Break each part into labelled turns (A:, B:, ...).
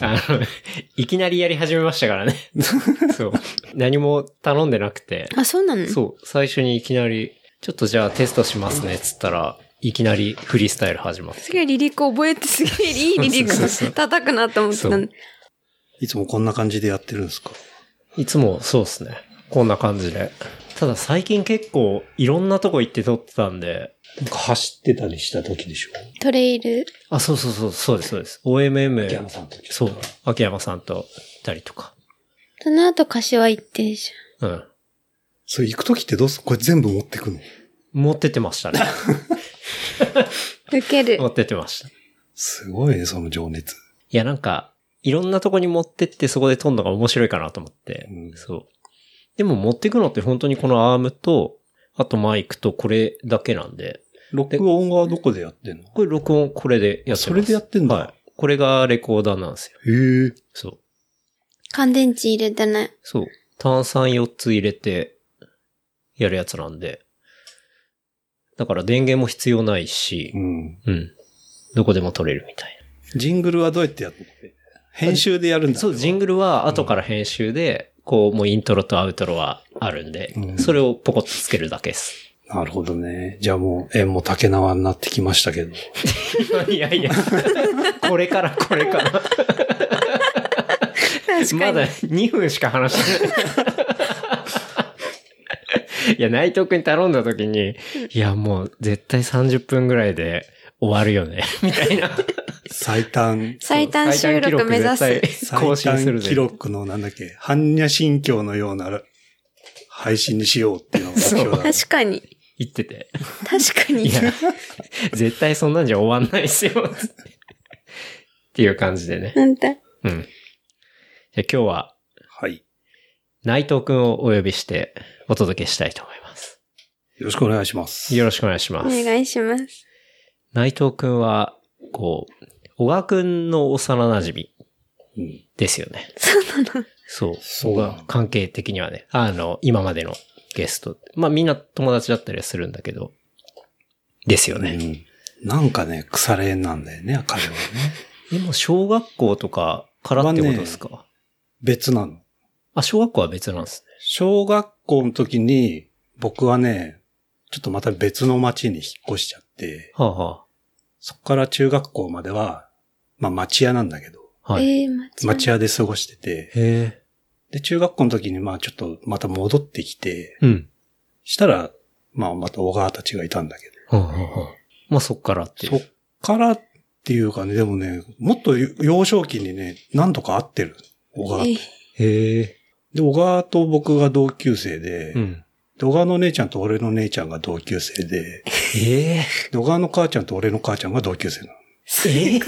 A: あの、 いきなりやり始めましたか らね。そう。何も頼んでなくて。
B: あ、そうなの
A: そう。最初にいきなり、ちょっとじゃあテストしますね、つったら、いきなりフリースタイル始まって。
B: すげえ離陸覚えて、すげえいい離
A: そうそうそ
B: 陸
A: う
B: 叩くなと思ってたの。
C: いつもこんな感じでやってるんですか
A: いつもそうですね。こんな感じで。ただ最近結構いろんなとこ行って撮ってたんで。
C: 走ってたりした時でしょ
B: トレイル。
A: あ、そうそうそう、そうです、そうです。OMM。
C: 秋山さんの時
A: そう。秋山さんと行ったりとか。
B: その後柏行ってでしょ。
A: うん。
C: それ行く時ってどうすこれ全部持ってくの
A: 持ってって ましたね。
B: 受ける
A: 持。ってってました。
C: すごいね、その情熱。
A: いや、なんか、いろんなとこに持ってってそこで撮んのが面白いかなと思って。
C: うん
A: そう。でも持ってくのって本当にこのアームと、あとマイクとこれだけなんで、
C: 録音はどこでやってんのへ
A: これ録音これでやってます。
C: それでやってんだ
A: はい。これがレコーダーなんですよ。
C: え。
A: そう。
B: 乾電池入れてない。
A: そう。炭酸4つ入れて、やるやつなんで。だから電源も必要ないし
C: う、ん。
A: うん。どこでも撮れるみたい
C: ジングルはどうやってやってんの編集でやるん
A: な。
C: だ。
A: そう、ジングルは後から編集で、こう、もうイントロとアウトロはあるんで、
C: うん
A: それをポコッとつけるだけです。
C: なるほどね。じゃあもう縁も竹縄になってきましたけど。
A: いやいや、これからこれから。まだ2分しか話して ない。いや、内藤くんに頼んだ時に、いや、もう絶対30分ぐらいで終わるよ ね、みたいな。
C: 最短。
B: 最短収 録目指す。
A: す
C: 更
A: 更
C: 新
A: 新
C: す
A: す
C: る
A: る
C: 記
A: ぜ。
C: 録のなんだっけ、般若心経のような配信にしようっていうのが目標だ。
B: 確かに。
A: 言ってて。
B: 確かに
A: い。や、 絶対そんなんじゃ終わんないですよ。っていう感じでね。
B: なんだ。
A: うん。じゃあ今日は
C: はい。
A: 内藤くんをお呼びしてお届けしたいと思います。
C: よろしくお願いします。
A: よろしくお願いし
B: お
A: ます。
B: 願いします。
A: 内藤くんは、こう、小川くんの幼馴染み
C: うん
A: ですよね。そうなの
C: そ
A: そうう。
C: なの
A: 僕は関係的にはね、あの、今までのゲスト。まあみんな友達だったりはするんだけど、ですよね。
C: うんなんかね、腐れ縁なんだよね、彼は ね。
A: でも小学校とかからってことですか、
C: 別なの。
A: あ、小学校は別なんですね。
C: 小学校の時に、僕はね、ちょっとまた別の町に引っ越しちゃって、
A: はあ、は
C: そこから中学校までは、まあ町屋なんだけど、
A: あ、はい。へ
B: えー、町
C: 町屋で過ごしてて、
A: え。
C: で、中学校の時にまあちょっとまた戻ってきて、
A: うん。
C: したら、まあまた小川たちがいたんだけど、
A: はあ、はあはあ、まあそっからっていう。
C: そっからっていうかね、でもね、もっと幼少期にね、何度か会ってる。小川。
B: え
C: で、
B: ー
A: へえ。
C: 小川と僕が同級生で、
A: うん。
C: で小川の姉ちゃんと俺の姉ちゃんが同級生で、
A: ええ。
C: で小川の母ちゃんと俺の母ちゃんが同級生なの。
B: すごい。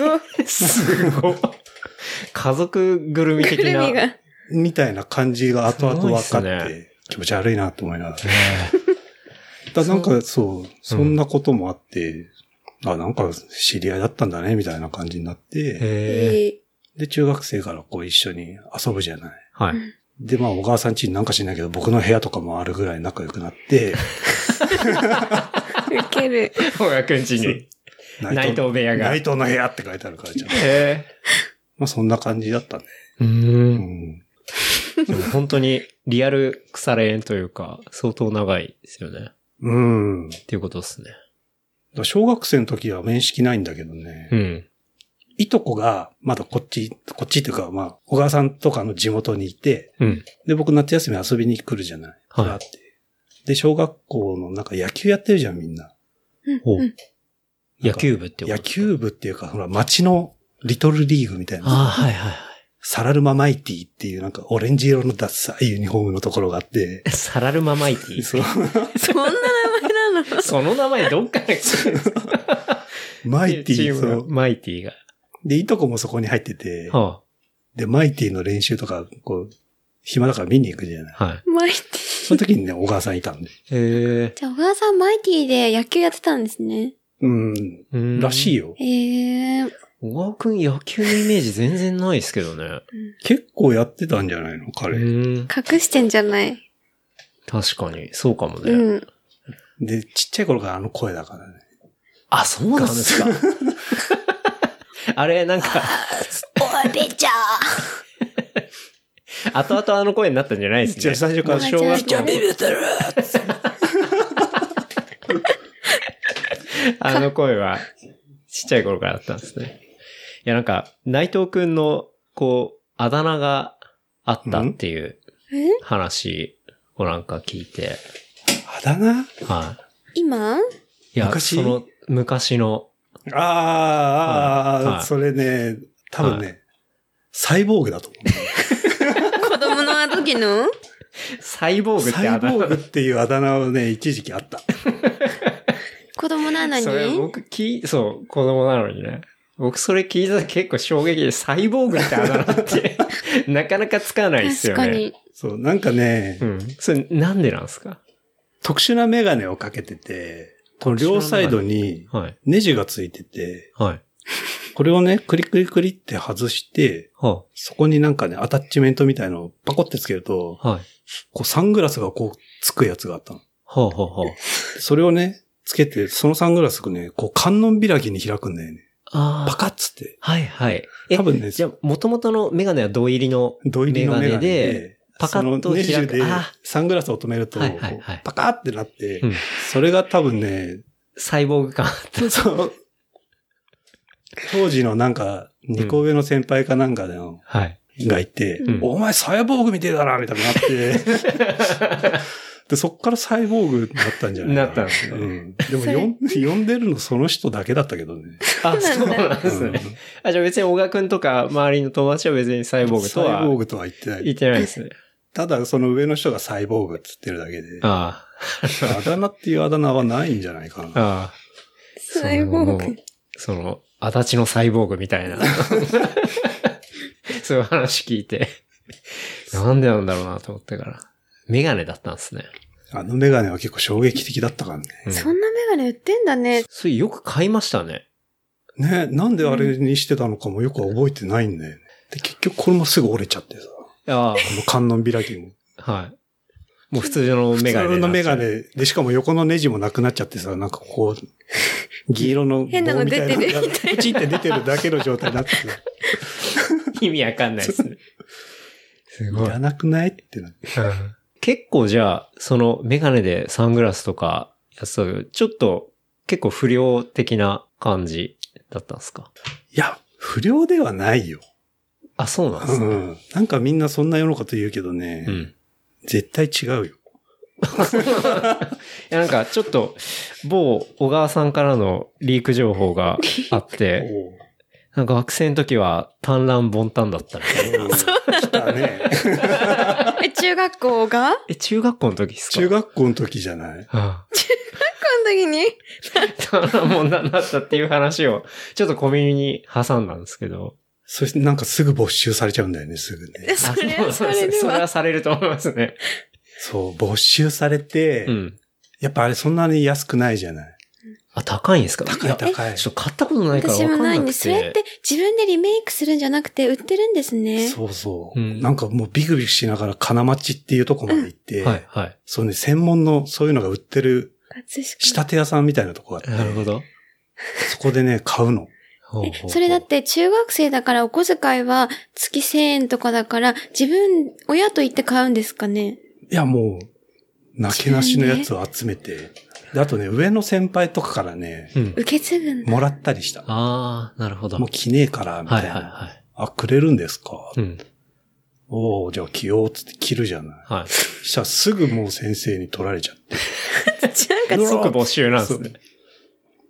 A: すごい。家族ぐるみ
B: く
A: 的
B: る
A: な。
B: みが。
C: みたいな感じが後々分かっ、
A: すごいってすね
C: 気持ち悪いなと思いながら。 だなんかそう、そんなこともあって、あ、なんか知り合いだったんだね、みたいな感じになって、
A: へえ。
B: え
C: で、中学生からこう一緒に遊ぶじゃない。
A: はい。
C: で、まあ、小川さん家になんか知んないけど、僕の部屋とかもあるぐらい仲良くなって、
B: ー、受ける。
A: 小川くんちに。 内藤部屋が
C: 内藤の部屋って書いてあるからじゃん。
A: へ
C: まあ、そんな感じだったね。
A: え。う。
C: うんん。
A: でも本当にリアル腐れ縁というか、相当長いですよね。
C: うん。だか
A: っていうことですね。
C: ら小学生の時は面識ないんだけどね。
A: うん。
C: いとこが、まだこっち、こっちっていうか、まあ、小川さんとかの地元にいて、
A: うん。
C: で、僕夏休み遊びに来るじゃない。
A: はい
C: あって。で、小学校のなんか野球やってるじゃん、みんな。
A: お
B: うん
A: 野球部ってこと
C: 野球部っていうか、ほら、街のリトルリーグみたいな。
A: ああ、はいはいは
C: サラルママイティっていうなんかオレンジ色のダッサいユニフォームのところがあって、
A: い。サラルママイティ。
C: そう、
B: そんな名前なの
A: その名前どっから来てるんですか
C: マイテ
A: チ
C: ィ
A: ーム
C: そ
A: の
C: う。
A: マイティが。
C: で、いとこもそこに入ってて、
A: は
C: で、マイティの練習とか、こう、暇だから見に行くじゃない。
A: あ、はい。
B: マイティ。
C: その時にね、小川さんいたんで。
A: え
B: じゃあ、小川さん、マイティで野球やってたんですね。
C: うん、
A: ー。
C: らしい
A: よ。
C: よ。
B: ええー。
A: 小川くん野球のイメージ全然ないですけどね。
C: 結構やってたんじゃないの彼。
A: うん。
B: 隠してんじゃない。
A: 確かに、そうかもね。
B: うん。
C: で、ちっちゃい頃からあの声だからね。
A: あ、そうなんですか。 あれ、なんか、
B: おい、べちゃ
A: 後々あの声になったんじゃないです
C: じゃ
A: ね
C: あ。最初から小学
B: じゃあ
C: 校。
A: あの声は、ちっちゃい頃からだったんですね。いや、なんか、内藤くんの、こう、あだ名があったっていう
B: ーえ
A: 話をなんか聞いて、
C: あだ名
A: は
B: 今
A: い。いや、
C: 昔
A: その、昔の、
C: あーあー、
A: はい
C: それね、多分ね、サイボーグだと思
B: 子供の時の
A: サイボー
C: う。
A: グって
C: サイ
A: あだ
C: ボーグ
A: 名。
C: っていうあだ名をね、一時期あった。
B: 子供なのに
A: それ僕聞い、そう、子供なのにね。僕それ聞いたら結構衝撃で、サイボーグってあだ名って、 なかなかつかないです
B: 確
A: よね。
B: か。に。
C: そう、なんかね、
A: うん。それなんでなんですか
C: 特殊なメガネをかけてて、この両サイドに
A: はい。
C: ネジがついてて、
A: はい。
C: これをね、クリクリクリって外して、
A: は
C: そこになんかね、アタッチメントみたいのをパコってつけると、
A: あ、はい。
C: こうサングラスがこうつくやつがあったの。
A: はあ、はあ、はあ。
C: それをね、つけて、そのサングラスがね、こう観音開きに開くんだよね。
A: ああ。
C: パカッつって。
A: はいはい。え
C: 多分ね
A: じゃあ、元々のメガネは銅入りの。
C: 土入りのメガネ
A: メガネ
C: で
A: で、パカッと開く
C: そのネジで
A: あ
C: サングラスを止めると、
A: はいはいはい
C: こうパカッってなって、
A: うん
C: それが多分ね、
A: サイボーグ感あ った。
C: そう。当時のなんか、二個上の先輩かなんかでの、
A: はい。
C: がいて、
B: うん
C: お前サイボーグみてえだな、みたいにな って。で、そっからサイボーグになったんじゃないか
A: なったんですね
C: うん。でも
B: それ
C: よん、呼んでるのその人だけだったけどね。
A: あ、そうなんで
C: う
A: す
C: ん
A: ね。あ、じゃあ別に小川くんとか周りの友達は別にサイボーグと
C: サイボー
A: は
C: グとは言ってな
A: 言
C: い。
A: ってないですね。
C: ただ、その上の人がサイボーグって言ってるだけで。
A: あ
C: あだ名っていうあだ名はないんじゃないか
A: あ。
C: な。
A: ああ。
B: サイボーグ。
A: その、もうその足立のサイボーグみ たいな。そういう話聞いて。なんでなんだろうなと思ってから。メガネだったんですね。
C: あのメガネは結構衝撃的だったからね。
A: うん
B: そんなメガネ売ってん だね。
A: それよく買いましたね。
C: ね、なんであれにしてたのかもよく覚えてないんだよね。で、結局これもすぐ折れちゃってさ。こ
A: あ
C: の観音開きも。
A: あ、はい。もう普通の
C: 普
A: メガネ。
C: 通のメガ。ネで、しかも横のネジもなくなっちゃってさ、なんかこう、銀色の棒みたい
B: 変なの出てる
C: なのがプチって出てるだけの状態になってて、
A: 意味わかんないですね。す
C: いらなくないってなって。
A: 結構じゃあ、そのメガネでサングラスとかやってたけど、ちょっと結構不良的な感じだったんですか
C: いや、不良ではないよ。
A: あ、そうなんです
C: う
A: ね。
C: ん。なんかみんなそんな世のこと言うけどね、
A: うん。い
C: 絶対違うよ。
A: や、なんかちょっと、某小川さんからのリーク情報があ って、
C: おう
A: なんか学生の時は単乱凡単だったみたいな。
C: 来たね。
B: え、中学校が
A: え、中学校の時ですか
C: 中学校の時じゃない
A: は
B: この時に
A: あ単乱凡単だったっていう話を、ちょっと小耳に挟んだんですけど。
C: そしてなんかすぐ没収されちゃうんだよね、すぐ
B: え
C: ね。
B: それ
A: あ
B: は、
A: そ
B: そう
A: です
B: れ
A: ね
B: で
A: それ
B: は。
A: はされると思いますね。
C: そう、没収されて、
A: うん。
C: やっぱあれそんなに安くないじゃない
A: あ、高いんですか
C: 高
A: や
C: い高い。
A: ちょっと買ったことないから
B: 私
A: 分か
B: も
A: ん
B: ない
A: なんくて。
B: です。それって自分でリメイクするんじゃなくて売ってるんですね。
C: そうそう。
A: うん
C: なんかもうビクビクしながら金町っていうとこまで行って、
A: はい、はい。
C: そうね、専門のそういうのが売ってる
B: 葛飾
C: 仕立て屋さんみたいなとこがあ
A: なる
C: っ
A: ほ
C: て、
A: ど。
C: そこでね、買うの。
A: ほうほうほう
B: それだっ。て中学生だからお小遣いは月1000円とかだから自分、親と言って買うんですかね
C: いや、もう、なけなしのやつを集めて、であとね、上の先輩とかからね、
A: うん。
B: 受け継ぐんだ。
C: もらったりした。
A: ああ、なるほど。
C: もう着ねえから、みた
A: はいい、
C: な。
A: はい、はい。
C: あ、くれるんですか、
A: うん。
C: おおじゃあ着ようっつって着るじゃない。
A: はい。
C: したらすぐもう先生に取られちゃって。
B: なんか、
A: 即募集なんですね。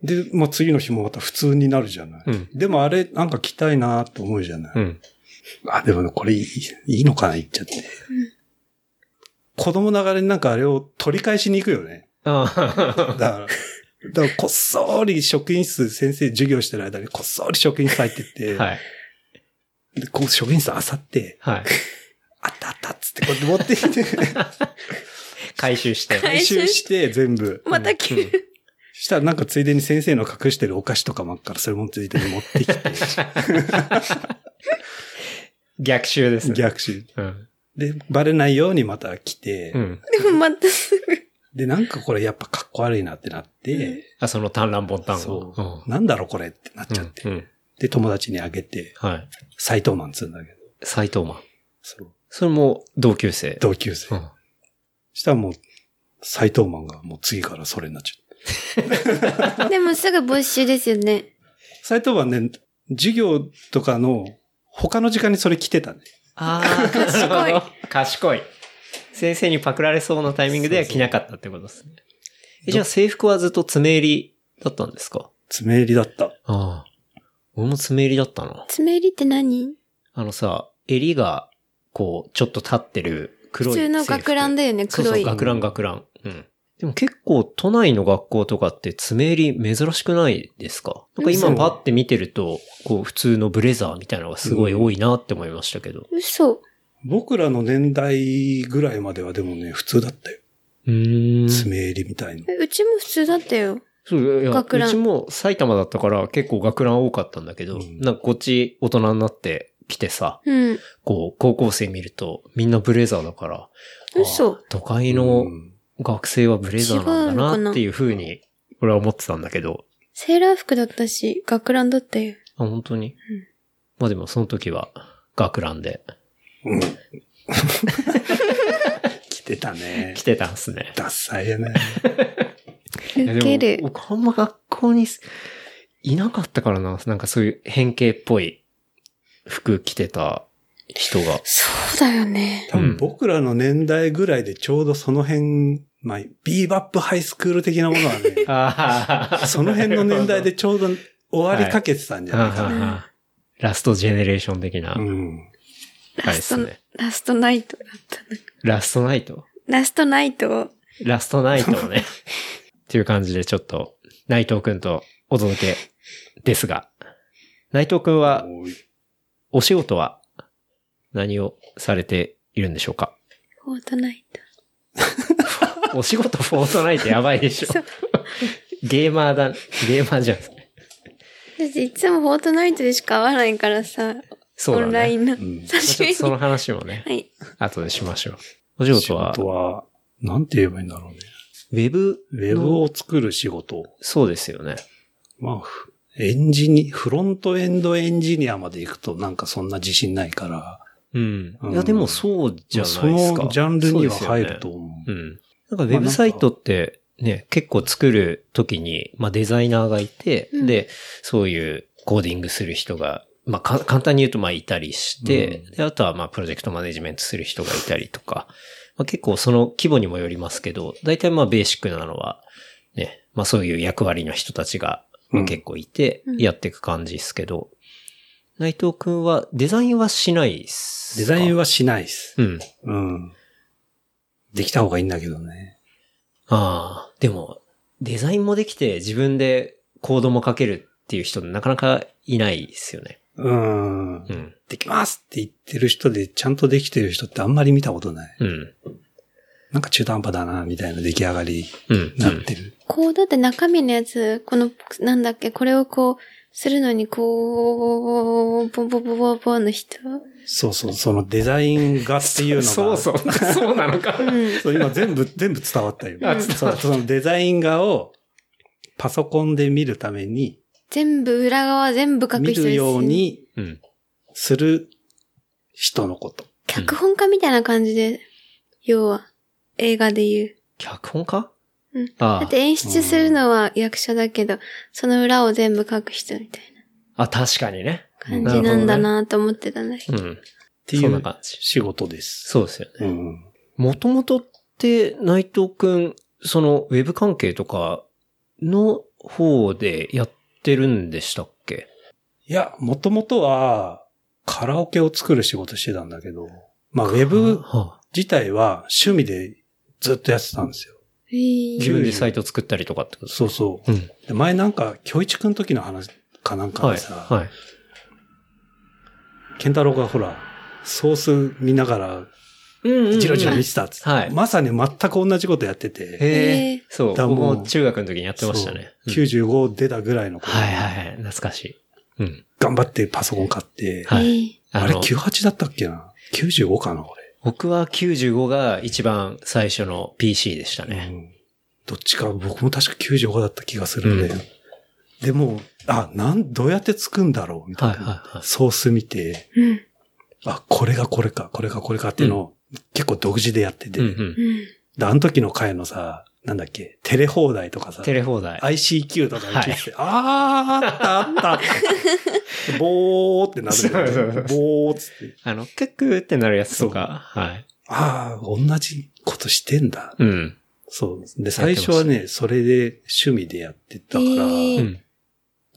C: で、まあ次の日もまた普通になるじゃない。
A: うん。
C: でもあれ、なんか着たいなと思うじゃない。
A: うん。
C: あ、でもねこれいいいいのかな言っちゃって。子供ながらになんかあれを取り返しに行くよね。
A: あ
C: だ
A: あ、
C: から、だからこっそり職員室先生授業してる間にこっそり職員室入ってって、
A: はい。
C: でこう職員室あさって、
A: はい。
C: あったあったっつってこうやって持ってきて、
A: 回収して。
B: 回
C: 回収して全部。
B: また切る。
C: したらなんかついでに先生の隠してるお菓子とかもあっから、それもついでに持ってきて、
A: 逆襲ですね。
C: 逆襲。
A: うん。
C: で、バレないようにまた来て、
A: うん。
B: でもまたすぐ。
C: で、なんかこれやっぱかっこ悪いなってなって、
A: あ、その単乱ボタンを。
C: そ
A: ん
C: う、なんだろこれってなっちゃって、
A: うんうん
C: で、友達にあげて、
A: はい。
C: 斎藤マンっつうんだけど、
A: 斎藤マン。
C: そう、
A: それも同級生。
C: 同級生。
A: うん
C: したらもう、斎藤マンがもう次からそれになっちゃう。
B: でもすぐ没収ですよね。
C: 斎藤マンね、授業とかの他の時間にそれ来てたね。
A: ああ、賢い。 賢い。先生にパクられそうなタイミングでは着なかったってことですね。えじゃあ制服はずっと爪入りだったんですか
C: 爪入りだった。
A: ああ。俺も爪入りだったな。
B: 爪入りって何
A: あのさ、襟が、こう、ちょっと立ってる黒
B: 普
A: い
B: 通の
A: 制服
B: 学ランだよね、黒い。
A: そうそう、学ラン学ラン。うん。でも結構都内の学校とかって爪入り珍しくないですかなんか今パッて見てると、こう普通のブレザーみたいなのがすごい多いなって思いましたけど。
B: 嘘。
C: 僕らの年代ぐらいまではでもね、普通だったよ。
A: うーん。
C: 爪入りみたいの。
B: えうちも普通だったよ。
A: そう、いや、
B: 学ラン
A: うちも埼玉だったから結構学ラン多かったんだけど、
C: うん
A: なんかこっち大人になって来てさ、
B: うん。
A: こう高校生見るとみんなブレザーだから、
B: 嘘
A: あ都会
C: う
A: の
C: ん
A: 学生はブレザーなん
B: 違うの
A: だ
B: か
A: な
B: な
A: っていう風に俺は思ってたんだけど、
B: セーラー服だったし、学ランだったよ。
A: あ、本当に、
B: ん
A: まあでもその時は学ランで
C: うん 来てたね
A: 来。てたんすね。
C: ダッサいやね。
B: 受け
A: いやでも
B: る。
A: 僕あんま学校にすいなかったからな、なんかそういう変形っぽい服着てた人が。
B: そうだよね。
C: 多分僕らの年代ぐらいでちょうどその辺、まあ、ビーバップハイスクール的なものはね、
A: あ あ
C: その辺の年代 でちょうど終わりかけてたんじゃないかな。
B: い
A: ああラストジェネレーション的な。
C: うん。
A: あれですね。
B: ラストナイトだったな。
A: ラストナイト
B: ラストナイトを。
A: ラストナイト をね。っていう感じでちょっと、内藤くんとお届けですが。内藤くんは、
C: もう
A: お仕事は何をされているんでしょうか
B: フォートナイト。
A: お仕事フォートナイトやばいでしょ
B: そう。
A: ゲーマーだ、ゲーマーじゃん。
B: 私いつもフォートナイトでしか会わないからさ、
A: そうだね。
B: オンラインの。
C: ん
B: 久しぶりに。
A: その
B: は
A: 話もね、
B: い。
A: 後でしましょう。お仕事は
C: 仕、事は、なんて言えばいいんだろうね。
A: ウェブ、
C: ウェブを作る仕事。
A: そうですよね。
C: まあ、ふエンジニ、フロントエンドエンジニアまで行くとなんかそんな自信ないから、
A: うん。
C: うん
A: いや、でもそうじゃないです
C: そ
A: か。
C: のジャンルには
A: そうですよね
C: 入ると。思う。
A: うん。なんかウェブサイトってね、結構作るときに、まあデザイナーがいて、
B: うん
A: で、そういうコーディングする人が、まあか簡単に言うとまあいたりして、
C: うん
A: で、あとはまあプロジェクトマネジメントする人がいたりとか、まあ結構その規模にもよりますけど、大体まあベーシックなのは、ね、まあそういう役割の人たちがまあ
C: うん
A: 結構いて
B: う、ん
A: やっていく感じですけど、内藤くんはデザインはしないっすか
C: デザインはしないです。
A: うん。
C: うん。できた方がいいんだけどね。
A: ああ、でも、デザインもできて自分でコードも書けるっていう人なかなかいないですよね。
C: うん
A: う。ん。
C: できますって言ってる人で、ちゃんとできてる人ってあんまり見たことない。
A: うん。
C: なんか中途半端だな、みたいな出来上がり
A: うん。
C: になってる。
B: コードって中身のやつ、この、なんだっけ、これをこう、するのにこう、ボンボンボンボンボンの人。
C: そうそう、そのデザイン画っていうのが。
A: う。そうなのか。
B: うん。
C: そう今全部、 全部伝わったよ。
A: あ伝わった
C: そうそのデザイン画をパソコンで見るために、
B: 全部、裏側全部書く
C: 見
B: 人です
C: るよう。に
A: うん。
C: する人のこと。
B: 脚本家みたいな感じで、要は、映画で言う。
A: 脚本家
B: うん。
A: あ
B: だって演出するのは役者だけど、その裏を全部書く人みたい
A: あ。
B: な
A: あ、確かにね。
B: 感じなんだなと思ってたね。
A: うん。
C: ていう
A: そんな感じ。
C: 仕事です。
A: そうですよね。
C: うん。
A: もともとって内藤くん、そのウェブ関係とかの方でやってるんでしたっけ
C: いや、もともとは、カラオケを作る仕事してたんだけど、まあ、ウェブ
A: はあ
C: 自体は趣味でずっとやってたんですよ。
B: へー
A: 自分でサイト作ったりとかってこと。
C: そうそう
A: うん。
C: う。で前なんか、京一くん時の話かなんか
A: は
C: で
A: い。
C: さ、
A: はい。
C: ケンタロウがほら、ソース見ながら
A: うん
C: ジロジロ見てたっつって
A: はい
C: まさに全く同じことやってて、
A: へ
B: へ
A: え。そう。
C: だから
A: 僕
C: もう
A: も中学の時にやってましたね。
C: そう
A: うん
C: 95出たぐらいの頃、
A: はいはいはい。懐かしい。うん。
C: 頑張ってパソコン買って、
A: はい
B: い。
C: あ
A: あ
C: れ
A: の、
C: 98だったっけな ?95 かな、俺。
A: 僕は95が一番最初の PC でした
C: う
A: ね。
C: んどっちか、僕も確か95だった気がするんで。
A: うん
C: でも、あ、なん、どうやってつくんだろうみたいな。
A: はいはいはい
C: ソース見て、
B: うん。
C: あ、これがこれか、これがこれかっていうのを、結構独自でやってて。
A: うんう。
B: うんん。
C: で、あの時の回のさ、なんだっけ、テレ放題とかさ、
A: テレ放題。
C: ICQ とかに聞いてて、あー、あったあ った。ぼーってなるんだ
A: そう
C: よ
A: そ
C: ね
A: う。
C: ぼーっつって。
A: あの、クックーってなるやつとか。はい。
C: あー、同じことしてんだ。
A: うん。
C: そう。で、
A: やってま
C: 最
A: した
C: 初はね、それで趣味でやってたから、
B: えー
A: うん。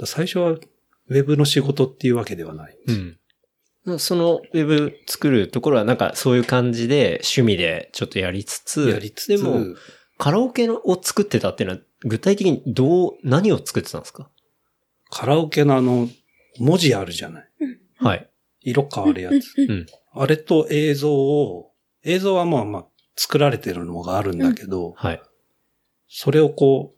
C: 最初はウェブの仕事っていうわけではない。
A: うん。そのウェブ作るところはなんかそういう感じで趣味でちょっとやりつつ、
C: やりつつ、
A: でもカラオケのを作ってたっていうのは具体的にどう、何を作ってたんですか
C: カラオケのあの、文字あるじゃない。
A: はい。
C: 色変わるやつ。
A: うん。
C: あれと映像を、映像はまあまあ作られてるのがあるんだけど、
A: はい。
C: それをこう、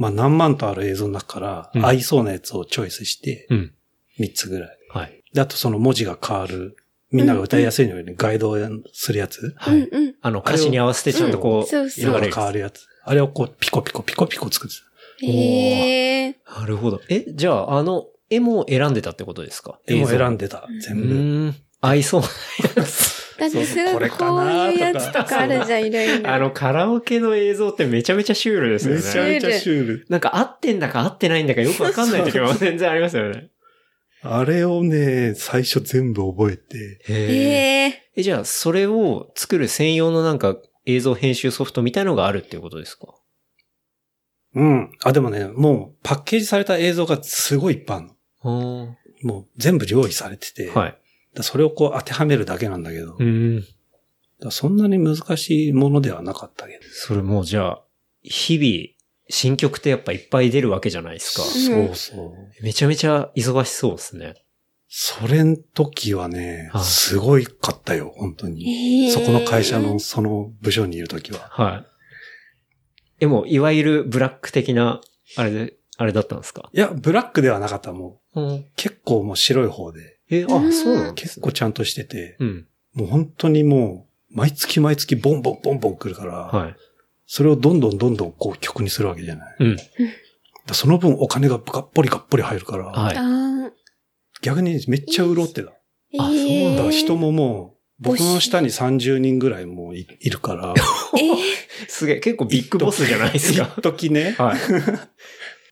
C: まあ何万とある映像の中か
A: うん
C: ら合いそうなやつをチョイスして、
A: うん。
C: 3つぐらい。
A: はい。
C: で、あとその文字が変わる、みんなが歌いやすいようにガイドをするやつ。
A: は
B: うん
A: い。
B: うん。
A: あの、歌詞に合わせてちゃんとこう、
B: そうそう
C: 色が
A: 流れる
C: 変わるやつ。あれをこう、ピコピコピコピコ作ってた。
B: へえ。
A: なるほど。え、じゃあ、あの、絵も選んでたってことですか
C: 絵も選ん
A: で。
C: でた、
A: う
C: 全部。
A: ーん。合いそうなやつ。
B: だってす
C: そうこ
B: ごい
C: れか
B: こう
C: なーとか
B: いうやつとかあるじゃん、いろい ろ。
A: あの、カラオケの映像ってめちゃめちゃシュールですよね。
C: めちゃめちゃシュール。
A: なんか合ってんだか合ってないんだかよくわかんない時も 全然ありますよね。
C: あれをね、最初全部覚えて、
A: え。
B: へえ。
A: じゃあ、それを作る専用のなんか映像編集ソフトみたいのがあるっていうことですか
C: うん。あ、でもね、もうパッケージされた映像がすごいいっぱいあるの。
A: は
C: もう全部用意されてて、
A: はい。
C: だそれをこう当てはめるだけなんだけど、
A: うん。
C: だそんなに難しいものではなかったけど。
A: それもうじゃあ、日々、新曲ってやっぱいっぱい出るわけじゃないですか。
C: そうそう。
A: めちゃめちゃ忙しそうですね。
C: それん時はね、
A: はい
C: すごいかったよ、本当に。
B: へー
C: そこの会社の。その部署にいる時は。
A: はい。でも、いわゆるブラック的な、あれで、あれだったんですか
C: いや、ブラックではなかった、もう。
A: うん。
C: 結構もう白い方で、
A: え、
B: うん
A: あ、そうなんです
C: 結
A: ね。
C: 構ちゃんとしてて、
A: うん。
C: もう本当にもう、毎月毎月ボンボンボンボン来るから、
A: はい。
C: それをどんどんどんどんこう曲にするわけじゃない。
A: うん。
C: だその分お金ががっぽりがっぽり入るから、
A: はい。
B: あ
C: 逆にめっちゃ潤ってた。
B: あ。
A: あそうなん
C: だから人
B: も。
C: ももう、僕の下に30人ぐらいもういいるから、
B: えー
A: すげえ、結構ビッグボスじゃないですか
C: 一。時ね、
A: はい。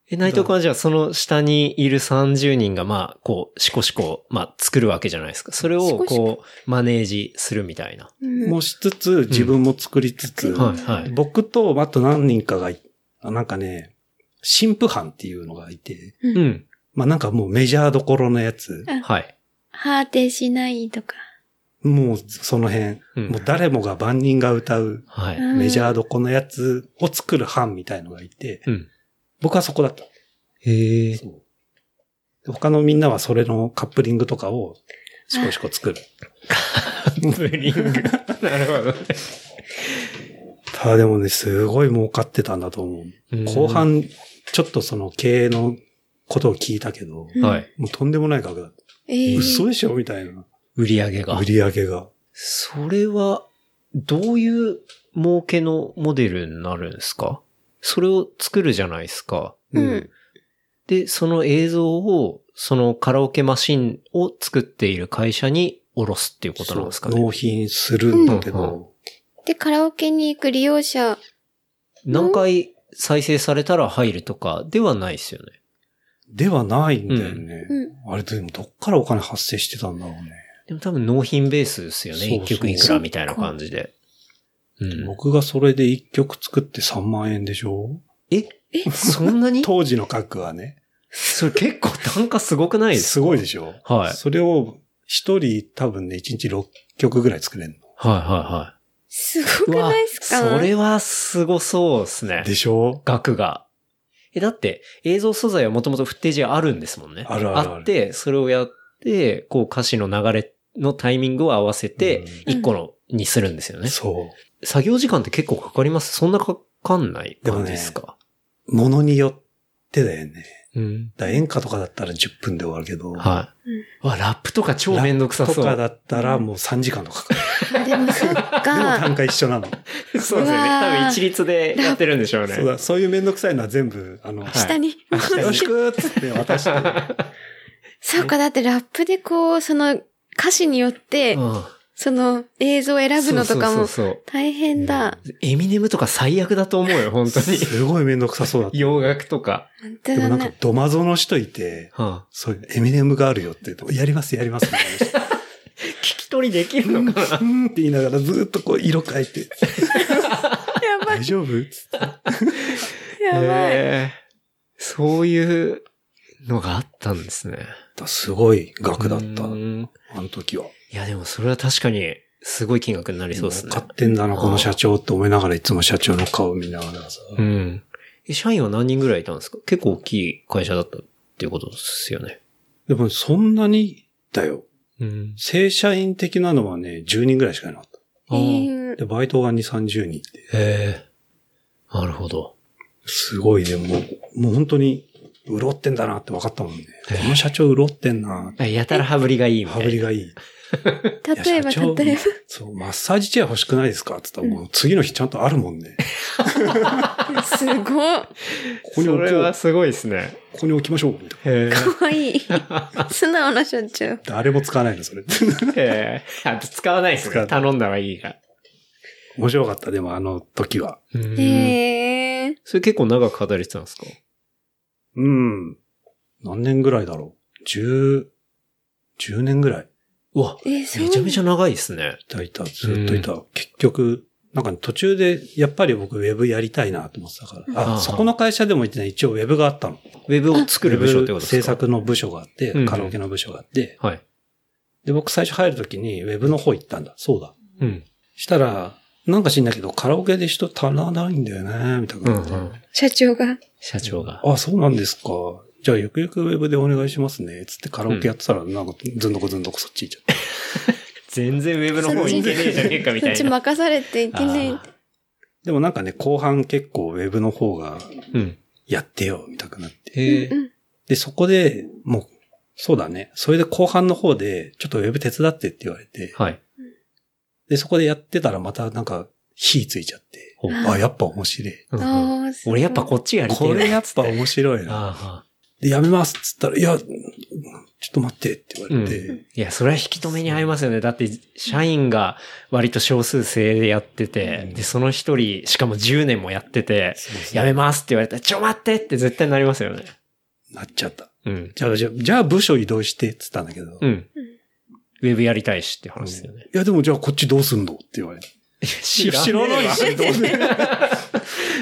A: え、内藤君はじゃあその下にいる30人がまあ、こう、しこしこ、まあ、作るわけじゃないですか。それ
B: し
A: を
B: こしこ
A: こう、マネージするみたいな。
B: うん
C: もうしつつ、自分も作りつつ、
B: うん
A: はい、はい。
C: 僕とあと何人かがい、あなんかね、新婦班っていうのがいて、
A: う
B: うん。
A: ん。
C: まあなんかもうメジャーどころのやつ、
A: はい。
B: 果てしないとか。
C: もうその辺、
A: うん
C: もう誰もが万人が歌う
A: はい。
B: うん
C: メジャーどこのやつを作る班みたいのがいて、
A: うん。
C: 僕はそこだった。
A: へえ。
C: そう他のみんなはそれのカップリングとかをしこしこ作る。
A: ブリング。 なるほどね
C: ただでもね、すごい儲かってたんだと思う。
A: うん。
C: 後半、ちょっとその経営のことを聞いたけど、
B: うん
A: はい。
C: もうとんでもない額だった。
B: ええ。
C: 嘘でしょみたいな。
A: 売り上げが
C: 売。り上げが。
A: それは、どういう儲けのモデルになるんですかそれを作るじゃないですか。
B: うん。
A: で、その映像を、そのカラオケマシンを作っている会社におろすっていうことなんですか
C: そう
A: ね
C: 納。品するんだけ
A: うん
C: ど、
B: で、カラオケに行く利用者。
A: 何回再生されたら入るとかではないですよね。
C: ではないんだよね。
B: うん。
C: あれでもどっからお金発生してたんだろうね。
A: でも多分納品ベースですよね。
C: そうそう
A: 一曲いくらみたいな感じで。うん。
C: 僕がそれで1曲作って3万円でしょ
A: えそんなに
C: 当時の額はね。
A: それ結構単価すごくないです
C: すごいでしょ
A: かはい。はい
C: それを一人多分ね、一日6曲ぐらい作れる
A: は
B: す
A: いはい。
B: ごくないっすか
A: うわそれはすごそうですね
C: の。。でしょ
A: 額が。え、だって映像素材はもともとフッテージがあるんですもんね。
C: あるあるある
A: って、それをやって、こう歌詞の流れのタイミングを合わせて、
B: うん
A: 1個のにするんですよね。
C: そ
A: 作業時間って結構かかりますそんなかかんない
C: でも
A: 感
C: ね
A: じですか、
C: う。ものによってだよね。
A: うん。
C: だから演歌とかだったら10分で終わるけど、
A: はい。うわ、ラップとか超めんどくさ
C: と
A: そう。
C: かだったらもう3時間とかかかる。
B: あでもそっ
C: でも
B: か
C: 単。価一緒な の。
A: そうですよね。
B: うわー
A: 多分一律でやってるんでしょうね。
C: そうだ、そういうめんどくさいのは全部、あの、
A: い
B: 下に。
C: よろしくっつって渡して、
B: そうか、だってラップでこう、その歌詞によって、
A: うん
B: その映像を選ぶのとか
A: そう
B: も
A: そうそう
B: 大変だ。
A: そうエミネムとか最悪だと思うよ、本当に。
C: すごいめんどくさそうだった。
A: 洋楽とか。
B: 本
C: で
B: 当
C: もな
B: だ
C: んか
B: ね。
C: ドマゾの人いて、
A: は
C: そういうエミネムがあるよって言うと、やりますやりますみたいな人
A: あ、聞き取りできるの かな
C: うんって言いながらずっとこう色変えて、
B: やばい
C: 大丈夫つって
B: やばい。
A: へえそういうのがあったんですね。
C: すごい額だった、
A: う
C: あ
A: ん
C: の時は。
A: いや、でもそれは確かに、すごい金額になりそうですね。
C: 買ってんだな、この社長って思いながらいつも社長の顔見ながらさ。
A: うん。え社員は何人ぐらいいたんですか結構大きい会社だったっていうことですよね。
C: でもそんなにだよ。
A: うん。
C: 正社員的なのはね、10人ぐらいしかいなかっ
A: あー
C: た。で、バイトが2、30人って。
A: へえ。なるほど。
C: すごいね、もう、もう本当に、潤ってんだなって分かったもんね。この社長潤ってんな
A: あやたら羽振りがいいみた
C: 羽
A: いな。
C: 振りがいい。いや
B: 例えば、
C: 社長
B: 例えば。
C: そう、マッサージチェア欲しくないですかって言ったら、もう次の日ちゃんとあるもんね。
B: すごい。か
C: ここに置こう、
A: すごいですね。
C: ここに置きましょう。みたいな
A: へ
B: わい い。素直な社長。
C: 誰も使わないの、それ。
A: え。 あと使わないです
C: 使わ
A: ね。
C: ない
A: 頼んだはいいが。
C: 面白かった、でもあの時は。
A: うん。
B: へえ。
A: それ結構長く語れてたんですか
C: うん。何年ぐらいだろう。10、10年ぐらい。
A: うわ、
B: え、そう。
A: めちゃめちゃ長いですね。
C: いたいた、ずっといた。結局、なんか途中で、やっぱり僕ウェブやりたいなと思ってたから。
A: あ
C: あ、
A: あ
C: そこの会社でも言ってね、一応ウェブがあったの。
A: ウェブを作る部署ってことですか
C: 制作の部署があって
A: うん、
C: カラオケの部署があって。
A: はい。
C: で、僕最初入るときにウェブの方行ったんだ。そうだ。
A: うん。
C: したら、なんか知んないけど、カラオケで人足らないんだよね、みたい
A: うん
C: な。
A: うん。
B: 社長が。
A: 社長が。
C: あ、そうなんですか。じゃあ、ゆくゆくウェブでお願いしますね。つってカラオケやってたら、なんか、ずんどこずんどこそっち行っちゃっ
A: 全然ウェブの方行けねえじゃねえかみ
B: こ
A: た
B: っ
A: い
B: ち
A: な。
B: 任されていけない
A: あ。
C: た。でもなんかね、後半結構ウェブの方が、
A: うん。
C: やってよ、みたいになって。
A: へえ
B: う。ん。
C: で、そこで、もう、そうだね。それで後半の方で、ちょっとウェブ手伝ってって言われて、
A: はい。
C: で、そこでやってたらまたなんか、火ついちゃって、
A: ほう
C: あ、やっぱ面白い。
A: うんうん
B: ああ、すごい
A: 俺やっぱこっちやりてえ
C: これやっぱ
A: あ
C: 面白いな。
A: あ。
C: で、やめますっつったら、いや、ちょっと待ってって言われて、
A: うんいや、それは引き止めに合いますよね。だって、社員が割と少数制でやってて、
C: うん
A: で、その一人、しかも10年もやってて、
C: そうそう
A: やめますって言われたら、ちょ待ってって絶対なりますよね。
C: なっちゃった。
A: うん。
C: じゃあ、じゃあ、じゃあ部署移動してって言ったんだけど、
A: う
C: い
A: ん。ウェブやりたいしって話ですよね。
C: や、でもじゃあこっちどうすんのって言われて。
A: 知
C: 知らない
A: し。
C: し、どうするっ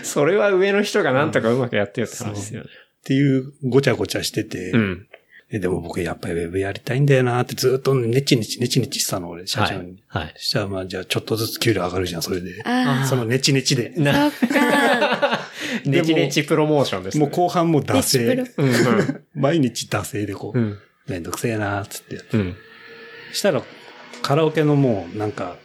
A: それは上の人がなんとかうまくやってよって話ですよね。
C: ていうごちゃごちゃしてて、
A: うん。
C: えでも僕やっぱりウェブやりたいんだよなってずっとねちねちねちねちしたの、俺、社
A: は
C: 長
A: い
C: に。。
A: はい。
C: したらまあじゃあちょっとずつ給料上がるじゃん、それで。
B: あ
C: そのねちねちで。
B: あ、
A: な、
B: そっか。
A: ねちねちプロモーションですね。
C: もう後半もう惰
B: ねち
C: 性。
A: うん。うん
C: 毎日惰性でこ
A: う
C: う、
A: ん。
C: めんどくせえなーっつって。
A: うん。
C: したら、カラオケのもう、なんか、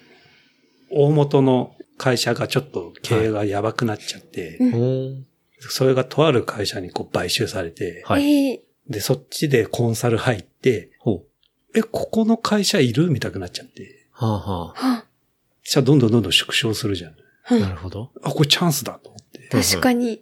C: 大元の会社がちょっと経営がやばくなっちゃって、
B: うん
A: おー
C: それがとある会社にこう買収されて、
A: はい。
B: ええ
C: で、そっちでコンサル入って、
A: ほう。
C: え、ここの会社いるみたくなっちゃって。
A: はあは
B: は
C: じゃあどんどんどんどん縮小するじゃん。
B: あ
A: あ。
B: は
A: な
B: あ
A: るほど。
C: あ、これチャンスだと思って。
B: 確 かに。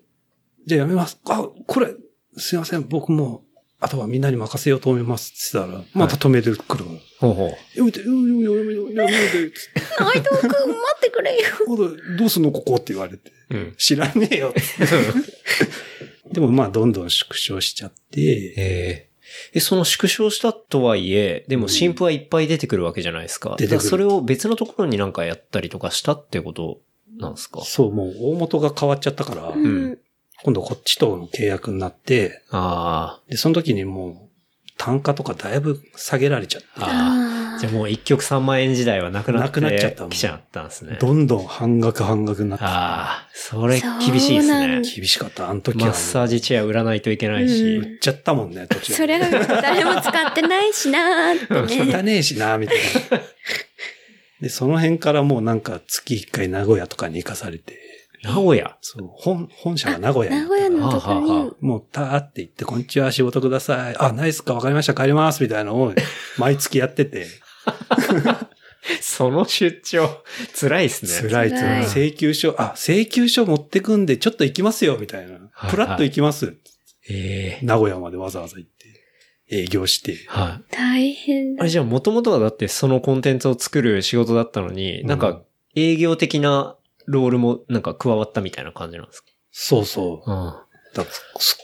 C: じゃあやめます。あ、これ、すいません、僕もう、あとはみんなに任せようと思います。って言ったら、また止めてくるから。
A: ほうほう。
C: やめて、やめて、やめて、やめて、やめて、つって
B: 内藤くん、待ってくれよ。
C: まだどうすんのここって言われて。
A: うん。
C: 知らねえよ。でもまあ、どんどん縮小しちゃって、
A: ええ。その縮小したとはいえ、でも新婦はいっぱい出てくるわけじゃないですか。
C: 出てくる
A: だからそれを別のところになんかやったりとかしたってことなんですか
C: そう、もう大元が変わっちゃったから、
B: うんん。
C: 今度こっちとの契約になって、
A: あ
C: で、その時にもう、単価とかだいぶ下げられちゃって、
A: あ。ああ。
B: あ
A: じゃあもう一曲3万円時代はなくなって
C: なくなっちゃったもん
A: きちゃったんですね。
C: どんどん半額半額になって、
A: ああ、それ厳しいです
B: そうな
A: ね
B: ん。
C: 厳しかった。あの時は。
A: マッサージチェア売らないといけないし。
B: うん
C: 売っちゃったもんね、途中。
B: そりゃ、誰も使ってないしなーってね。
C: 汚ねえしな、みたいな。で、その辺からもうなんか月1回名古屋とかに行かされて、
A: 名古屋。
C: そう、本、本社が名古屋にあ
B: 名
C: ったか
B: 古屋
C: ら
B: のとこ
A: はあはあは
B: に
A: あ、
C: もう、たーって言って、こんにちは、仕事ください。あ、ないっすか、わかりました、帰ります、みたいなの を、毎月やってて、
A: その出張、辛いですね。
C: 辛い
B: 辛
C: 辛
B: い
C: い。請求書、あ、請求書持ってくんで、ちょっと行きますよ、みたいな
A: は。い
C: プラッと行きます。
A: ええ
C: 名古屋までわざわざ行って、営業して。
A: はい。
B: 大変
A: あ
B: だ
A: れ。じゃあ元々はだってそのコンテンツを作る仕事だったのに、なん
C: う
A: か営業的なロールもなんか加わったみたいな感じなんですか
C: そうそう。だ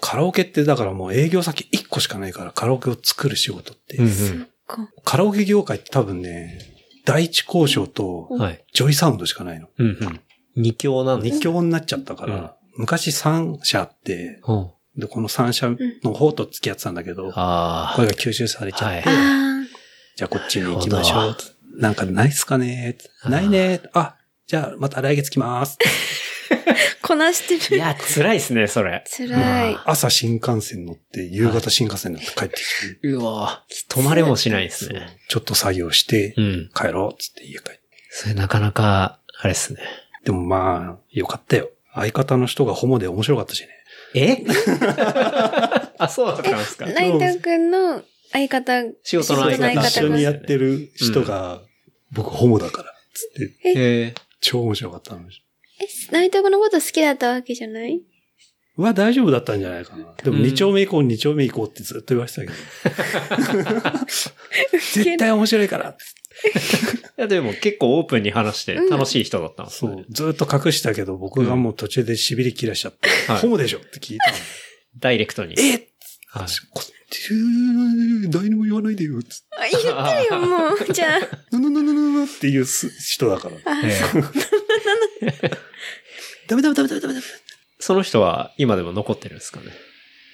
C: カラオケって、だからもう営業先1個しかないから、カラオケを作る仕事って、
A: うん。
B: そっ
A: う
B: か。
C: カラオケ業界って多分ね、第一交渉と
A: ん。はい。
C: ジョイサウンドしかないの。
A: うんうん。二強なんです
C: 二強になっちゃったから、昔三社あって、
A: うん。
C: で、この三社の方と付き合ってたんだけど、
A: あ
C: こ
A: あ。
C: れが吸収されちゃって、
A: は
B: あ
C: じゃあこっちに行きまし
A: な
C: ょ
A: る
C: う
A: ほ。
C: なんかないっすかねないねあ、じゃあまた来月来ます。
B: あ、こなして
A: い
B: る。
A: や、辛いですね、それ。
B: 辛い。
C: 朝新幹線乗って、夕方新幹線乗って帰ってきて、
A: うわ止まれもしないですね。
C: ちょっと作業して
A: う、ん。
C: 帰ろうっつって家帰って。
A: それなかなか、あれですね。
C: でもまあ、よかったよ。相方の人がホモで面白かったしね。
A: え あ、そうだったんですか。
B: 内藤くんの相方、
A: 仕事の相方
C: 一緒にや
B: が
C: ってる人が、僕ホモだから、つって、
A: え
C: 超面白かったの。
B: え、内藤くんのこと好きだったわけじゃない
C: は大丈夫だったんじゃないかな。でも
A: うん
C: 2丁目以降2丁目以降ってずっと言われてたけど。 絶対面白いから。
A: ー、いや、でも結構オープンに話して楽しい人だったんです
C: そ
A: ね。
C: う。ずっと隠したけど、僕がもう途中で痺れ切らしちゃって、
A: はい
C: ホモでしょって聞いたの。
A: ダイレクト に。
C: えっ
A: はい
C: こ誰にも言わないでよ。つ
B: あ、言ったよ、 もう。じゃあ。
C: ななななななっていうす人だから。
B: あ、
A: えー
C: ダメダメダメダメダメダメ。
A: その人は今でも残ってるんですかね。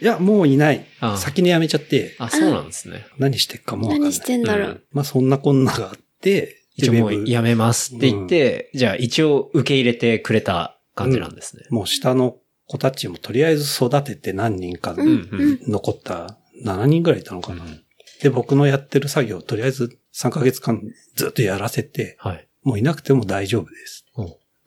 C: いや、もういない
A: あ。あ
C: 先に辞めちゃって、
A: あ、そうなんですね。
C: 何してっかもうわかんない。
B: 何してんだろう。
C: まあそんなこんながあって、
A: 一応もう
C: で
A: やめますって言って、じゃあ一応受け入れてくれた感じなんですね。
C: もう下の子たちもとりあえず育てて何人か
B: うん、うん。
C: 残った7人ぐらいいたのかな。で、僕のやってる作業をとりあえず3ヶ月間ずっとやらせて、
A: はい。
C: もういなくても大丈夫です。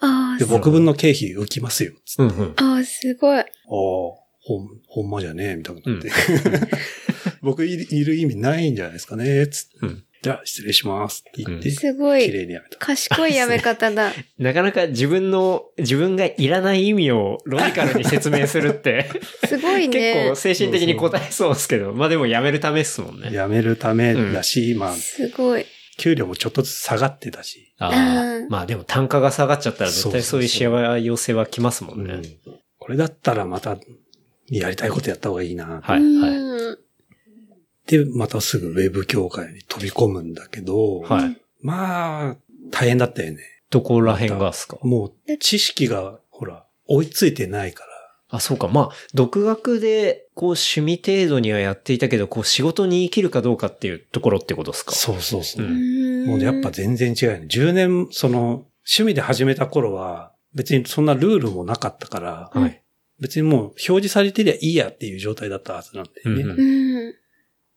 B: あ
C: で、
B: ー、
C: 僕分の経費浮きますよ。つって
A: うんうん。
B: あー、すごい。
C: ああ、ほん、ほんまじゃねえ、みたいになって。 僕いいる意味ないんじゃないですかね、つって。
A: うん
C: じゃあ、失礼しますって言って、綺
B: すごい。
C: 麗にやめた。
B: 賢いやめ方だ。
A: なかなか自分の、自分がいらない意味をロジカルに説明するって、
B: すごい
A: 結
B: ね
A: 構。精神的に答えそうですけど、まあでもやめるためっすもんね。
C: 辞めるためだし、まあ、
B: すごい。
C: 給料もちょっとずつ下がってたし。
A: あ
B: うん
A: あ、まあでも単価が下がっちゃったら絶対そういうしわ寄せは来ますもんね。
C: うんこれだったらまた、やりたいことやった方がいいな。
A: はい、は
B: う
A: い。
B: ん。
C: で、またすぐウェブ業界に飛び込むんだけど、
A: はい。
C: まあ、大変だったよね。
A: どこら辺がっすか
C: もう、知識が、ほら、追いついてないから。
A: あ、そうか。まあ、独学で、こう、趣味程度にはやっていたけど、こう、仕事に生きるかどうかっていうところってことですか
C: そうそうそうう。
A: ん
C: もうねやっぱ全然違うよね。10年、その、趣味で始めた頃は、別にそんなルールもなかったから、
A: はい。
C: 別にもう表示されてりゃいいやっていう状態だったはずなんでね。
A: うんうん
B: うん。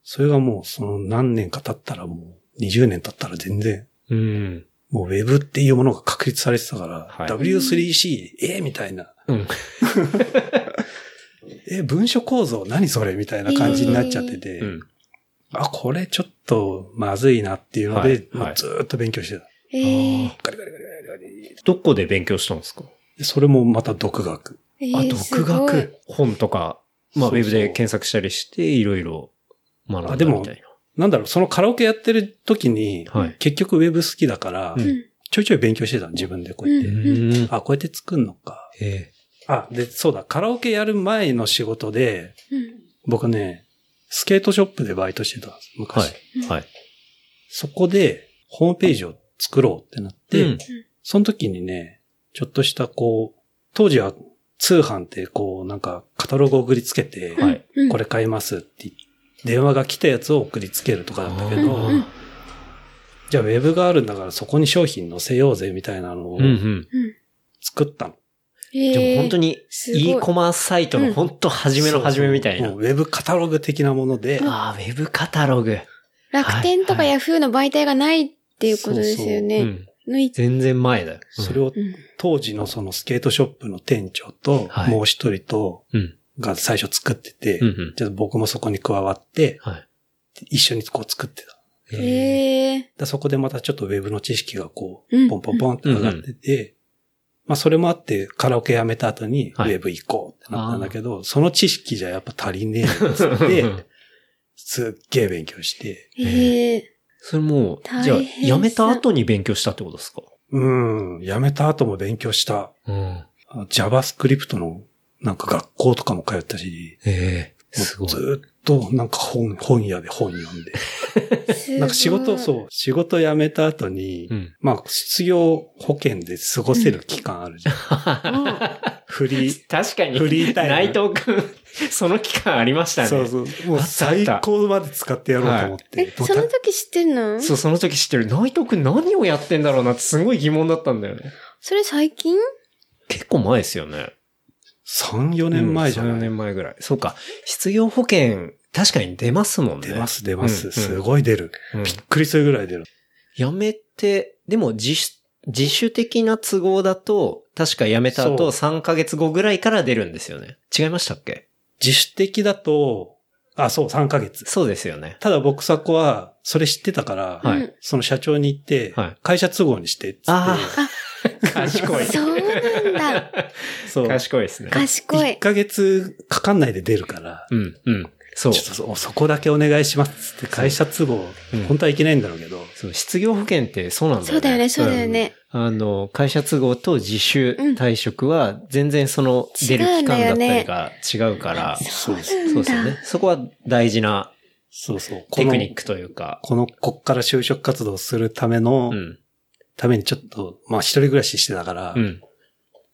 C: それがもうその何年か経ったらもう20年経ったら全然、
A: うん。
C: もう Web っていうものが確立されてたから、
A: はい
C: W3C、えみたいな。
A: うん。
C: え、文書構造何それみたいな感じになっちゃってて、
A: うん。
C: あ、これちょっとまずいなっていうので、
A: はいはい
C: もうずーっと勉強してた。
B: えー
C: ガリガリガリガリガリ
A: どこで勉強したんですか
C: でそれもまた独学。
B: え
A: あ、
B: ー。す
A: 独
B: ごい
A: 学。本とか、まあ、ウ
C: そうそう
A: ェブで検索したりして、いろいろ学んだ
C: あでも
A: みたい
C: なんだろう、そのカラオケやってる時に、
A: な。はい。
C: 結局ウェブ好きだから、
A: うん。
C: ちょいちょい勉強してたの、自分でこうやって。
B: うん
C: あ、こうやって作んのか。
A: え
C: あ、で、そうだ、カラオケやる前の仕事で、
B: うん。
C: 僕ね、スケートショップでバイトしてたんです、
A: ーは
C: 昔。
A: い。はい。
C: そこで、ホームページを作ろうってなって、
A: うん
C: その時にね、ちょっとしたこう、当時は通販ってこう、なんかカタログを送りつけて、
A: はい。
B: うん
C: これ買いますって、電話が来たやつを送りつけるとかだったけ
B: うん
C: ど、
B: うん
C: じゃあウェブがあるんだからそこに商品載せようぜみたいなのを
A: うんうん。
C: 作ったの。
B: え
A: でも本当
B: に。
A: に、
B: すごい
A: e コマースサイトの本当初めの初めみたいな。
C: もうウェブカタログ的なもので、
A: ああ、ウェブカタログ。
B: 楽天とか
A: はいは
B: ヤフーの媒体がないっていうことですよ
A: う
B: ね。
A: ん。
B: のい
A: 全然前だよ。
C: それを
B: うん
C: 当時のそのスケートショップの店長と
A: は、い
C: もう一人と、
A: うん。
C: が最初作ってて
A: うん。う、ん。
C: じゃあ僕もそこに加わって、
A: はい。
C: 一緒にこう作ってた。
A: え。
B: ええ。
C: でそこでまたちょっとウェブの知識がこ
B: うん
C: う、ポンポンポンって上がってて、まあそれもあってカラオケやめた後にウ
A: はい
C: ェブ行こうってなったんだけど、その知識じゃやっぱ足りねえなっつっ て、すっげえ勉強して、
B: ええ。
A: それもう、じゃあ、
B: 大変そう
A: やめた後に勉強したってことですか
C: うん、やめた後も勉強した。
A: うん。
C: あの JavaScript のなんか学校とかも通ったし、
A: ええ
C: もう
A: すごい。
C: ずっとなんか本、本屋で本読ん で。
B: すごい
C: なんか仕事、そう、仕事辞めた後に、
A: うん。
C: まあ、失業保険で過ごせる期間あるじゃん。フリー、
A: 確かに、
C: フリータイム
A: 内藤くん、その期間ありましたね。
C: そうそう。もう
A: あったあった
C: 最高まで使ってやろうと思って。
B: え、
C: ド
B: そ
C: タ
B: の時知ってんの
A: そう、その時知ってる。内藤くん何をやってんだろうなってすごい疑問だったんだよね。
B: それ最近
A: 結構前ですよね。
C: 3、4年前じゃ
A: うん3
C: ない、
A: 年前ぐらい。そうか。失業保険、確かに出ますもんね。
C: 出ます出ます、
A: うん
C: すごい出る。
A: うん
C: びっくりするぐらい出る。
A: 辞めて、でも自主、自主的な都合だと、確か辞めた後3ヶ月後ぐらいから出るんですよね。違いましたっけ
C: 自主的だと、あ、そう、3ヶ月。
A: そうですよね。
C: ただ僕そこは、それ知ってたから、
A: は い
B: うん
C: その社長に行って、
A: はい
C: 会社都合にしてっつって、
A: あ賢い。
B: そうなんだ。
C: そう。
A: 賢いですね。
B: 賢
C: 1
B: い。
C: ヶ月かかんないで出るから、
A: うん、うん。そう。
C: ちょっとそそこだけお願いしますっつって会社都合
A: うん、
C: 本当はいけないんだろうけど、
A: そう失業保険ってそうなんだよね。
B: そうだよね、そうだよね。
A: あの、会社都合と自主退職は全然その
B: うん
A: 出る期間だったりが違うから、
C: そうです。
B: そう
A: そ
B: な
A: うんですよ
B: だ
A: ね。。そこは大事な
C: そうそう。
A: テクニックというか、
C: この、こっから就職活動するための、
A: うん。
C: ためにちょっと、まあ一人暮らししてたから、
A: うん。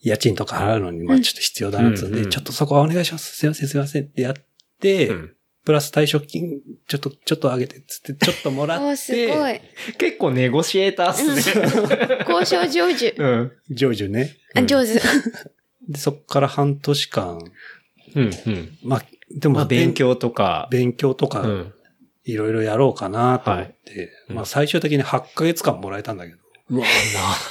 C: 家賃とか払うのに、まあちょっと必要だなってんで、
A: うんうん
C: ちょっとそこはお願いします。すいません、すいませんってやって、
A: うん
C: プラス退職金、ちょっと、ちょっと上げて、つって、ちょっともら
B: お
C: っ
B: ーすご
C: て、
B: い。
A: 結構ネゴシエーターっすね。
B: 交渉成就。
A: うん。
C: 上手ね。
B: あ、上手。
C: で、そこから半年間、
A: うん。うん。
C: まあ、でも、
A: まあ勉強とか、
C: 勉、勉強と
A: う
C: か、
A: ん。
C: いろいろやろうかなと思って、
A: うん
C: まあ最終的に8ヶ月間もらえたんだけど、
A: うわ、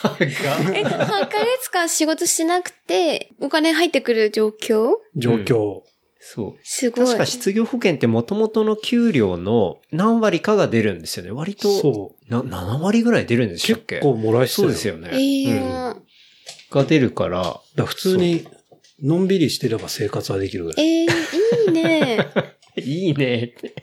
A: 長
B: え、8ヶ月間仕事しなくて、お金入ってくる状況
C: 状況、
A: そう。
B: すごい。
A: 確か失業保険って元々の給料の何割かが出るんですよね。割と、
C: そう、
A: な、7割ぐらい出るんでしたっけ
C: 結構もらえてた
A: そうです
C: よ。
A: よね。
B: ええ
A: うん
B: ー
A: が出るから、
C: だから普通に、のんびりしてれば生活はできるぐらい。
B: ええいいね。
A: いいねって。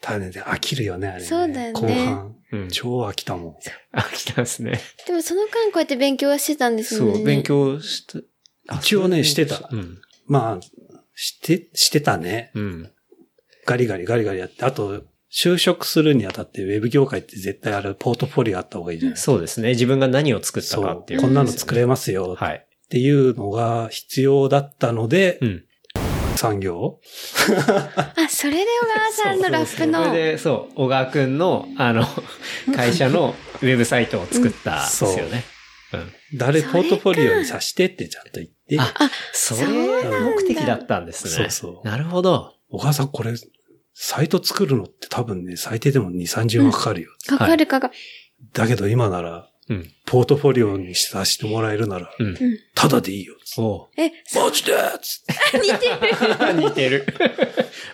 C: ただね、飽きるよね、あれ、ね。
B: そうだよね
C: 後半。
A: うん
C: 超飽きたもん。
A: 飽きたんすね。
B: でもその間こうやって勉強はしてたんです
A: そ
B: もんね。
A: う、勉。強した。あ
C: 一応ねしてた
A: そううん。
C: まあ、して、してたね。
A: うん。
C: ガリガリガリガリやって。あと、就職するにあたって、ウェブ業界って絶対あるポートフォリオあった方がいいじゃない
A: そうですね。自分が何を作った
C: そ
A: かっ
C: う
A: ていう。
C: こんなの作れます
A: た
C: よっ
A: はい。
C: ていうのが必要だったので、
A: うん。
C: 産業
B: あ、それで小川さんのラップの。
A: それで、そう、小川くんの、あの、会社のウェブサイトを作ったんですよね。うん。
C: 誰
B: それ
C: ポ
B: か
C: ートフォリオにさしてってちゃんと言って、
A: あ、それ
B: そう
C: なんだ
A: 目的だったんです
C: そ
A: ね。
C: うそう
A: なるほど。
C: 小川さんこれ、サイト作るのって多分ね、最低でも2、30万かかるよ。
B: かかるかかる。
C: だけど今なら、
A: うん。
C: ポートフォリオにさせてもらえるなら、
A: うん。
C: ただでいいよ。
A: おう
B: え、
C: マジでっつって
B: 似てる。
A: 似てる。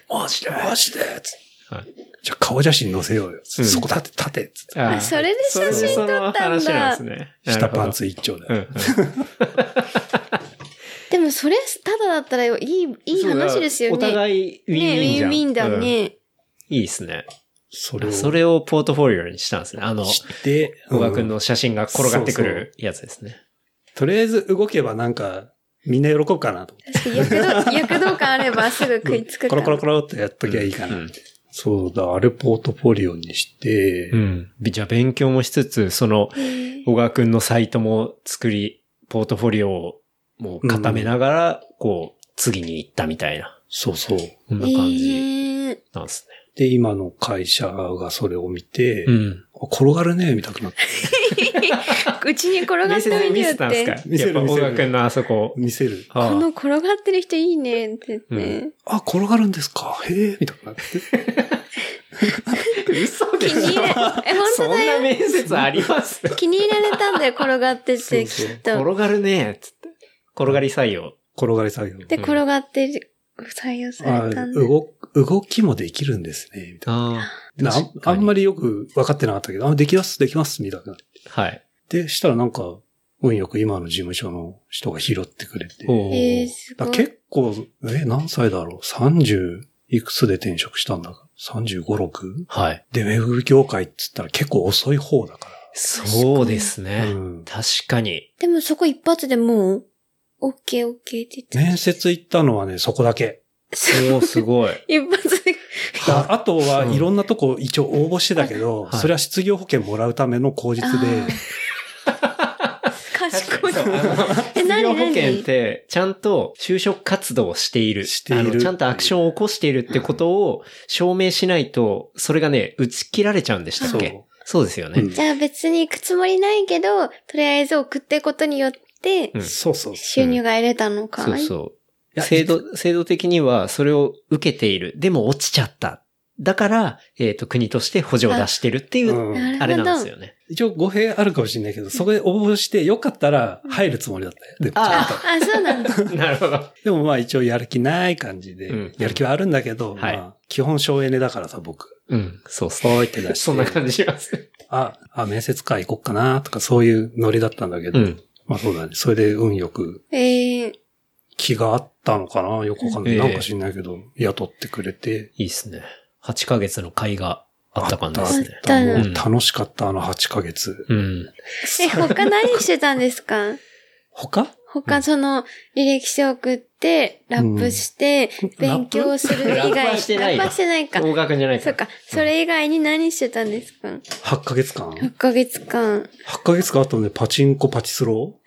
C: マジでマジでっつって、
A: はい
C: じゃあ顔写真載せようよ。
A: うん
C: そこだって立てっつって。
A: あ
B: あそれで写真撮った
A: それ
B: んだ
A: でその話なんですね。
C: 下パン
A: な
C: ツ一丁だよ。
A: るほど。うんうん
B: でもそれ、ただだったらいい、いい話ですよね。
A: お互いウィンウィン
B: ね
A: じゃん。
B: ウィ
A: う
B: ンウィンだ
A: ん。
B: ね。
A: いいですね。
C: それを
A: それをポートフォリオにしたんですね。あの、
C: して、
A: 小川くん
C: うん
A: の写真が転がってくるやつですね。
C: とりあえず動けばなんか、みんな喜ぶかなと思って。
B: 躍動、躍動感あればすぐ食いつく
C: コ
B: から。
C: ロコロコロってやっときゃいいかな。
A: うん
C: そうだ、あれポートフォリオにして、
A: うん。じゃあ勉強もしつつ、その、小川くんのサイトも作り、ポートフォリオをもう固めながら、こう、次に行ったみたいな、
C: そうそう。
A: こんな
B: え
A: 感じ
B: ー
A: なんですね。
C: で、今の会社がそれを見て、
A: うん。
C: あ転がるね、見たくなって。
B: うちに転がってるんだよって。
C: 見せ
A: やっ
C: る
A: ぱ
C: 見せ
A: 小
C: る
A: 田君のあそこ。
C: 見せる。
B: こ
A: あ
B: の転がってる人いいねって言って。
C: あ、転がるんですかへえ、みたくなって。
A: あ嘘で
B: 気に入れ、え、本
A: そ
B: 当
A: ん
B: だ
A: な
B: よ。
A: 面接あります
B: 気に入られたんだよ、転がってて、き
C: そうそう
B: っと。
A: 転がるね、つって。転がり採用。
C: 転がり作業。
B: で、転がって採用さ
C: あ
B: れたんだよ。
C: 動、動きもできるんですね、みたい
A: あ
C: な。あん
A: 確か
C: あ
A: に
C: んまりよく分かってなかったけど、あ、できます、できます、みたいな。
A: あ。はい。
C: で、したらなんか、運よく今の事務所の人が拾ってくれて。
A: お
B: えー、す
C: だ
B: ご
C: から
B: い。
C: 結構、え、何歳だろう ?30 いくつで転職したんだ ?35、6?
A: はい。
C: で、ウェブ業界っつったら結構遅い方だか
A: そうです
C: ら。
A: ね
C: う。ん。
A: 確かに。
B: でもそこ一発でもう、オッケーオッケーって言って
C: 面接行ったのはね、そこだけ。
B: そう
A: おーすごい。
B: 一発で。
C: だあとは
A: うん
C: いろんなとこ一応応募してたけど、
A: はい
C: それは失業保険もらうための口実で、
B: 賢い。 え
A: 失
B: 何
A: 業保
B: 何
A: 険って、ちゃんと就職活動をしている。
C: している
A: あのちゃんとアクションを起こしているってことを証明しないと、それがね、打ち切られちゃうんでしたっけ
C: そう
A: そうですよ
C: う
A: ね
C: ん。
B: じゃあ別に行くつもりないけど、とりあえず送っていくことによって
A: う、ん
C: そうそう。
B: 収入が得れたのか。
A: そうそう。
C: や
A: 制度、制度的にはそれを受けている。でも落ちちゃった。だから、えっ、と、国として補助を出してるっていう、
C: うん
B: な
A: あれ
B: るほ
A: なん
B: ど
A: です。よね。
C: 一応語弊あるかもしれないけど、そこで応募してよかったら入るつもりだったよ。でもちゃんと
B: あ、そうな んだ。
A: なるほど。
C: でもまあ一応やる気ない感じで、
A: うん
C: やる気はあるんだけど、
A: はい
C: まあ基本省エネだからさ、僕。
A: うん、そうっす
C: ポ
A: ね。
C: ーイって出して。
A: そんな感じします。
C: あ、あ、面接会行こっかなとかそういうノリだったんだけど、
A: うん。
C: まあそうだね。それで運よく
B: ええ
C: 気があったのかなよくわかんない。
A: ええ
C: なんか知んないけど、雇ってくれて。
A: いいっすね。8ヶ月の会があった感じですね
C: あ。ったあった
B: うん
C: もう楽しかった、あの8ヶ月。
A: うん。
B: え、他何してたんですか
C: 他
B: 他その、履歴書送って、ラップして、勉強する以外。
A: ラップはしてないよ
B: ラップはしてないか。
A: 合格じゃない
B: そ
A: か
B: うか。それ以外に何してたんですか ?8
C: 8ヶ月間 ?8
B: ヶ月 間。
C: ヶ月間あったので、パチンコパチスロ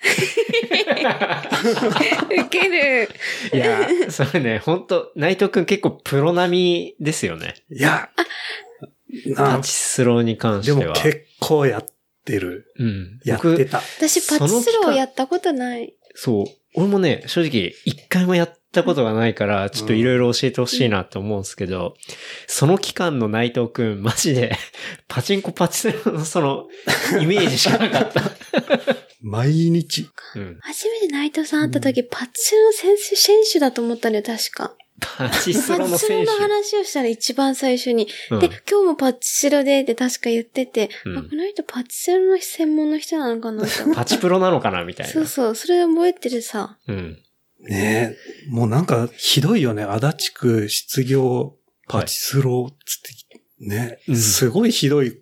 B: 受ける。
A: いや、それね、本当内藤くん結構プロ並みですよね。
C: ーいや、な
A: パ
C: あ
A: チスローに関して
C: で
A: は。
C: も結構やってる。
A: うん。
C: やって
A: 僕、
C: た。
B: 私、パチスローやったことない。
A: そう。俺もね、正直、一回もやったことがないから、ちょっといろいろ教えてほしいなって思うんですけど、その期間の内藤くん、マジ で、パチンコパチスローのその、イメージしかなかった。
C: 毎日。
A: うん。
B: 初めて内藤さん会った時、パチスロの選手、選手だと思ったんだよ、確か。
A: パチスロ
B: パ
A: の
B: チスロ
A: 選
B: の
A: 手。
B: 話をしたら一番最初に。
A: うん
B: で、今日もパチスロでって確か言ってて、
A: うん
B: あこの人パチスロの専門の人なのかなって思って
A: パチプロなのかなみたいな。
B: そうそう、それ覚えてるさ。
A: うん。
C: ねえ。もうなんか、ひどいよね。足立区失業パチスローつって、ね、
A: うん
C: すごいひどい。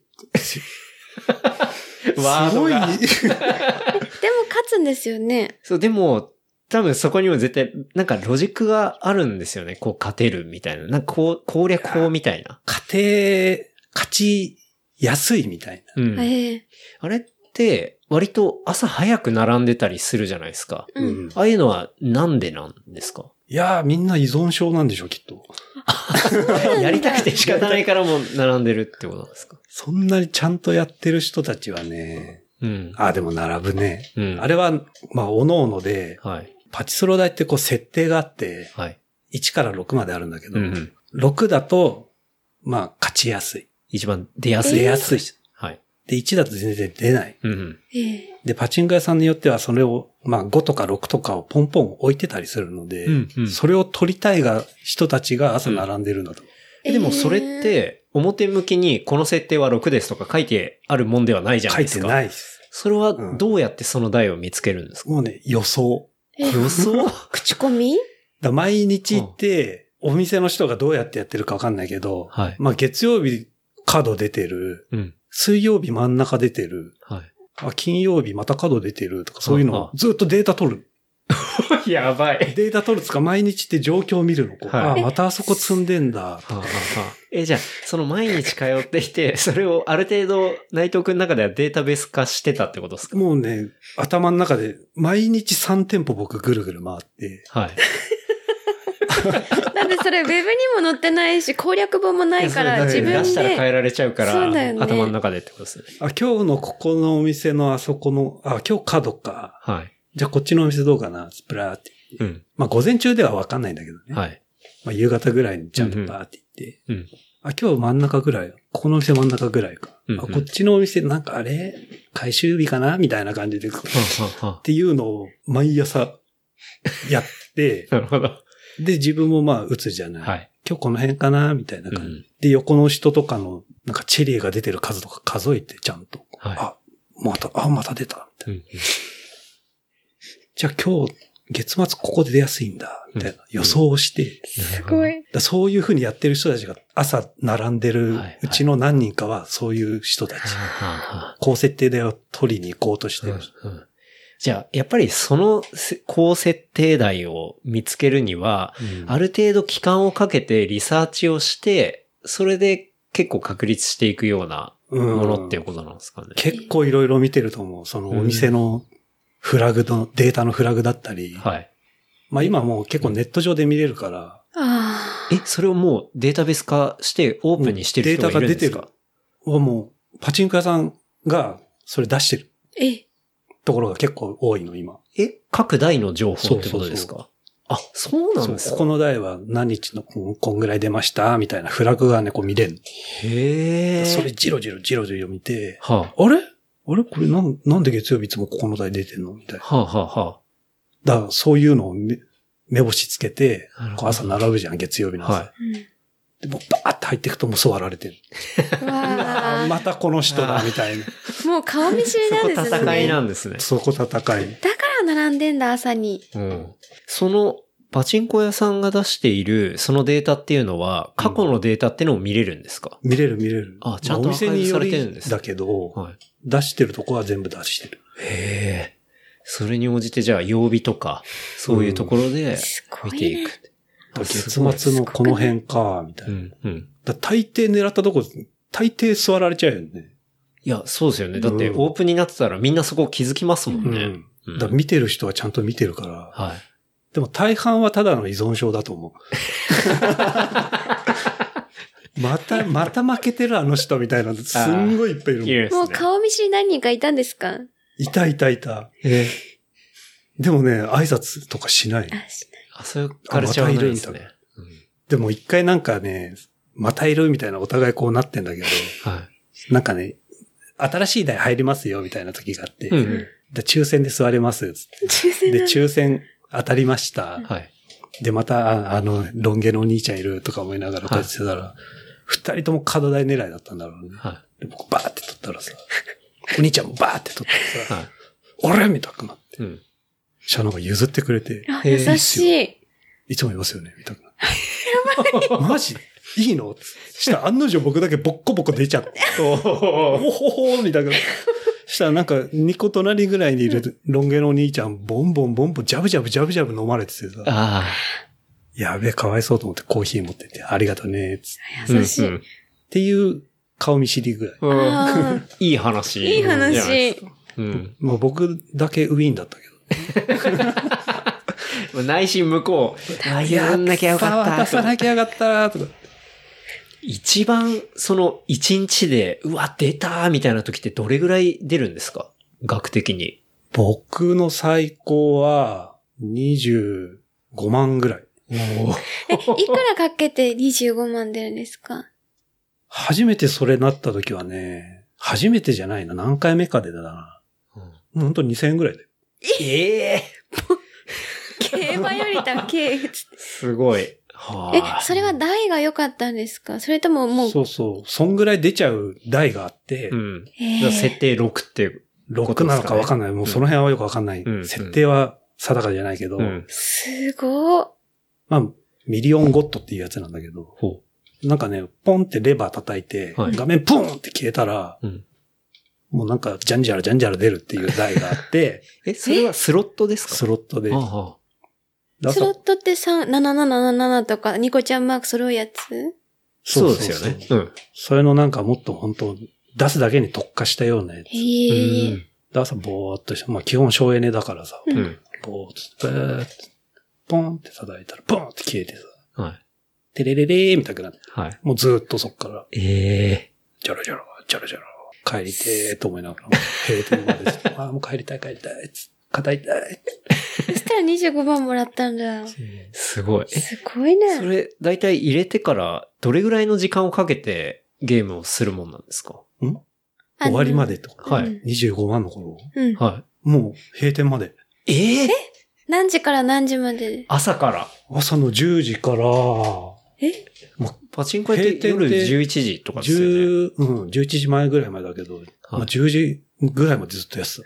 A: ワードが。
C: すごい。
B: でも勝つんですよね。
A: そう、でも、多分そこにも絶対、なんかロジックがあるんですよね。こう勝てるみたいな。なんかこう、攻略法みたいな。
C: 家庭、勝ちやすいみたいな。
A: うん。
B: ええ
A: あれって、割と朝早く並んでたりするじゃないですか。
B: う
C: うん
B: ん。
A: ああいうのはなんでなんですか
C: いやー、みんな依存症なんでしょ、きっと。
A: やりたくて仕方ないからもう並んでるってことなんですか
C: そんなにちゃんとやってる人たちはね、
A: うん。
C: あー、でも並ぶね。
A: うん。
C: あれは、まあ、おのので、
A: はい。
C: パチスロ台ってこう設定があって、
A: はい。
C: 1から6まであるんだけど、
A: うんうん。
C: 6だと、まあ、勝ちやすい。
A: 一番出やすい。
C: 出やすい。
A: はい。
C: で、1だと全然出ない。
A: うんうん。
B: ええ
C: で、パチンコ屋さんによってはそれを、まあ5とか6とかをポンポン置いてたりするので、
A: うんうん
C: それを取りたいが、人たちが朝並んでるんだと。
A: えでもそれって、表向きにこの設定は6ですとか書いてあるもんではないじゃな
C: 書
A: い
C: い
A: です
C: て
A: か。
C: ないです。
A: それはどうやってその台を見つけるんですか、
C: もうね、予想。
B: ええ
A: 予 想
B: 口コミ
C: だ毎日行って、お店の人がどうやってやってるかわかんないけど、
A: はい。
C: まあ月曜日角出てる、
A: うん。
C: 水曜日真ん中出てる、
A: は
C: あ金曜日また角出てるとかそういうのをずっとデータ取る。
A: い。やばい。
C: データ取るつか毎日って状況を見るの。こう
A: はい
C: あまたあそこ積んでんだ。
A: え、じゃあ、その毎日通っていて、 それをある程度、内藤くんの中ではデータベース化してたってことですか
C: もうね、頭の中で毎日3店舗僕ぐるぐる回って、
A: はい。
B: だってそれウェブにも載ってないし、攻略本もないから、
A: いやそ
B: 自
A: れだって
B: 分
A: 出したら変え
B: で。
A: られちゃうから、
B: そうだよね
A: 頭の中でってことですね。
C: あ、今日のここのお店のあそこの、あ、今日角か。
A: はい。
C: じゃあこっちのお店どうかな、スプラーって。
A: うん。
C: まあ午前中ではわかんないんだけどね。
A: はい。
C: まあ夕方ぐらいにジャンプバーって行って。
A: うんうんうん
C: あ、今日真ん中ぐらい。ここのお店真ん中ぐらいか。
A: うんうん
C: あ、こっちのお店なんかあれ回収日かなみたいな感じで。
A: は
C: っ
A: あはあはあ
C: ていうのを毎朝やって、
A: なるほど。
C: で自分もまあ打つじゃない。
A: はい。
C: 今日この辺かなみたいな感じ。
A: うん
C: で、横の人とかの、なんかチェリーが出てる数とか数えて、ちゃんと。
A: はい
C: あ、また、あ、また出た。みたいな
A: うんうん
C: じゃあ今日、月末ここで出やすいんだ。みたいな予想をして、
B: すごい。
C: だそういうふうにやってる人たちが朝並んでる
A: はいはいう
C: ちの何人かはそういう人たち。
A: はあはあ
C: 高設定で取りに行こうとして
A: うんう
C: る。
A: んじゃあ、やっぱりそのせ高設定台を見つけるには、
C: うん
A: ある程度期間をかけてリサーチをして、それで結構確立していくような
C: うん
A: ものっていうことなんですかね。
C: 結構いろいろ見てると思う。そのお店のフラグの、データのフラグだったり。
A: はい。
C: まあ今もう結構ネット上で見れるから、
B: ああ。
A: え、それをもうデータベース化してオープンにしてる人がいるんですか、
C: うんデータが出はもうパチンコ屋さんがそれ出してる
B: え、
C: ところが結構多いの今。
A: え、各台の情報ってことですかあ、そうなんです
C: そう
A: か
C: ここの台は何日のこんこんぐらい出ましたみたいなフラグがね、こう見れる。
A: へえ。
C: それジロジロジロジロ見て、
A: は
C: あれあれこれなん、なんで月曜日いつもここの台出てんのみたい
A: あ、
C: な。
A: はあ、はあ、は
C: だからそういうのをめ目星つけて
A: なる、ほど
C: こう朝並ぶじゃん、月曜日
A: あ、
C: の朝。
A: は
C: でもうバーって入っていくともう座られてる。
B: うん。わ
C: あ
B: あ
C: ー。またこの人だ、み たいな。
B: もう顔見知
A: い。
B: りなんです
A: そこ
B: ね。
A: 戦いなんですね。
C: そこ戦い。
B: だから並んでんだ、朝に。
A: うん。その、パチンコ屋さんが出している、そのデータっていうのは、過去のデータってのも見れるんですか、
C: 見れる見れる。
A: あちゃんと
C: まお店によ
A: アーカイブされてるんです
C: だけど、
A: はい。
C: 出してるとこは全部出してる。
A: へえ。それに応じて、じゃあ、曜日とか、そういうところで、
B: すご
A: 見
B: い
A: てい
B: ね
A: く。。
C: だから月
A: すごい
C: 末のこの辺か、みたいうな。
A: ん、うん。
C: だから大抵狙ったとこ、大抵座られちゃうよね。
A: いや、そうですよね。だって、
C: うん
A: オープンになってたら、みんなそこ気づきますも
C: うん
A: ね。
C: ん。
A: うん
C: だから見てる人はちゃんと見てるから。
A: はい。
C: でも大半はただの依存症だと 思う。また、また負けてるあの人みたいなのすんごいいっぱいいるもん。
A: い
B: もう顔見知り何人かいたんですか
C: いたいたいた。でもね、挨拶とかしない。
B: あ、しない
A: あ、そういうカルチャーはないですね。
C: でも一回なんかね、またいるみたいなお互いこうなってんだけど、
A: うんは
C: なんかね、新しい台入りますよみたいな時があって、
A: い。うん。
C: で抽選で座れますつっ
B: 抽
C: て。
B: 選
C: で、
B: だ。
C: 抽選当たりました。
A: はい。
C: で、また、ああの、ロン毛のお兄ちゃんいるとか思いながらこうやってたら、二、人とも角台狙いだったんだろうね。
A: は
C: で、僕バーって取ったらさ、お兄ちゃんもバーって取ったら
A: い。
C: さ、
A: は
C: 俺みたくなって。
A: い。うん。
C: じゃあなんか譲ってくれて、
B: あ、
A: えー
B: 優しい。
C: いつもいますよね、みたくなって。やばい。マジいいのしたら案の定僕だけボッコボコ出ちゃって、おほほほみたいな。したらなんか、2個隣ぐらいにいるロン毛のお兄ちゃん、ボンボンボンボン、ジャブジャブジャブジャブ飲まれててさ、
A: あ
C: やべえ、かわいそうと思ってコーヒー持ってって、ありがとね、つって。
A: あ。
B: 優しい。
A: うん
C: っていう顔見知りぐらい。
A: うんうん
B: あ
A: いい
B: あ、
A: 話。
B: いい
A: じゃなで
B: 話
A: す。か。うん。
C: もう僕だけウィーンだったけ
A: 内心向こう。
C: ど。
A: あ、やんなきゃよか
C: さあ渡
A: っ
C: さ
A: た。
C: なきゃよかった、とか。
A: 一番、その、一日で、うわ、出たーみたいな時ってどれぐらい出るんですか額的に。
C: 僕の最高は25万ぐらい。
B: え、いくらかけて25万出るんですか
C: 初めてそれなった時はね、初めてじゃないな、何回目かでだな。もうほんと2000円ぐらいで。
A: ええ
B: 競馬より高い。つって
A: すごい。は
B: え
A: あ、。
B: それは台が良かったんですかそれとももう、
C: そうそう。そんぐらい出ちゃう台があって、
A: うん。
B: え
A: じゃあ
B: ー
A: 設定6って。
C: 6なのかわかんない。もうその辺はよくわかんない。
A: うん
C: 設定は定かじゃないけど、
A: うん。
B: すごっ。
C: まあ、ミリオンゴッドっていうやつなんだけど、
A: ほ
C: なんかね、ポンってレバー叩いて、
A: はい
C: 画面ポンって消えたら、
A: う。うん。
C: もうなんか、ジャンジャラジャンジャラ出るっていう台があって、
A: え、 それはスロットですか
C: スロットで。
A: ああ
C: だ
B: スロットって3 7777とか、ニコちゃんマーク揃うやつ
A: そうですよね。
C: そうそうそう
A: うん。
C: それのなんかもっと本当出すだけに特化したようなやつ。
B: へえ。
C: で朝ぼーっとして、まあ基本省エネだからさ、
A: うん。
C: ぼーっと、ブーって、ポンって叩いたら、ポンって消えてさ、
A: はい。
C: てれれれーみたいになって、
A: はい。
C: もうずーっとそっから、
A: ええ
C: ジョロジョロ、ジョロジョロ、帰りてーと思いながら、もう閉店までずっと、 ああ、もう帰りたい帰りたい、つ肩痛い。
B: そしたら25番もらったんだ。
A: すごい。え
B: すごい
A: そ
B: ね。
A: れ、だいたい入れてから、どれぐらいの時間をかけてゲームをするもんなんですか
C: 終わりま
B: で。
C: でとか、
A: はい
B: うん
C: 25万の頃、
B: うん。
A: は
C: もう閉店まで、
A: い。ええ
B: 何時から何時まで。
A: 朝から。
C: 朝の10時から、
B: え
A: パチンコやって
C: 閉店
A: 夜
C: って
A: 11時とかですよね。
C: 10、うん、11時前ぐらいまでだけど、まあ10時ぐらいまでずっとやってた。い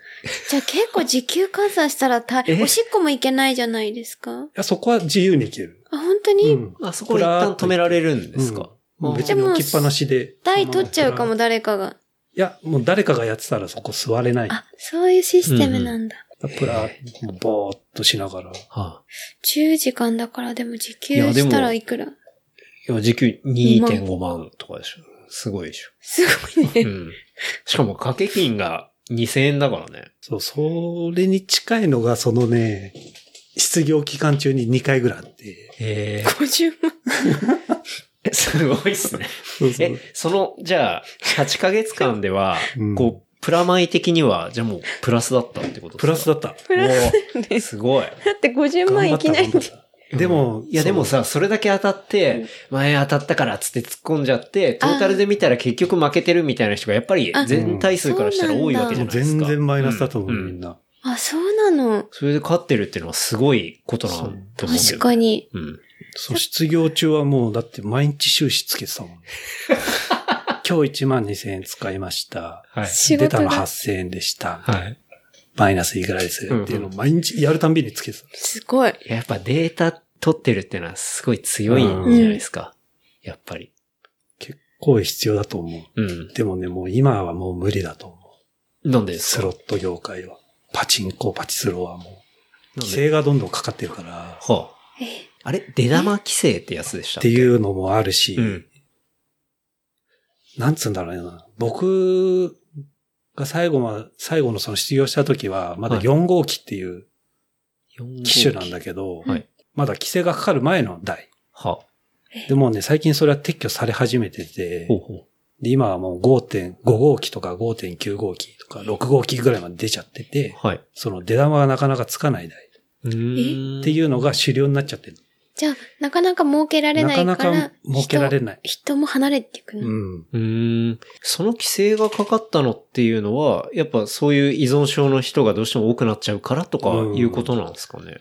B: じゃあ結構時給換算したら大
A: え
B: おしっこもいけないじゃないですか。
C: や、そこは自由に行ける。
B: あ、本当
C: う
B: に、
C: ん。
A: あそこで一旦止められるんですか、
C: うん
A: あー
C: 別に置きっぱなしで。
B: 台取っちゃうかも、誰かが。
C: いや、もう誰かがやってたらそこ座れない。
B: あ、そういうシステムなんだ。
C: プラー、ぼーっとしながら。
A: は
B: 10時間だからでも時給
A: いやでも
B: したらいくら
A: い。いや、時給2.5万とかでしょ。すごいでしょ。
B: すごいね。
A: うん。しかも掛け金が2000円だからね。
C: そう、それに近いのがそのね、失業期間中に2回ぐらいあって。
A: え
B: 50万。
A: えすごいっすね。
C: そうそう
A: え、 その、じゃあ、8ヶ月間では、
C: うん
A: こう、プラマイ的には、じゃあもう、プラスだったってことですか
C: プラスだった。
B: プラス
A: おーすごい。
B: だって50万いきなり
C: 頑張った頑張ったでも、
A: いやでもさ、それだけ当たって、前当たったからっつって突っ込んじゃって、トータルで見たら結局負けてるみたいな人がやっぱり
B: あ
A: 全体数からしたら多いわけじ
C: も
A: ゃ
C: う
A: ないです
C: 全
A: か。
C: 然マイナスだと思う、
A: んん
C: みんな。
B: あ、そうなの。
A: それで勝ってるっていうのはすごいことなんだと思うんだよね
B: 確かに。
A: うん。
C: そう、失業中はもう、だって毎日収支つけてたもん。 今日1万2000円使いました。
A: はい。
B: 仕
C: 出
B: 事
C: たの
B: が
C: 8000円でした。
A: はい。
C: マイナスいくらですっていうのを毎日やるたんびにつけてた。
B: すごい。
A: やっぱデータ取ってるっていうのはすごい強いんじゃないですか。やっぱり。
C: 結構必要だと思う。
A: うん。
C: でもね、もう今はもう無理だと思
A: なんで
C: う。
A: です
C: ス
A: か
C: ロット業界は。パチンコ、パチスロはもう、
A: なん
C: 規
A: で
C: 制がどんどんかかってるから、っ
A: はあ、
B: え、
A: あれ出玉規制ってやつでした。
C: ていううのもあるし、
A: うん。
C: なんつうんだろうな。僕が最後ま、最後のその失業した時は、まだ
A: はい
C: 4号機っていう、機種なん
A: だ。
C: だけど、
A: はい
C: まだ規制がかかる前の台。
A: はあ、
C: でもね、最近それは撤去され始めてて
A: ほ、うほう。
C: で今はもう5.5号機とか5.9号機とか6号機ぐらいまで出ちゃってて、
A: はい。
C: その出玉がなかなかつかない台
A: うーん
C: っていうのが主流になっちゃってる。
B: じゃあ、なかなか儲けられな
C: ない
B: か、
C: からなか儲けられない。
B: 人人も離れていくの。
C: うん。
A: うーん。その規制がかかったのっていうのは、やっぱそういう依存症の人がどうしても多くなっちゃうからとか
C: うん
A: いうことなんですかね。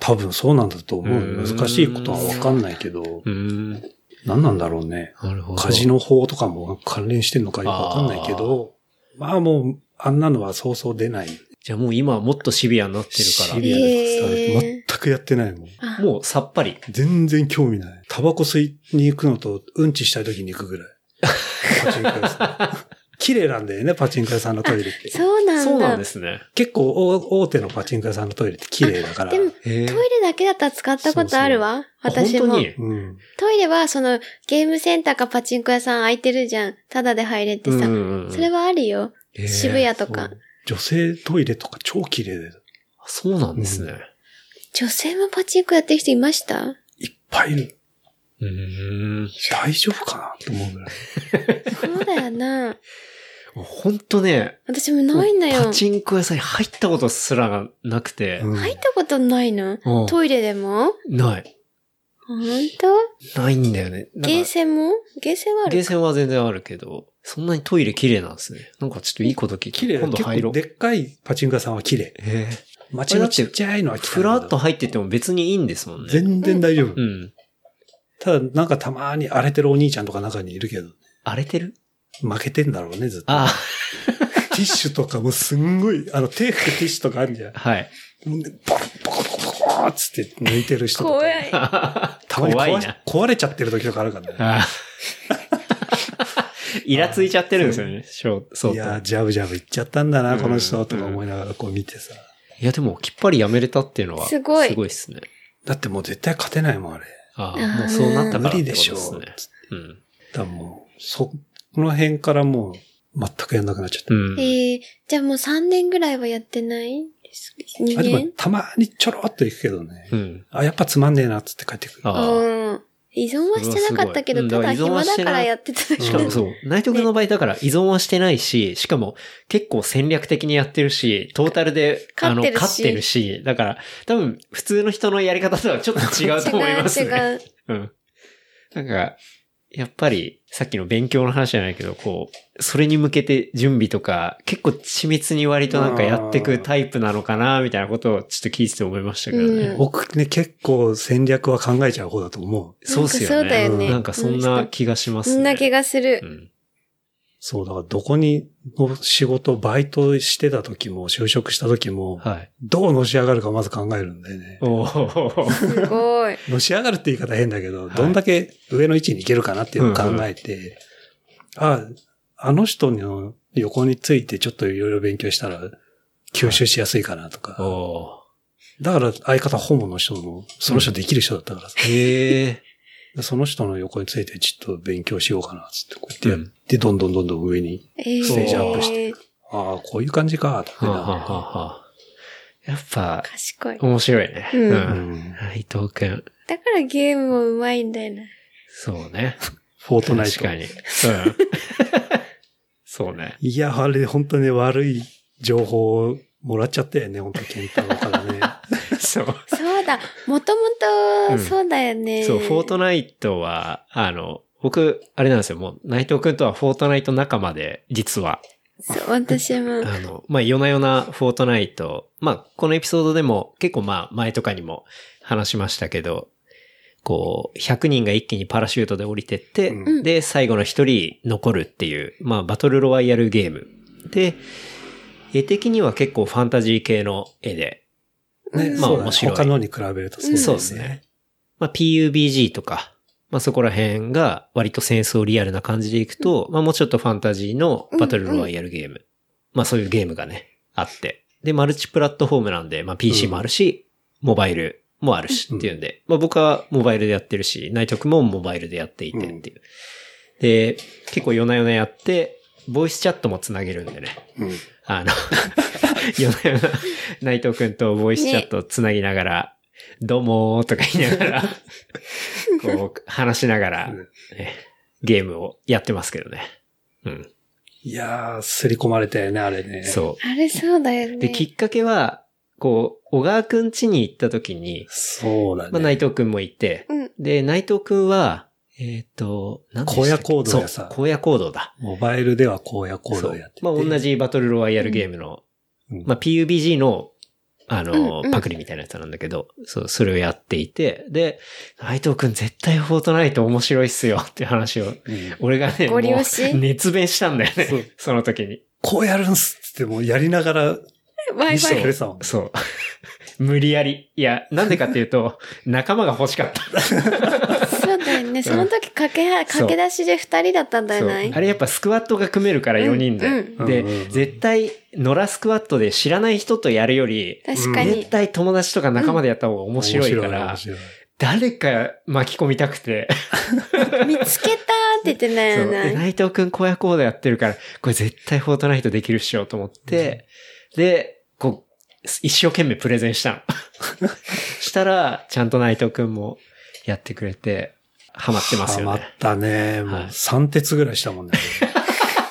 C: 多分そうなんだと思
A: う
C: う。
A: ん
C: 難しいことはわかんないけど、
A: うーん。
C: 何なんだろうね。
A: なるほど。
C: カジノ法とかも関連してんのかよくわかんないけど、まあもう、あんなのはそうそう出ない。
A: じゃあもう今はもっとシビアになってる
C: シビア
A: か
C: で伝われて
B: へー
C: 全くやってないもん。
A: ら、
B: あ
A: もうさっぱり。
C: 全然興味ない。タバコ吸いに行くのと、うんちしたい時に行くぐらい。パチンコ屋さ ん。綺麗なんだよね、パチンコ屋さんのトイレって。
B: そうなんだ。
A: そうなんですね。
C: 結構大大手のパチンコ屋さんのトイレって綺麗だから。
B: でも、
A: へえ
B: トイレだけだったら使ったことあるわ。私
A: 本
B: も
A: 当。に。
C: うん。
B: トイレは、その、ゲームセンターかパチンコ屋さん空いてるじゃん。タダで入れてさ。それ
A: は
B: はあるよ。渋谷と
C: そ
B: か
C: う。女性トイレとか超綺麗で、
A: そうなんですね。
B: 女性もパチンコやってる人いました
C: いっぱいいる。
A: うーん。
C: 大丈夫かなと思うぐらい。
B: そうだ よな。
A: ほんとね。
B: 私もないんだよ。
A: パ
B: 入
A: チンコ屋さんに入ったことすらがなくて。
C: うん
B: ったことないの
A: うん
B: トイレでも
A: ない。
B: ほんと
A: ないんだよね。なんか
B: ゲーセンもゲーセンはあ
A: ゲ
B: る
A: ーセンは全然あるけど、そんなにトイレ綺麗なんですね。なんかちょっといいこと聞い
C: 綺
A: て、
C: 麗
A: 今度入
C: 結
A: ろ
C: 構
A: う。
C: でっかいパチンコ屋さんは綺麗。
A: え
C: 街のちっちゃいのは汚いけど
A: ふらっと入ってても別にいいんですもんね。
C: 全然大丈夫。
A: うん。
C: ただ、なんかたまに荒れてるお兄ちゃんとか中にいるけど、
A: 荒れてる
C: 負けてんだろうね、ずっ と。
A: あ
C: ティッシュとかもすんごい、あの、手振ってティッシュとかあるんじゃん
A: あ、。はい。
C: もうねボロッボコボコボコーっつって抜いてる人とか。
B: 怖い。
C: たまに
A: 怖い
C: 壊し
A: な。
C: 壊れちゃってる時とかあるからね。
A: あ あイラついちゃってるんですよね、そう、そう
C: い
A: と。
C: やー、ジャブジャブいっちゃったんだ
A: う
C: な、
A: ん
C: この人とか思いながらこう見てさ。
A: いや、でも、きっぱりやめれたっていうのは、
B: すごい
A: すごいっすね。
C: だってもう絶対勝てないもん、あれ。
A: あ
B: あ
A: あ、
B: ー
A: もうそうなったから
C: 無
A: っ
C: 理
A: てこと
C: でしょ。
A: す
C: う
A: ね。うん。
C: だからもう、そ、この辺からもう、全くやんなくなっちゃった。
A: うん。
B: えー、じゃあもう3年ぐらいはやってないです2
C: あでも
B: 年、
C: たまにちょろっと行くけどね
A: う。ん。
C: あ、やっぱつまんねえな、っつって帰ってくる。
A: ああ。
B: うん。依存はしてなかったけど、
A: うん
B: ただ
A: だから依存
B: 暇
A: は
B: だ
A: して
B: か
A: ない
B: らやってただけ
A: し
B: だ
A: かもそう、ナイト君の場合だから依存はしてないし、しかも結構戦略的にやってるし、トータルで、
B: 勝
A: あの、
B: 勝ってるし
A: 勝ってるし、だから多分普通の人のやり方とはちょっと違うと思いますね。
B: 違う違う。
A: うん。なんか、やっぱり、さっきの勉強の話じゃないけど、こう、それに向けて準備とか、結構緻密に割となんかやってくタイプなのかな、みたいなことをちょっと聞いてて思いましたけどね。
B: うん
C: 僕ね、結構戦略は考えちゃう方だと思う。
A: そうっすよね。
B: なんかそうだ
C: よね
A: なんかそんな気がしますね。
B: そんな気
A: が
B: がする。
A: うん。
C: そう、だからどこに、の仕事、バイトしてた時も、就職した時も、
A: はい。
C: どうのし上がるかまず考えるんだよね。
A: おー
B: すごい。
C: のし上がるって言い方変だけど、
A: はい
C: どんだけ上の位置に行けるかなっていうのを考えて、あ、あの人の横についてちょっといろいろ勉強したら吸収しやすいかなとか。
A: お
C: だから相方ホモの人も、その人できる人だったからさ、
A: ーへえ。
C: その人の横についてちょっと勉強しようかなっつってこうやってやって、どんどんどんどん上に、
B: えー、
C: ステージアップしてああ、こういう感じか、と
A: はあはあは
C: か
A: あはあやっぱ、
B: 賢い。
A: 面白いね。
B: うん
C: ね。うん。
A: 内藤くん。
B: だからゲームもうまいんだよな。
A: そうね。
C: フォートナイ
A: 確
C: ト
A: か。に。うん。 そうね。
C: いや、あれ本当に悪い情報をもらっちゃったよね、本当ケンタロウからね。
A: そう。
B: そうだ。もとも
A: う
B: と、
A: ん
B: そうだよね。
A: そう、フォートナイトは、あの、僕、あれなんですよ、もう、内藤くんとはフォートナイト仲間で、実は。
B: そう、私も。
A: あの、まあ、夜な夜なフォートナイト、まあ、このエピソードでも、結構まあ、前とかにも話しましたけど、こう、100人が一気にパラシュートで降りてって、
C: うん
A: で、最後の一人残るっていう、まあ、バトルロワイヤルゲーム。で、絵的には結構ファンタジー系の絵で、
C: ね
B: うん
A: ま
C: そ
A: あ
C: うだね
A: 面白い
C: 他のに比べると
B: ん
A: そうですね。。まあ、PUBG とか、まあ、そこら辺が割と戦争リアルな感じでいくと、まあ、もうちょっとファンタジーのバトルロワイヤルゲーム。まあ、そういうゲームがね、あって。で、マルチプラットフォームなんで、まあ、PC もあるし、モバイルもあるしっていうんで、まあ、僕はモバイルでやってるし、内藤君もモバイルでやっていてっていう。で、結構夜な夜なやって、ボイスチャットもつなげるんでね。
C: うん
A: あの、 夜な夜な内藤くんとボイスチャットをつなぎながら、どうもーとか言いながら、こう、話しながら、
C: うん
A: ねゲームをやってますけどね。うん。
C: いやー、すり込まれたよね、あれね。
A: そ
B: あれそうだよね。
A: う。で、きっかけは、こう、小川くん家に行った時に、
C: そうだね。
A: まあ、内藤くんもいて、
B: うん。
A: で、内藤くんは、えっ、と、何でしたっけ
C: 荒野行動やさ
A: そう、荒野行動だ。
C: モバイルでは荒野行動をやってて。
A: そうまあ、同じバトルロワイヤルゲームの、
C: うん
A: まあ、PUBG の、あの、
B: うんうん
A: パクリみたいなやつなんだけど、そう、それをやっていて、で、内藤くん絶対フォートナイト面白いっすよっていう話を、
C: うん。
A: 俺がね、も
B: ご
A: う
B: 利用し
A: 熱弁したんだよ ね
C: そう、
A: その時に。
C: こうやるんすっつってもうやりながら
B: ワイ
C: 見せ
B: ワ
C: てく
B: イ。
C: れてたもんね。
A: そう。 無理やり。いや、なんでかっていう と、仲間が欲しかった。
B: そうだよね。その時、駆けは、駆け出しで二人だったんだ
A: そう。
B: よない
A: あれやっぱスクワットが組めるから4人で。
B: うん
C: うん
A: で、
C: うんうん
A: 絶対、野良スクワットで知らない人とやるより、
B: 確かに
A: 絶。対友達とか仲間でやった方が 面白いから、
C: 面白い面白い
A: 誰か巻き込みたくて、
B: 見つけたって言ってない
A: そう
B: よ
A: で
B: な。
A: 内藤くん荒野行動やってるから、これ絶対フォートナイトできるっしょと思って、で、こう、一生懸命プレゼンしたの。 したら、ちゃんと内藤くんもやってくれて、ハマってますよ
C: ハマっ
A: ね。
C: たね。もう
A: はい
C: 3鉄ぐらいしたも んね。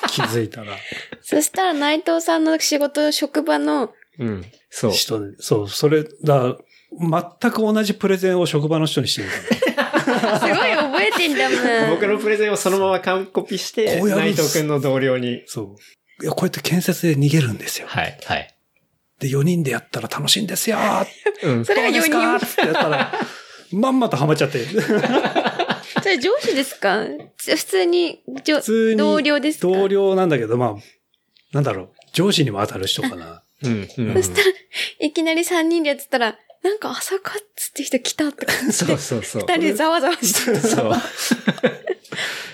C: 気づいたら。
B: そしたら内藤さんの仕事、職場の、
A: うん。そう。
C: 人にそう、それ、だ全く同じプレゼンを職場の人にしてみ
B: すごい覚えてんだもん。
A: 僕のプレゼンをそのまま完コピして、
C: こうやる
A: 内
C: んす
A: 藤くんの同僚に。
C: た。そう。いや、こうやって建設で逃げるんですよ。
A: はい、はい。
C: で、4人でやったら楽しいんですよ
A: うん。
B: それが4
C: どう
B: 人
C: ですかってやったら、まんまとハマっちゃって。
B: それ上司ですか普通に、上
C: 普通に。
B: 同僚ですか
C: 同僚なんだけど、まあ、なんだろう。上司にも当たる人かな。
A: うん、うん。
B: そしたら、いきなり3人でやってたら、なんか朝活って人来たって感じ
A: そ
B: で
A: う、そうそう。
B: 2人でざわざわし てる。
A: そう。だか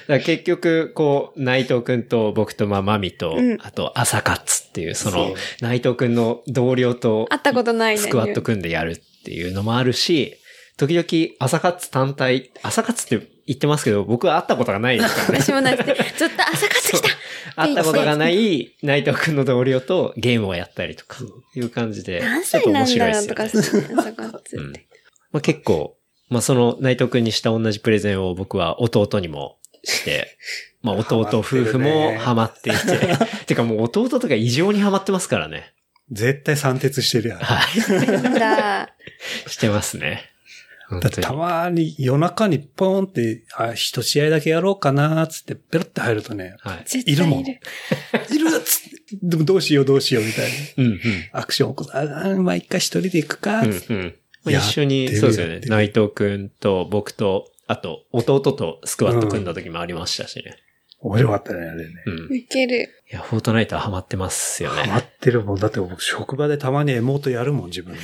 A: ら結局、こう、内藤くんと僕とまあマミと、
B: うん
A: あと朝活っていう、そ
C: そ
A: の
C: う、
A: 内藤くんの同僚と
B: 会ったことないね。
A: スクワット組んでやるっていうのもあるし、時々朝活単体、朝活って言ってますけど、僕は会ったことがない ですからね。
B: 私もないですね。ずっと朝活来た
A: 会ったことがない内藤くんの同僚とゲームをやったりとか、いう感じで。
B: 何
A: ちょっと
B: 歳
A: 面白
B: なん
A: い
B: だ
A: で
B: ろう
A: すよ
B: と
A: ね
B: か、朝活
A: うん
B: って。
A: まあ、結構、まあその内藤くんにした同じプレゼンを僕は弟にも して、まあ弟夫婦もハ
C: ハ
A: マっていて、 てかもう弟とか異常にハマってますからね。
C: 絶対散徹してるやん。
A: はい。
B: なんだ。
A: してますね。本
C: だ
A: 当
C: って
A: に
C: たまに夜中にポンって、あ、一試合だけやろうかなーっつって、ペロって入るとね、
A: はい。
B: 絶
C: いるも
B: 対
C: ん
B: いる。
C: いるっつって、でもどうしようどうしようみたい
A: うんうん。
C: な。アクション起こす。ああ、まあ一回一人で行くか
A: う
C: ーっつって、
A: んうん。まあ
C: や
A: 一緒に
C: って、る
A: そうですよ
C: や
A: ね
C: っ。てる
A: 内藤くんと僕と、あと弟とスクワット組んだ時もありましたしね。
C: 面白かったね、あれね。
A: うん。い
B: いける。
A: や、フォートナイトはハマってますよ
C: ハ
A: ね。
C: マってるもん。だって僕、職場でたまにエモートやるもん、自分で。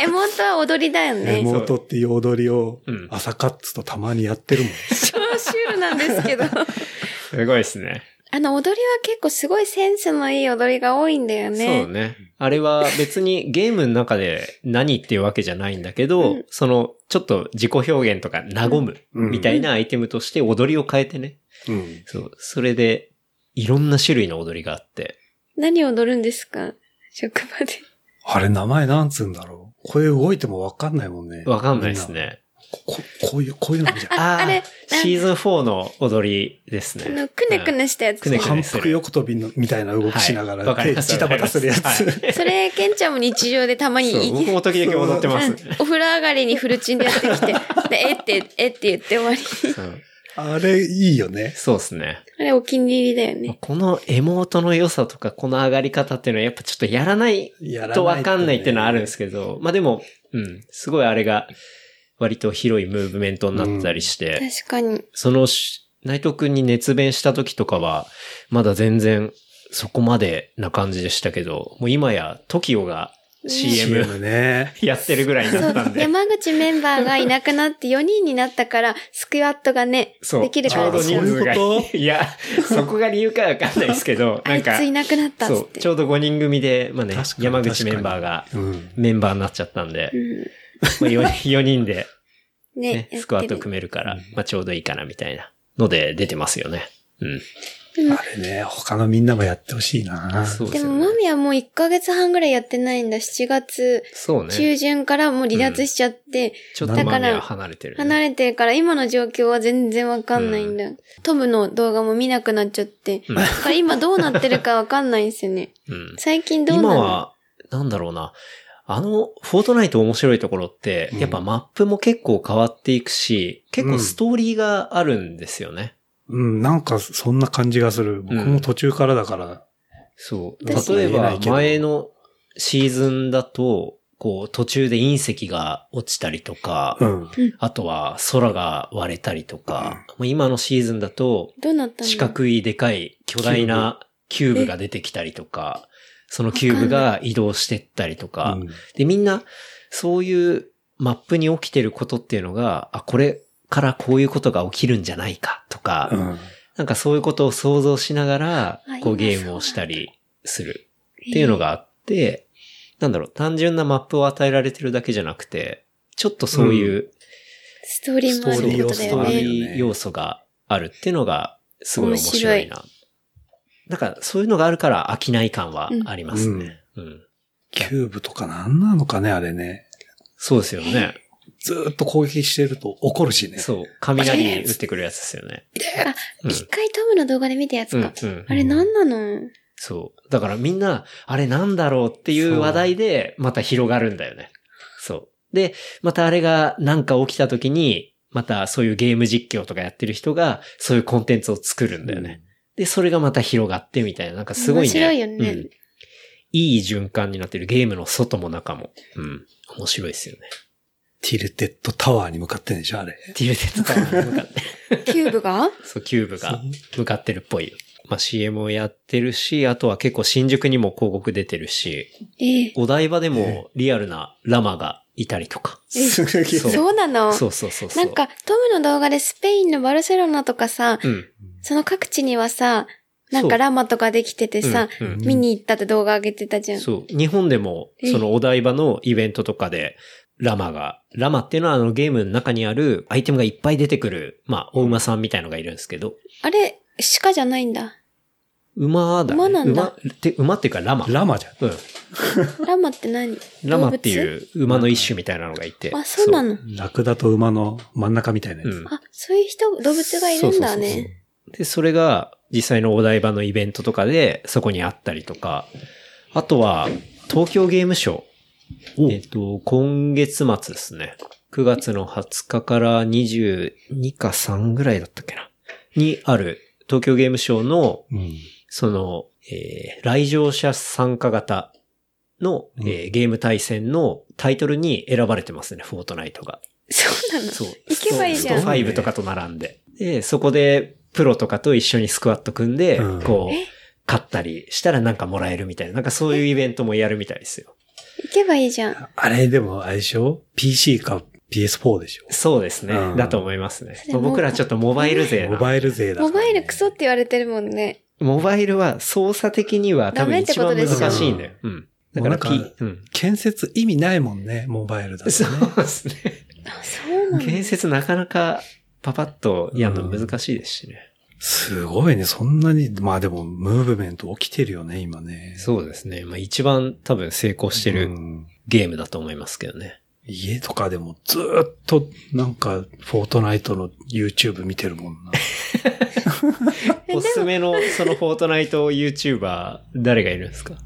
B: え、本当は踊りだよ
C: エ
B: ね。
C: モートっていう踊りを
A: うん、
C: 朝カッツとたまにやってるもん。
B: 超シュールなんです けど。
A: すごいですね。
B: あの、踊りは結構すごいセンスのいい踊りが多いんだよね。
A: そうね。あれは別にゲームの中で何っていうわけじゃないんだけど、
B: うん
A: そのちょっと自己表現とか和む
C: うん
A: みたいなアイテムとして踊りを変えてね。
C: うん。
A: そう。それでいろんな種類の踊りがあって。
B: 何を踊るんですか職場で。
C: あれ、名前なんつうんだろう。これ動いてもわかんないもんね。
A: わかんないですね。
C: こ。こういう、こういうのある じゃん。
A: あー
B: あれ
A: シーズン4の踊りです
B: あ
A: ね。
B: の、くねくねしたやつ。
A: くねくね
C: 反復横跳びのみたいな動きしながら、
A: はいわかり
C: 手
A: ます
C: ジタバタするやつ。
A: わかります
B: それ、ケンちゃんも日常でた まに
A: そう僕も時々踊ってます。
B: お風呂上がりにフルチンでやってきて、で、えって、えって言って終わり。
A: うん
C: あれ、いいよね。
A: そうですね。
B: あれお気に入りだよね。
A: このエモートの良さとか、この上がり方っていうのはやっぱちょっとやらない
C: やらない
A: とわかんないっていうのはあるんですすけど、まあでも、うん、すごいあれが割と広いムーブメントになったりして、
B: 確かに。
A: そのし内藤くんに熱弁した時とかは、まだ全然そこまでな感じでしたけど、もう今や TOKIO が CM
C: ムね。
A: やってるぐらいに
B: そ
A: な
B: う
A: ったん、 で、
B: 山口メンバーがいなくなって4人になったから、スクワットがね、
A: そう、
B: できる
A: ち
B: か
A: ょう
B: ら
A: ど
B: でし
A: 人
B: ょ。
A: 数が、
C: そういうこ
A: いや、そこが理由かわかんないですけ ど、
B: あ
A: なん
B: い
A: か
B: つ、いなくなったっ
A: そ
B: つ
A: う、
B: って。
A: ちょうど5人組で、まあね
C: 確か、に
A: 山口メンバーが
C: うん。
A: メンバーになっちゃったんで、
B: うん
A: まあ、4, 4人で、
B: ね
A: ね、、スクワット組
B: め。
A: めるから、まあちょうどいいかなみたいなので出てますよね。うん。
C: あれね、他のみんなもやってほしいな。
A: う
B: でも、
A: ね
B: マ。ミはもう1ヶ月半ぐらいやってないんだ。7月
A: そうね。
B: 中旬からもう離脱しちゃって、
A: ちょっと
C: だ
A: マ
B: から
A: ミは離れてる、ね。
B: 離れてるから今の状況は全然わかんないんだ。トムの動画も見なくなっちゃって。
A: うん
B: だから今どうなってるかわかんないんですよね。
A: うん。
B: 最近どうな
A: 今
B: の
A: は、なんだろうな。あの、フォートナイト面白いところって、
C: うん
A: やっぱマップも結構変わっていくし、結構ストーリーがあるんですよね。
C: うん、なんかそんな感じがする。僕も途中からだから。
A: そう。
B: 私
A: 例
C: 言
A: え
C: えな
A: ば
C: いけど
A: 前のシーズンだと、こう途中で隕石が落ちたりとか、
C: うん。
A: あとは空が割れたりとか、もう今のシーズンだと
B: どうなったの
A: 四角いでかい巨大なキューブが出てきたりとか、そのキューブが移動してったりとか、
C: うん
A: で、みんなそういうマップに起きてることっていうのが、あ、これからこういうことが起きるんじゃないかとか、
C: うん。
A: なんかそういうことを想像しながら
B: あ、
A: こう
B: 今
A: ゲームをしたりするっていうのがあって、なんだろう、単純なマップを与えられてるだけじゃなくて、ちょっとそういう
B: ストーリ
A: ス
B: ー
A: ト
B: もあ
A: ー
B: る
A: リ
B: っ
A: ー
B: て
A: を、
B: ことだ
A: ス
B: よ
A: トー
B: ね。
A: リー要素があるっていうのが、すごい面白いな。だから、そういうのがあるから飽きない感はありますね。うん
C: キューブとかなんなのかね、あれね。
A: そうですよね。
C: ずーっと攻撃してると怒るしね。
A: そう。雷打ってくるやつですよね。うん
B: 一回トムの動画で見たや
A: う
B: つ
A: ん
B: か。
A: うん
B: あれ何なの
A: そう。だからみんな、あれなんだろうっていう話題で、また広がるんだよね。そう。で、またあれがなんか起きた時に、またそういうゲーム実況とかやってる人が、そういうコンテンツを作るんだよね。で、それがまた広がってみたいな、なんかすごいね。
B: 面白いよね
A: うんいい循環になってる。ゲームの外も中も。うん。面白いですよね。
C: ティルテッドタワーに向かってんでしょ、あれ。
A: ティルテッドタワーに向か って。
B: キューブが
A: そう、キューブが向かってるっぽいよ。まあ、CM をやってるし、あとは結構新宿にも広告出てるし、
B: ええ。
A: お台場でもリアルなラマがいたりとか。
B: え
C: すげえ。
A: そう
B: そうなの
A: そうそうそうそう。
B: なんか、、トムの動画でスペインのバルセロナとかさ、
A: うん。
B: その各地にはさ、なん
A: そう
B: かラマとかできててさ、
A: うんうん
C: ん
B: 見に行ったって動画上げてたじゃん。
A: そう。日本でも、そのお台場のイベントとかで、ラマが、ラマっていうのはあのゲームの中にあるアイテムがいっぱい出てくる、まあ、お馬さんみたいのがいるんですけど、
B: あれ、鹿じゃないんだ。
A: 馬だ、ね。
B: 馬なんだ
A: 馬って、馬っていうかラマ。
C: ラマじゃん。
A: うん。
B: ラマって何
A: ラマって
B: う。
A: いう馬の一種みたいなのがいて。
B: あ、そうなの。
C: ラクダと馬の真ん中みたいなや
A: う
C: つ。
A: ん。
B: あ、そういう人、動物がいるん
A: そ
B: だ
A: うそうそう
B: ね。
A: そうで、それが実際のお台場のイベントとかでそこにあったりとか、あとは東京ゲームショ
C: お
A: ウ。えっと、今月末ですね。9月の20日から22か3ぐらいだったっけな。にある東京ゲームショウの、
C: うん
A: その、えー来場者参加型の、えーゲーム対戦のタイトルに選ばれてますね、フォートナイトが。
B: そうな の。
A: そう。
B: 行けばいいじゃん
A: スト5とかと並んで。で、そこで、プロとかと一緒にスクワット組んで、
C: うん
A: こ
B: え
A: う、勝ったりしたらなんかもらえるみたいな、なんかそういうイベントもやるみたいですよ。
B: 行けばいいじゃん。
C: あれでも、あれでしょ ?PC か PS4 でしょ
A: そうですね。
C: うん
A: だと思いますね
B: そ。れも
A: 僕らちょっとモバイル勢
C: モ
A: な。
C: バイル勢だからね、
B: モバイルクソって言われてるもんね。
A: モバイルは操作的には多
B: ダメ
A: 分
B: って
A: 一
B: こと
A: 番
B: です
C: よ
A: 難しいんだよ。うん。だから
C: もうなんか、
A: P うん。
C: 建設意味ないもんね、モバイルだと、ね。
A: そうですね。
B: あ、そうなの。
A: 建設なかなかパパッとやるの難しいですしね。
C: すごいね、そんなに、まあでも、ムーブメント起きてるよね、今ね。
A: そうですね。まあ一番多分成功して
C: う
A: る
C: ん
A: ゲームだと思いますけどね。
C: 家とかでもずーっと、なんか、フォートナイトの YouTube 見てるもんな。
A: おすすめ の、そのフォートナイト YouTuber、誰がいるんですか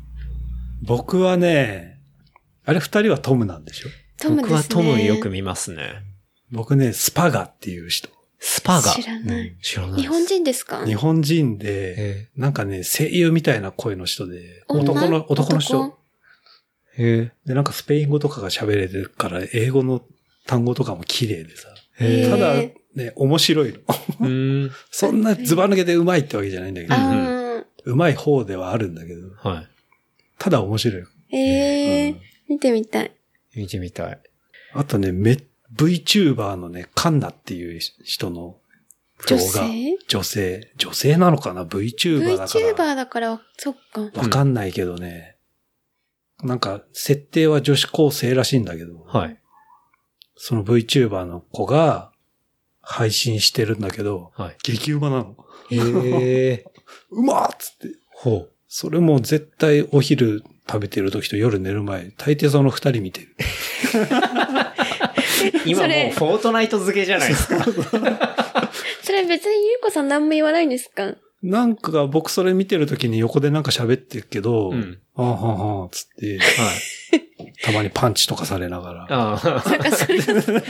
C: 僕はね、あれ二人はトムなんでしょ
B: トムです
A: 僕
B: ね。
A: はトムよく見ますね。
C: 僕ね、スパガっていう人。
A: スパが。
B: 知らない。
A: 知らないです。
B: 日本人ですか
C: 日本人で、
A: へ
C: なんかね、声優みたいな声の人で、
B: 女
C: 男の、男の
B: 男
C: 人。
A: え。へ
C: で、なんかスペイン語とかが喋れるから、英語の単語とかも綺麗でさ。
A: え。
B: へー
C: ただ、ね、面白いの。
A: うーん。
C: そんなズバ抜けで上手いってわけじゃないんだけど、
A: うん
B: あ
C: 上手い方ではあるんだけど、
A: は
C: ただ面白い。
B: ー。
C: う
B: ええ
C: ん。
B: 見てみたい。
A: い。見てみたい。
C: あとね、め、VTuber のね、カンナっていう人の
B: 女
C: 動画
B: 性
C: 女性女性なのかな ?VTuber だから。
B: ?VTuber だから、そっか。
C: わかんないけどね。なんか、設定は女子高生らしいんだけど、
A: はい。
C: その VTuber の子が配信してるんだけど、
A: はい。
C: 激うまなの。
A: へえ。
C: うまーっつって。
A: ほう。
C: それも絶対お昼食べてる時と夜寝る前、大抵その二人見てる。
A: 今もう
B: それ
A: フォートナイト付けじゃないですか。
B: それ別にゆうこさん何も言わないんですか
C: なんか僕それ見てる時に横でなんか喋ってるけど、
A: うん。
C: あんはんはん、つって、
A: はい。
C: たまにパンチとかされながら。
A: ああ。
B: なんかそれ、それ、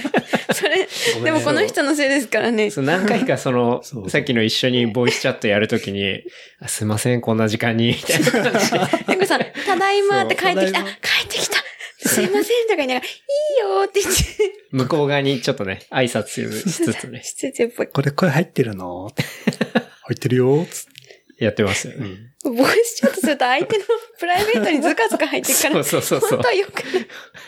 B: でもこの人のせいですからね。
A: そう何回かその、
C: そう
A: さっきの一緒にボイスチャットやるときに、あすいません、こんな時間に、みたい な感じで。
B: ゆうこさん、ただいまって帰って
C: そ
B: きた、
C: うただいま
B: 帰ってきた、すいませんとか言いながら、いいよーって言って、
A: 向こう側にちょっとね、挨拶しつつね、
B: 失礼っぽい。
C: これ声入ってるの入ってるよ、つって。
A: やってますよね。
B: ボイスチャットすると相手のプライベートにズカズカ入っていくから、
A: そうそうそうそう
B: 本当はよく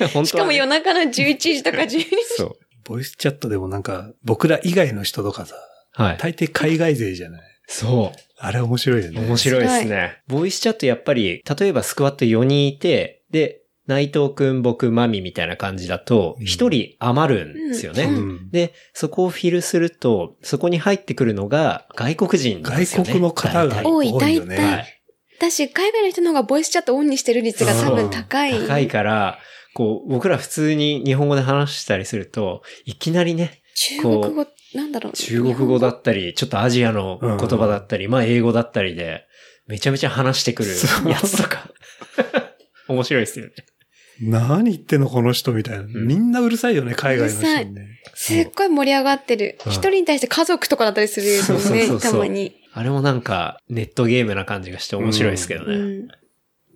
B: ない。
A: 本
B: し
A: 当
B: か
A: は
B: も
A: ね
B: 夜中の11時とか12時。
A: そう。
C: ボイスチャットでもなんか、僕ら以外の人とかさ、
A: はい。
C: 大抵海外勢じゃない
A: そ
C: あれ面白いよ
A: う。
C: ね。
A: 面白いですね。ボイスチャットやっぱり、例えばスクワット4人いて、で、内藤くん、僕、マミみたいな感じだと、
C: うん
A: 1人余るんですよね。
B: うん
C: うん
A: で、そこをフィルすると、そこに入ってくるのが外国人なんですよ
C: 外
A: ね。
C: 国の方が
A: 大体
B: 多い
C: よ
B: 大体
C: ね。
B: 私、海外の人の方がボイスチャットオンにしてる率が多分高い。
A: 高いから、こう、僕ら普通に日本語で話したりすると、いきなりね、
B: 中国語、なんだろう。
A: 中国語だったり、ちょっとアジアの言葉だったり、まあ英語だったりで、めちゃめちゃ話してくるやつとか。 面白いですよね。
C: 何言ってんのこの人みたいな。
A: ん
C: みんなうるさいよね、海外の人にね。
B: すっごい盛り上がってる。
A: うん
B: 一人に対して家族とかだったりするよ
A: そうそうそう
B: ね、
A: そう
B: たまに。
A: あれもなんか、ネットゲームな感じがして面白いですけどね。
B: うん。
C: ね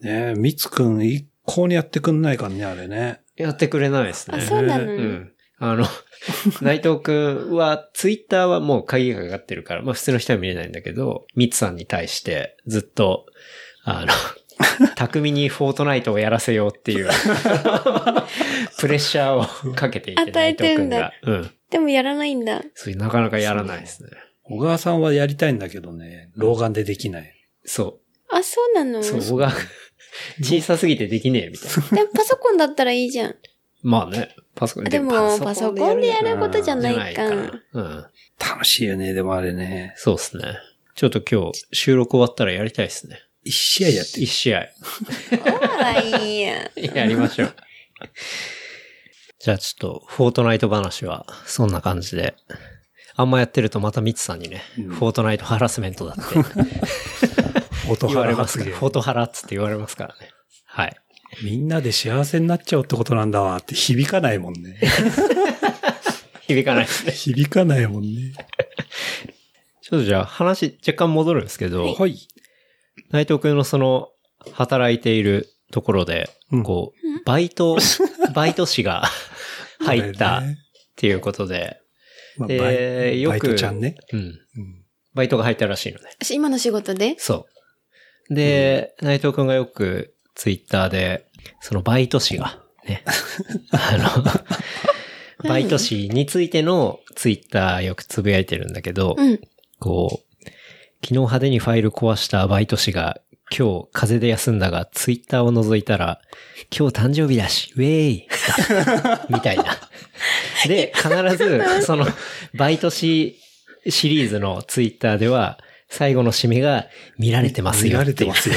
C: え、みつくん一向にやってくんないからね、あれね。
A: やってくれないですね。
B: あ、そうなの、
A: うん。あ の、内藤くんは、ツイッターはもう鍵がかかってるから、まあ普通の人は見れないんだけど、ミツさんに対してずっと、あの、 巧みにフォートナイトをやらせようっていう、プレッシャーをかけていて、
B: 与えてん
A: 内
B: だ
A: 藤くんが。うん。
B: でもやらないんだ。
A: そういう、なかなかやらないですね。
C: 小川さんはやりたいんだけどね、老眼でできない。
A: そ
B: あ、そうなの
A: う。そう、僕が、小さすぎてできねえみたいな。
B: でもパソコンだったらいいじゃん。
A: まあね、パソコン
B: あでも、パソコンでやることじゃ
A: じ
B: な
A: ゃ
B: い
A: ないか
B: か。
A: ら。うん。
C: 楽しいよね、でもあれね。
A: そうっすね。ちょっと今日収録終わったらやりたいですね。
C: 一試合やって
A: 一試合。
B: あい いや。
A: やりましょう。じゃあちょっと、フォートナイト話は、そんな感じで。あんまやってるとまたミツさんにね、フォートナイトハラスメントだって
C: 音
A: 言わ
C: 張
A: れ
C: れ
A: ま
C: ますす
A: から、フォートハラっつって言われますからね。はい。
C: みんなで幸せになっちゃうってことなんだわって響かないもん ね。
A: 響かないですね。
C: 響かないもんね。
A: ちょっとじゃあ話若干戻るんですけど、
C: はい。
A: 内藤くんのその、働いているところで、
C: うん
A: こう、バイト、バイト誌が入ったっ
C: だよね
A: ていうことで、
C: まあ
A: で
C: バイ
A: よく
C: バイトちゃんね。
A: うん。
C: うん
A: バイトが入ったらしいのね。
B: 私今の仕事で
A: そう。で、内藤くんがよくツイッターで、そのバイト誌が、 ね。あの、バイト誌についてのツイッターよくつぶやいてるんだけど、
B: うん。
A: こう、昨日派手にファイル壊したバイト誌が、今日風邪で休んだが、ツイッターを覗いたら、今日誕生日だし、ウェーイみたいな。で、必ず、その、バイト誌シリーズのツイッターでは、最後の締めが、見られてます
C: 見
A: よ
C: ら
A: っ
C: れ
A: て
C: て
A: いう
C: ま、すよ。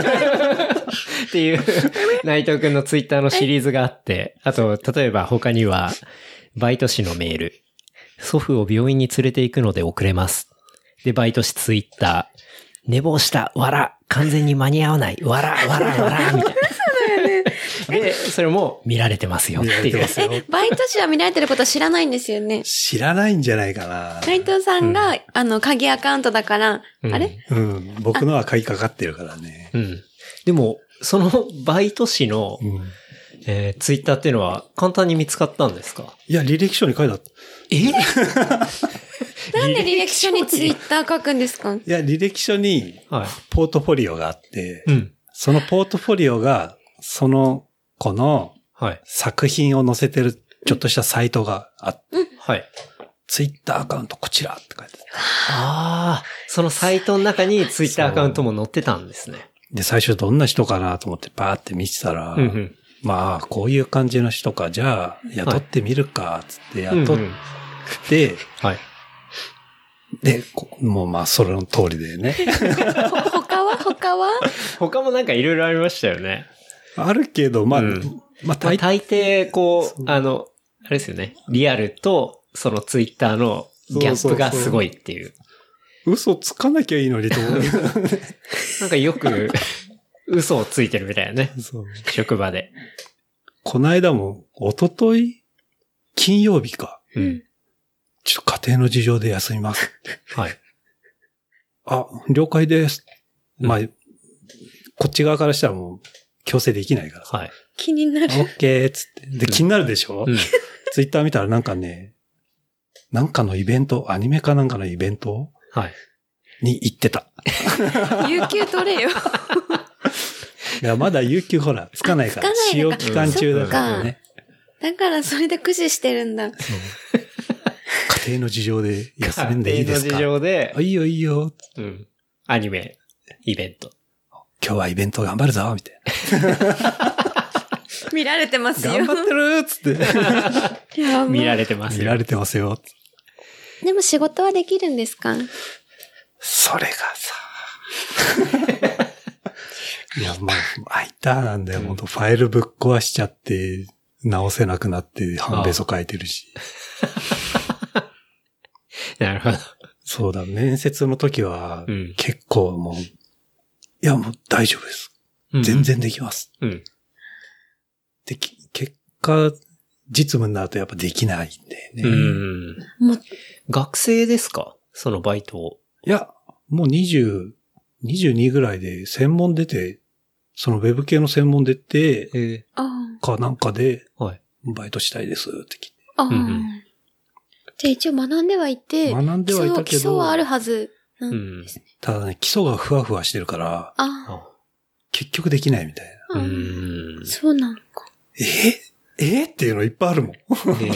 A: っていう 内藤くんのツイッターのシリーズがあって、あと、例えば他には、バイト氏のメール。祖父を病院に連れて行くので遅れます。で、バイト氏ツイッター。寝坊した、わら、完全に間に合わない、わら、わら、わ ら、みたいな。で、それも見られてますよっ
C: 見ら
A: て
C: れて
A: いう
C: ま。すよ。
B: バイト誌は見られてることは知らないんですよね。
C: 知らないんじゃないかな。
B: 斉藤さんが、あの、鍵アカウントだから、
A: うん
B: あれ
C: うん。僕のは鍵かかってるからね。
A: うん。でも、そのバイト氏の、
C: うん
A: えーツイッターっていうのは簡単に見つかったんですか
C: いや、履歴書に書いてあった。
A: え
B: なんで履歴書にツイッター書くんですか
C: いや、履歴書に
A: はい。
C: ポートフォリオがあって、
A: うん。
C: そのポートフォリオが、その子の
A: はい。
C: 作品を載せてるちょっとしたサイトがあって、
A: はい。
C: ツイッターアカウントこちらって書いてある
A: ああ、そのサイトの中にツイッターアカウントも載ってたんですね。
C: で、最初どんな人かなと思ってバーって見てたら、
A: うんうん。
C: まあ、こういう感じの人か、じゃあ、雇ってみるか、つって
A: うんうん
C: 雇って、
A: はい。
C: で、こもうまあ、それの通りで ね。
B: 他は他は
A: 他もなんかいろいろありましたよね。
C: あるけど、まあ、
A: うん
C: まあ、
A: まあ
C: 大体、
A: 大抵、こ
C: そうう、
A: あの、あれですよね。リアルと、そのツイッターのギャップがすごいっていう。
C: 嘘つかなきゃいいのにと思う。
A: なんかよ く、嘘をついてるみたいなね。
C: そう
A: 職場で。
C: この間も、一昨日金曜日か。
A: うん。
C: ちょっと家庭の事情で休みます。
A: はい。
C: あ、了解です。
A: うん
C: まあ、こっち側からしたらもう、強制できないから さ。
A: はい。
B: 気に なる。
C: オッケーっつって。で、気になるでしょ、
A: うん。
C: ツイッター見たらなんかね、なんかのイベント、アニメかなんかのイベント
A: はい。
C: に行ってた。
B: 有給取れよ。
C: いや、まだ有給ほら、つかないから
B: あ。つ
C: 使
B: かない
C: 用
B: のか
C: 期間中だからね。
B: だからそれで駆使してるんだ。
C: 家庭の事情で休んでいいです
A: 家
C: か
A: 庭の事情で
C: あ、いいよいいよ。
A: うん。アニメ、イベント。
C: 今日はイベント頑張るぞ、みたい
B: 見られてます
C: な。
B: よ。
C: 頑張ってるーっつって。
B: やばい
A: 見られてます
C: 見
A: よ
C: ら。れてますよ。
B: でも仕事はできるんですか
C: それがさ。 いや、もう、あいたなんだよ。本当ファイルぶっ壊しちゃって、直せなくなって、半べそ書いてるし。
A: なるほど。
C: そうだ、面接の時は
A: うん、
C: 結構もう、いや、もう大丈夫です。
A: うん
C: 全。然できます。
A: うん。
C: で、き結果、実務になるとやっぱできないんでね。
A: う
C: い
A: ん。
B: もう、
A: 学生ですかそのバイトを。
C: や、もう20、22ぐらいで専門出て、そのウェブ系の専門出て、
A: え
B: あ
C: かなんかで、
A: はい。
C: バイトしたいですって聞いて。
B: あ、ああ
A: うんうん
B: じゃあ一応学んではいて、
C: 学んではいたけ
B: 基礎基礎
C: ど
B: は、あるはず。う。
A: うんん。
C: ただね、基礎がふわふわしてるから、
B: あ
A: あ
C: 結局できないみたいな。
A: う
B: あ、うん、
A: ん。
B: そうなのか。
C: ええっていうのいっぱいあるもん。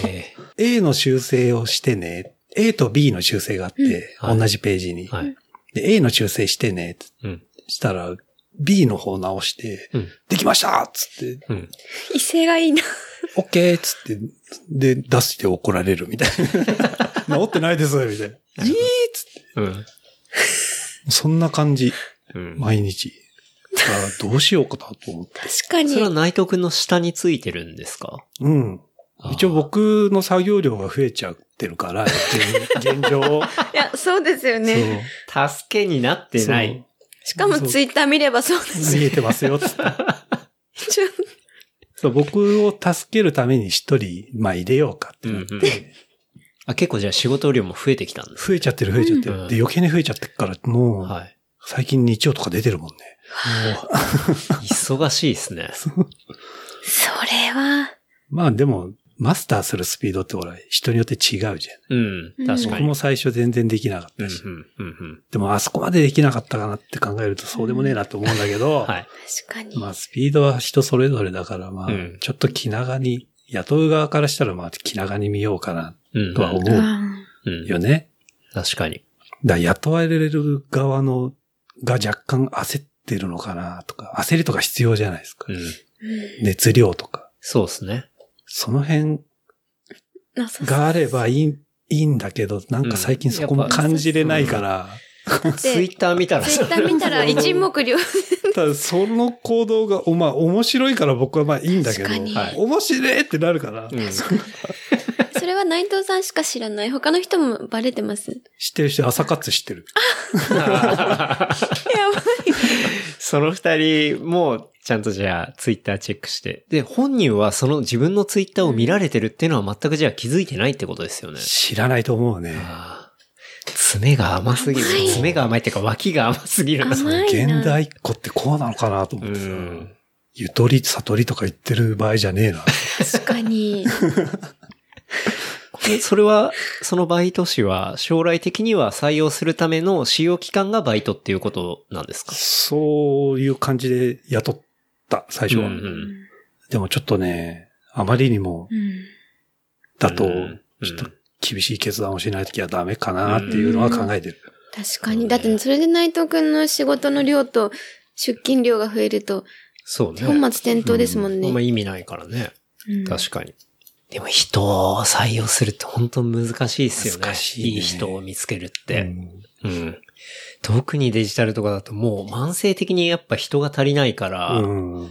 A: え
C: A の修正をしてね。A と B の修正があって、
A: うんはい
C: 同じページに
A: え。はい。
C: で、A の修正してね。
A: うん
C: したら、B の方直して、
A: うん
C: できましたっつって、
A: うん。
B: 威勢がいいな。
C: OK! っつって、で、出して 怒られるみたいな。治ってないですみたいな。いいっつって。
A: うん。
C: そんな感じ、
A: うん。
C: 毎日。だからどうしようかなと思 って。
B: 確か
A: そ
B: に
A: れは。内藤くんの下についてるんですか
C: うん。一応。僕の作業量が増えちゃってるから、現 現状。
B: いや、そうですよね。
A: あー助けになってな
C: そう
A: い。
B: しかも
C: そう
B: ツイッター見ればそうで
C: そう。
B: す
C: 見
B: よ。
C: えてますよ、つっ て。
B: ちょっと
C: そう、僕を助けるために一人、まあ入れようかってなって、
A: うんうんあ、結構じゃあ仕事量も増えてきたんです。
C: 増えちゃってる増えちゃってる、
A: うん
C: で、余計に増えちゃってるから、もう、
A: はい。
C: 最近日曜とか出てるもんね。
A: 忙しい ですね。
B: それは、
C: まあでも、マスターするスピードってほら、人によって違うじゃん。
A: うん。確か
C: 僕
A: に。
C: も最初全然できなかっ
A: うん
C: たし、
A: うんうん
C: でもあそこまでできなかったかなって考えるとそうでもねえなと思うんだけど、
A: うん。 はい。
B: 確かに。
C: まあスピードは人それぞれだから、まあ
A: うん、
C: ちょっと気長に、雇う側からしたらまあ気長に見ようかな
A: うん。
C: とは思
B: う
C: うん
A: うん
C: よね。
A: 確かに。
C: だから雇われる側の、が若干焦ってるのかなとか、焦りとか必要じゃないですか。
A: うん。
B: うん
C: 熱量とか。
A: そうですね。
C: その辺
B: なさそう
C: があればいい、いいんだけど、なんか最近そこも感じれないから、
A: ツイッター見たら
B: ツイ ッター見たら一目瞭然。
C: ただその行動が、おまあ面白いから僕はまあいいんだけど、
B: 確かに
A: はい
C: 面白いってなるから、
A: うん
B: それは内藤さんしか知らない。他の人もバレてます。や
C: 知ってる人、朝活知ってる。
B: ばい。
A: その二人も、ちゃんとじゃあ、ツイッターチェックして。で、本人はその自分のツイッターを見られてるっていうのは全くじゃあ気づいてないってことですよね。
C: 知らないと思うね。
A: あー爪が甘すぎる
B: 甘い。
A: 爪が甘いっていうか、脇が甘すぎるな。
B: 甘いな。
C: 現代っ子ってこうなのかなと
A: う
C: 思ってさ、
A: ん。
C: ゆとり、悟りとか言ってる場合じゃねえな。
B: 確かに。
A: えそれは、そのバイト氏は、将来的には採用するための使用期間がバイトっていうことなんですか
C: そういう感じで雇った、最初は。
A: うんうん
C: でもちょっとね、あまりにも、
B: うん
C: だと、
A: うん
C: ちょっと厳しい決断をしないときはダメかなっていうのは考えてる。
B: 確かに。だって、それで内藤くんの仕事の量と出勤量が増えると、
A: そうね。
B: 本末転倒ですもんね。
A: あんま意味ないからね。
B: うん
A: 確かに。でも人を採用するって本当難しいですよね。
C: 難しいね
A: い人を見つけるっ
C: う
A: て、
C: ん
A: うん。特にデジタルとかだともう慢性的にやっぱ人が足りないから、うん、
C: うん。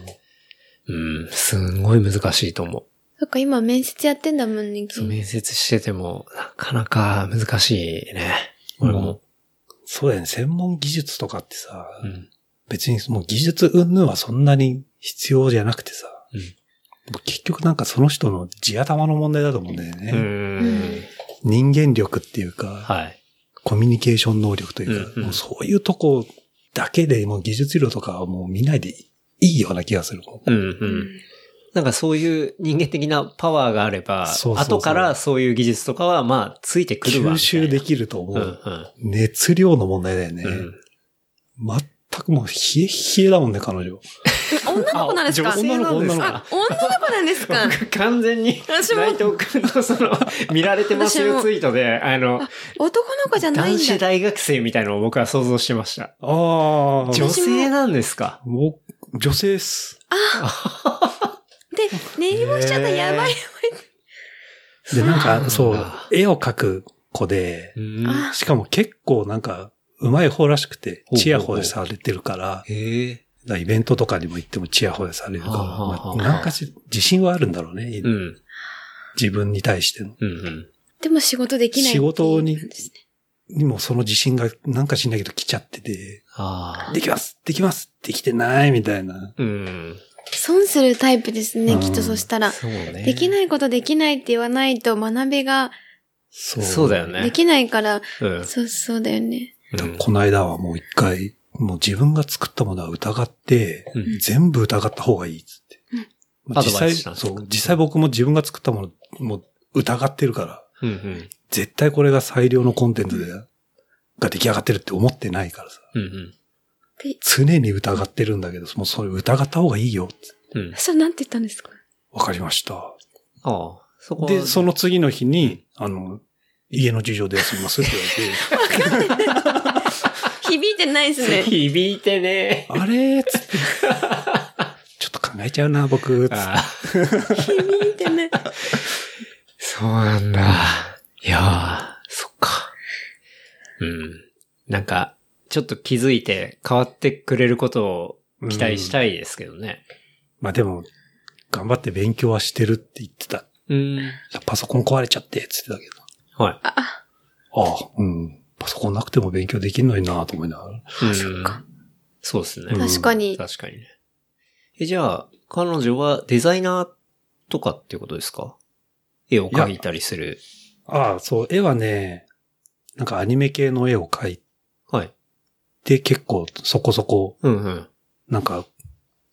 A: すんごい難しいと思う。
B: そっか、今面接やってんだもんね。
A: そう、面接しててもなかなか難しいね。俺も。
C: そうだよね。専門技術とかってさ、
A: うん。
C: 別にもう技術云々はそんなに必要じゃなくてさ、
A: うん
C: もう結局なんかその人の地頭の問題だと思うんだよ
A: う
C: ね。
A: ん。
C: 人間力っていうか、
A: はい。
C: コミュニケーション能力というか、
A: うんうん
C: もうそういうとこだけでもう技術量とかはもう見ないでいいような気がする。
A: うんう
B: うん
A: ん。なんかそういう人間的なパワーがあれば、
C: そうそうそう
A: 後からそういう技術とかはまあついてくるわ。
C: 吸収で
A: き
C: きると思
A: うんう
C: う。
A: ん。
C: 熱量の問題だよね。
A: うん
C: 全くもう冷え冷えだもんね、彼女。
B: 女の子なんですか
A: あ女の子
C: 女の子
B: あ女の子な んですか
A: 僕完全に
B: 私も
A: 内藤くんのそ の見られてます
B: 私
A: よ
B: も
A: ツイートであの
B: 男の子じゃない
A: 男
B: ん
A: 子
B: だ。
A: 大学生みたいのを僕は想像してました
C: ああ、
A: 女性なんですか
C: もう女性っす。
B: で、練り物しちゃった、
A: へー
B: やばい。
C: で、なんか、
A: そう
C: そ
A: なん
C: う
A: だ、
C: 絵を描く子で、
A: うん
B: あ
C: しかも結構なんか、うまい方らしくて
A: ほうほうほ、う
C: チヤホヤされてるから、
A: へえ
C: だからイベントとかにも行ってもチヤホヤされるから、
A: はあはあはあ
C: まあなんかし自信はあるんだろうね。
A: うん
C: 自分に対しての。
A: うんうん
B: でも仕事できないっていう
C: 仕事に
B: 感じですね
C: にもその自信がなんかしないけど来ちゃってて、
A: ああ
C: できますできますできてないみたいな。
A: うん
B: 損するタイプですね、
C: うん
B: きっとそしたら。
A: そうね
B: でき
A: い
B: ないことできないって言わないと学びが
C: そう
A: そうだよね
B: できないから、
A: うん
B: そうそうだよね。
A: うん
C: この間はもう一回、もう自分が作ったものは疑って、
A: うん
C: 全部疑った方がいいっつって。まあ
A: アド
C: 実
A: バ
C: 際、
A: イスしたんです
C: そ
A: か
C: う、実際僕も自分が作ったもの、もう疑ってるから、
A: うんうん
C: 絶対これが最良のコンテンツで、が出来上がってるって思ってないからさ。
A: うんうん
B: で、
C: 常に疑ってるんだけど、もうそれ疑った方がいいよって。
A: うん
B: そうなんて言ったんですか
C: わかりました。
A: ああそこは
C: で、その次の日に、あの、家の事情で休みますって言われて、
B: 響いてないですね。
A: 響いて ね
C: あれーっつって。ちょっと考えちゃうな、僕。つって
A: ああ
B: 響いてない。
A: そうなんだ。いやー、そっか。うん。なんか、ちょっと気づいて変わってくれることを期待したいですけどね。
C: まあでも、頑張って勉強はしてるって言ってた。
A: うん。
C: パソコン壊れちゃって、って言ってたけ
A: はい。
B: あ、
C: ど。ああ、うん。パソコンなくても勉強できるのになと思いながら。
A: うん
B: そっか。
A: そうですね。
C: うん
B: 確かに。
A: 確かにね。え、じゃあ、彼女はデザイナーとかっていうことですか絵を描いたりする。
C: ああ、そう、絵はね、なんかアニメ系の絵を描い
A: はい。
C: て結構そこそこ、
A: うんうん。
C: なんか、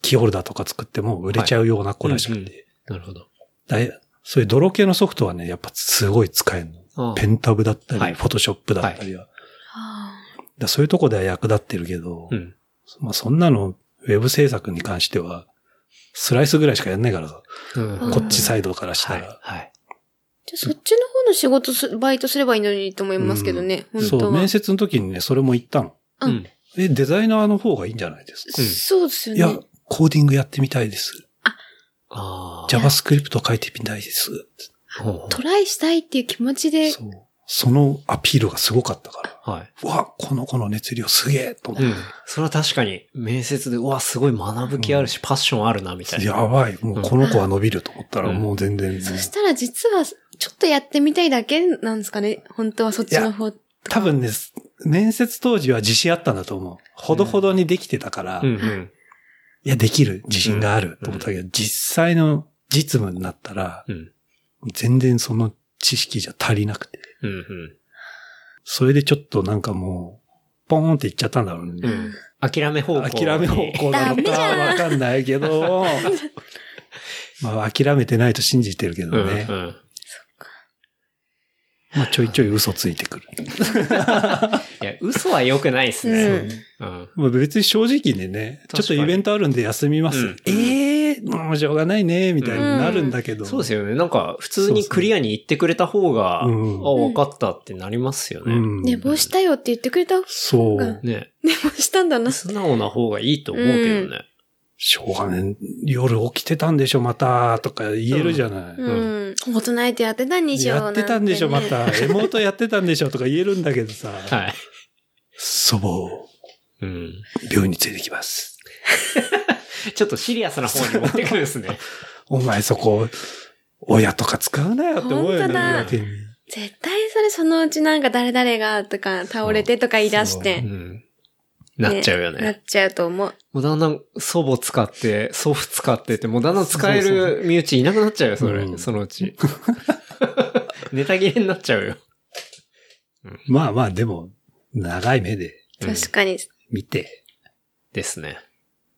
C: キーホルダーとか作っても売れちゃうような子らしくて。
A: はいうんなるほど。
C: だいそういう泥系のソフトはね、やっぱすごい使えるの。
A: ああ
C: ペンタブだったり、
A: はい
C: フォトショップだったりは。
B: あ
C: だそういうとこでは役立ってるけど、
A: うん。
C: まあそんなの、ウェブ制作に関しては、スライスぐらいしかやんないからさ、
A: うん
C: こっちサイドからした
A: はい
C: ら。。
A: はい。
B: じゃあそっちの方の仕事す、バイトすればいいのにと思いますけどね、
C: うん
B: 本
C: そ
B: 当
C: う、
B: は
C: 面。接の時にね、それも言ったの。
B: うん
A: うん。
C: え、デザイナーの方がいいんじゃないですか。
A: うん
B: そうです
C: いや
B: よね。、
C: コーディングやってみたいです。
A: ああ。
C: JavaScript 書いてみたいです。
A: ほうほ
B: トライしたいっていう気持ちで、
C: そう。そのアピールがすごかったから。
A: うはい。
C: うわ、この子の熱量すげえと思
A: う
C: っ
A: ん。それは確かに、面接で、うわ、すごい学ぶ気あるし、パッションあるな、みたい
C: て。
A: な。
C: やばい。もうこの子は伸びると思ったら
A: うん
C: もう全然、ね
B: そしたら実は、ちょっとやってみたいだけなんですかね本当はそっちの方。
C: 多分ね、面接当時は自信あったんだと思う。ほどほどにできてたから、
A: うん
C: い
A: うん。
C: や、できる。自信があると思ったけど、実際の実務になったら、
A: うん。
C: 全然その知識じゃ足りなくて。
A: うんうん。
C: それでちょっとなんかもう、ポーンっていっちゃったんだろうね。
A: うん。諦め方向に。
C: 諦め方向なのかわかんないけど、まあ諦めてないと信じてるけど
A: う
C: ね
A: ん、うん。
C: まあちょいちょい嘘ついてくる。
A: いや、嘘は良くないですね。うん。
C: まあ別に正直にね、
A: 確
C: ちょ
A: か
C: っ
A: に
C: とイベントあるんで休みます。
A: うん
C: ええもうしょうがないね、みたいになるんだけど。
A: そうです
C: よ。
A: よね。なんか、普通にクリアに言ってくれた方が、あ、
C: うん
A: 分かったってなりますよ
C: う
A: ね。
C: ん。
B: 寝坊したよって言ってくれた、。
C: そううん
A: ね。
B: 寝坊 したんだな。
A: 素直な方がいいと思うけどね。
C: しょうがない。夜起きてたんでしょ、また、とか言えるじゃない。
B: うん。フォートナイトやってたんでしょ
C: やってたんでしょ、ま
B: なんてね
C: た。 エモートやってたんでしょ、とか言えるんだけどさ。
A: はい。
C: 祖母を
A: うん。
C: 病院に連れてきます。
A: ちょっとシリアスな方に持ってくるんです ね。
C: お前そこ、親とか使うなよって思うよ
B: 本
C: ね。
B: 当だ
C: 言い訳に
B: 絶対それそのうちなんか誰々がとか倒れてとか言い出し
C: う
A: う
B: て、
A: ん。なっちゃうよ
B: な
A: ね。
B: っちゃうと思う。
A: もうだんだん祖母使って、祖父使ってって、もうだんだん使える身内いなくなっちゃうよ、それ。
C: うん
A: そのうち。ネタ切れになっちゃうよ。
C: まあまあ、でも、長い目で
A: うん
B: 確かに。
C: 見て。
A: ですね。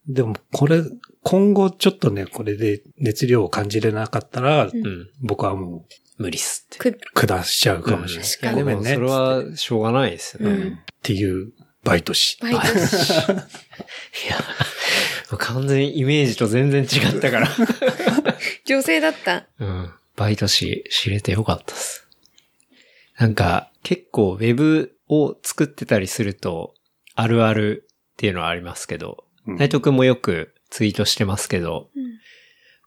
C: でも、これ、今後ちょっとね、これで熱量を感じれなかったら、
B: ん
A: うん。
C: 僕はも
A: 無理っすって。
B: く
C: う、下しちゃうかもしれない。
B: 確かに
A: いやでも
C: ごめんね
A: それはしょうがないですよ
B: う
A: ね。
B: ん
C: っていう、バイトし。
B: バ イトし
A: いや、もう完全にイメージと全然違ったから。
B: 女性だった。
A: うん。バイトし、知れてよかったっす。なんか、結構ウェブを作ってたりすると、あるあるっていうのはありますけど、
C: うん
A: 内藤くんもよくツイートしてますけど、
B: うん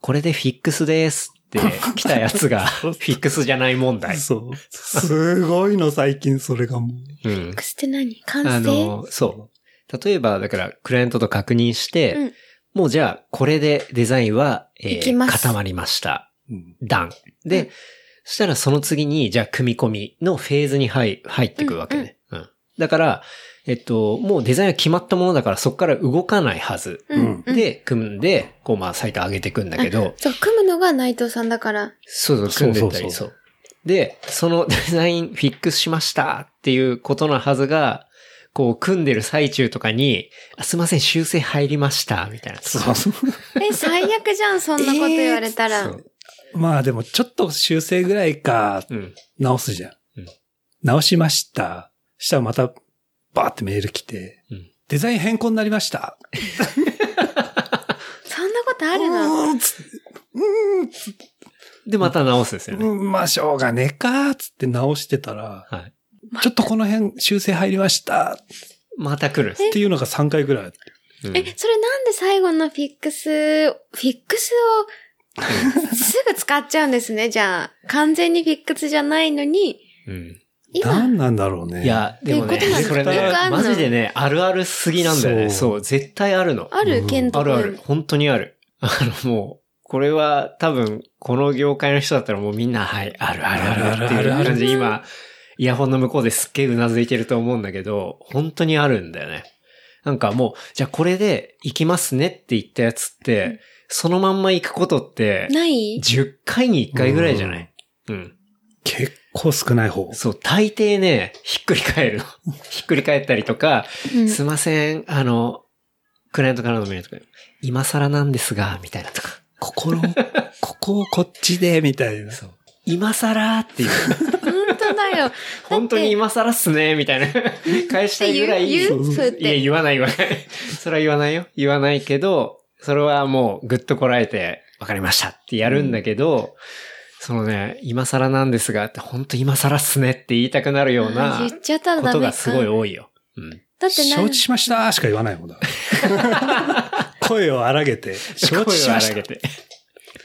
A: これでフィックスです って来たやつが、 フィックスじゃない問題。
C: そう。すごいの、最近、それがも
A: うん
B: く。すって何完
A: あ
B: 成
A: の、そう。例えば、だから、クライアントと確認して、
B: うん
A: もうじゃあ、これでデザインは、え
B: い
A: ー
B: きます
A: 固まりました。
C: う。うん
A: 段。で、
B: うん
A: そしたらその次に、じゃあ組み込みのフェーズに入入っていくわけね。うん、だから、えっと、もうデザインが決まったものだからそこから動かないはず。
B: うん。うん
A: で、組んで、こうまあサイト上げていくんだけど、
B: そう、組むのが内藤さんだから。
A: そうそう、組んでったり
C: そうそうそう
A: そうで、その デザインフィックスしましたっていうことのはずが、こう組んでる最中とかに、あすいません、修正入りました、みたいな。
C: そうそう。
B: え、最悪じゃん、そんなこと言われたら。
A: そ
B: うん
A: う
C: まあでも、ちょっと修正ぐらいか、
A: うん。
C: 直すじゃん
A: うん。
C: 直しました。したらまた、バーってメール来て、
A: うん
C: デザイン変更になりました。
B: そんなことあるの
C: うーんつうーんつ
A: で、また直すんですよね。
C: うん、まあ、しょうがねえか、つって直してたら、
A: はい。
C: ちょっとこの辺修正入りました、っ
A: また来るんです。
C: ていうのが3回ぐらい。
A: うん
B: え、それなんで最後のフィックス、フィックス をすぐ使っちゃうんですね、じゃあ。完全にフィックスじゃないのに、
A: うん。
B: 今、
C: 何なんだろうね。
A: いや、でもね、
B: ってことなんだ
A: それね
B: よくあん、の
A: マジでね、あるあるすぎなんだよね。
C: そう
A: そう、絶対あるの。
B: あ
C: う
B: る
C: ん
B: 剣と
A: あ
B: か
A: るある。本当にある。 あの、もう、これは多分、この業界の人だったらもうみんな、はい、あるあるあるっていう感じで今、イヤホンの向こうですっげえうなずいてると思うんだけど、本当にあるんだよね。なんかもう、じゃあこれで行きますねって言ったやつって、そのまんま行くことって、
B: ない
A: 10回に1回ぐらいじゃないうん。
C: 結構少ない方。
A: そう、大抵ね、ひっくり返るの。 ひっくり返ったりとか、
B: うん
A: すいません、あの、クライアントからのメールとか、今更なんですが、みたいなとか。
C: 心、ここをこっちで、みたいな。
A: そう。今更 っていう。
B: 本当だ よ。
A: 本当に今更っすね、みたい な。返したいぐらい。
B: 言う言うそうやって
A: いや、言わない言わない。それは言わないよ。言わないけど、それはもうぐっとこらえて、わかりましたってやるんだけど、そのね、今更なんですがって、本当今更っすねって言いたくなるよう
B: あ
A: な
B: ー言っちゃったら
A: こ
B: ダ
A: と
B: メ
A: が
B: か。
A: すごい多いよ。うん。
B: だってな
C: 承知しましたしか言わないもん だ。声を荒げて、承知しました
A: 声を荒。げて。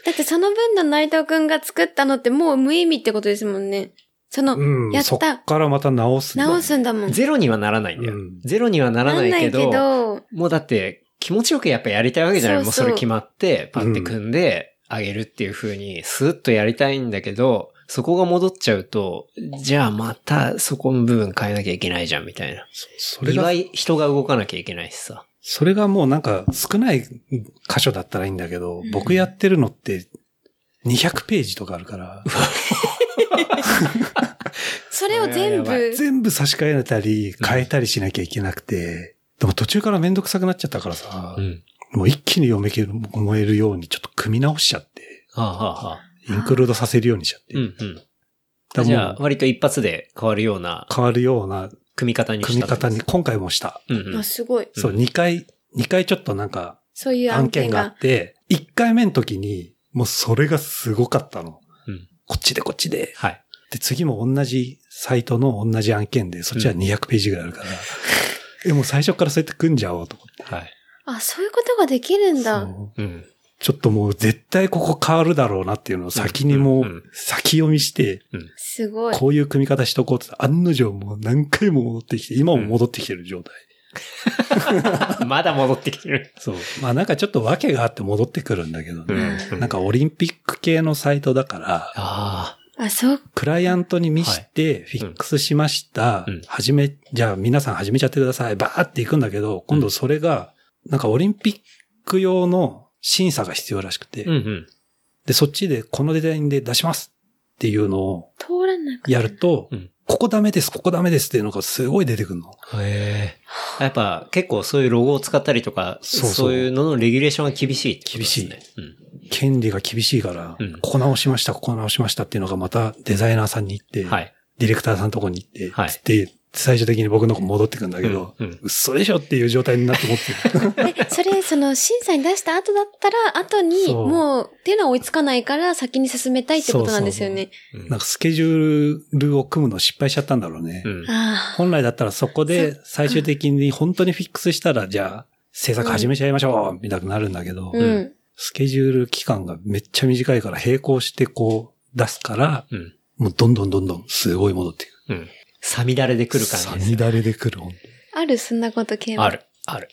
B: だってその分の内藤くんが作ったのってもう無意味ってことですもんね。その、
C: うん、
B: やっ。
C: そったからまた直すんだ。
B: 直すんだもん。
A: ゼロにはならないんだよ。
C: うん
A: ゼロにはならないけど、
B: んない
A: もうだって気持ちよくやっぱやりたいわけじゃない
B: そうそう
A: もうそれ決まって、パッて組んで、あげるっていう風に、スーッとやりたいんだけど、そこが戻っちゃうと、じゃあまたそこの部分変えなきゃいけないじゃん、みたいな。
C: それ
A: 意
C: が、
A: 外、人が動かなきゃいけないしさ。
C: それがもうなんか少ない箇所だったらいいんだけど、僕やってるのって200ページとかあるから、
B: それを全
A: それは
B: 部、
C: 全部差し替えたり、変えたりしなきゃいけなくて、でも途中からめんどくさくなっちゃったからさ、
A: ん。
C: もう一気に読めきる、思えるようにちょっと組み直しちゃって、
A: はあ、はあはあ、
C: インクルードさせるようにしちゃって。
A: うんう
C: だ
A: ん。
C: か
A: じ
C: ら
A: ゃあ
C: もう
A: 割と一発で変わるような
C: 変わるような
A: 組み方にした
C: 組み
A: ってこと
C: 方に。今回もした。
A: うんう
B: あ、
A: ん。
B: すごい。
A: うん
C: そう、2回、2回ちょっとなんか
B: そういう案
C: 案
B: 件
C: 件があ
B: が。
C: って、1回目の時に、もうそれがすごかったの。
A: うん
C: こっちでこっちで。
A: はい。
C: で、次も同じサイトの同じ案件で、そっちは200ページぐらいあるから、え、もう最初からそうやって組んじゃおうと思って。
A: はい。
B: あ、そういうことができるんだ。
C: そう
A: うん。
C: ちょっともう絶対ここ変わるだろうなっていうのを先にも
A: うんうんう
C: うん先読みして、
B: すごい。
C: こういう組み方しとこうって案の定もう何回も戻ってきて、今も戻ってきてる状態。
A: まだ戻ってきてる。
C: そう。まあなんかちょっと訳があって戻ってくるんだけど
A: う
C: ね。
A: ん。
C: なんかオリンピック系のサイトだから、
A: あ
B: あ、そう。
C: クライアントに見して、フィックスしました
A: うん。
C: 始め、じゃあ皆さん始めちゃってください。バーっていくんだけど、今度それが、なんかオリンピック用の審査が必要らしく
A: あ。うんう
C: て、
A: ん。
C: で、そっちでこのデザインで出しますっていうのを
B: 通らなく
C: やると
A: うん、
C: ここダメです、ここダメですっていうのがすごい出てくるの。
A: へえ。やっぱ結構そういうロゴを使ったりとか、
C: そ
A: そうう
C: そう
A: いうののレギュレーションが厳しいってことですね。
C: 厳
A: うん。
C: 権利が厳しいから
A: うん、
C: ここ直しました、ここ直しましたっていうのがまたデザイナーさんに行って、
A: はい。
C: ディレクターさんのとこに行って、
A: はい
C: つって、最終的に僕のとこ戻ってくんだけど、
A: うんうん
C: 嘘でしょっていう状態になって思ってる。
B: え、それ、その、審査に出した後だったら、後に、
C: そう
B: もう、っていうのは追いつかないから、先に進めたいってことなんですよね。
A: うん
C: なんかスケジュールを組むの失敗しちゃったんだろうね。
A: うん。
B: ああ。
C: 本来だったらそこ
B: そ
C: で最終的に本当にフィックスしたら、じゃあ制作始めちゃいましょうみたいになるんだけど、
B: うん。
C: スケジュール期間がめっちゃ短いから並行してこう出すから、
A: うん。
C: もうどんどんどんどんすごい戻ってくる。
A: うん。さみだれで来る感じ
C: さ
A: で
C: 乱れで来る、本
B: ある、そんなこと系
A: す。あ。る。ある。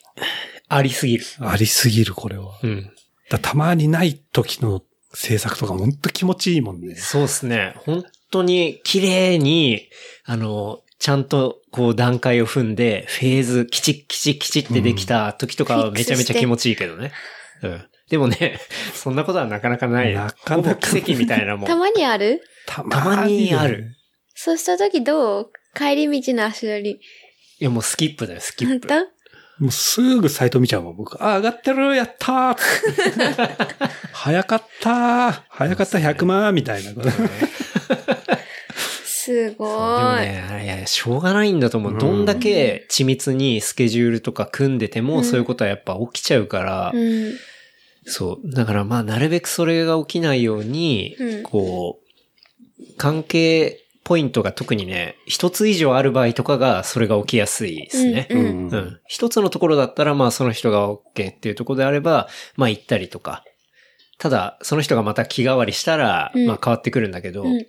A: ありすぎる。
C: 当にありすぎる、これは。
A: うん。
C: だたまにない時の制作とか本当気持ちいいもんね。
A: そうですね。本当に綺麗に、あの、ちゃんとこう段階を踏んで、フェーズきちっきちっきちってできた時とか
B: う
A: は
B: ん
A: めちゃめちゃ気持ちいいけどね。うん。でもね、 そんなことはなかなかないよ。
C: なかなか
A: ほぼ奇跡みたいなもん。
B: たまにある
C: た
A: たまにある。
B: そうした時どう帰り道の足取り。
A: いや、もうスキップだよ、スキ
B: 本
A: ッ プ。
B: 当
C: もうすぐサイト見ちゃうもん、僕。あ、上がってるやったー早かったー早かった100万みたいな。
B: すご
A: でも
B: い。
A: ね、あれいや、しょうがないんだと思
C: うん
A: う。どんだけ緻密にスケジュールとか組んでて
B: うん
A: も、そういうことはやっぱ起きちゃうから、
B: うん。
A: そう。だからまあ、なるべくそれが起きないように、
B: うん
A: こう、関係ポイントが特にね、一つ以上ある場合とかが、それが起きやすいですね。
B: うん
C: うん
A: うん。一つのところだったら、まあその人が OK っていうところであれば、まあ行ったりとか。ただ、その人がまた気変わりしたら、
B: うん
A: まあ変わってくるんだけど、
B: うん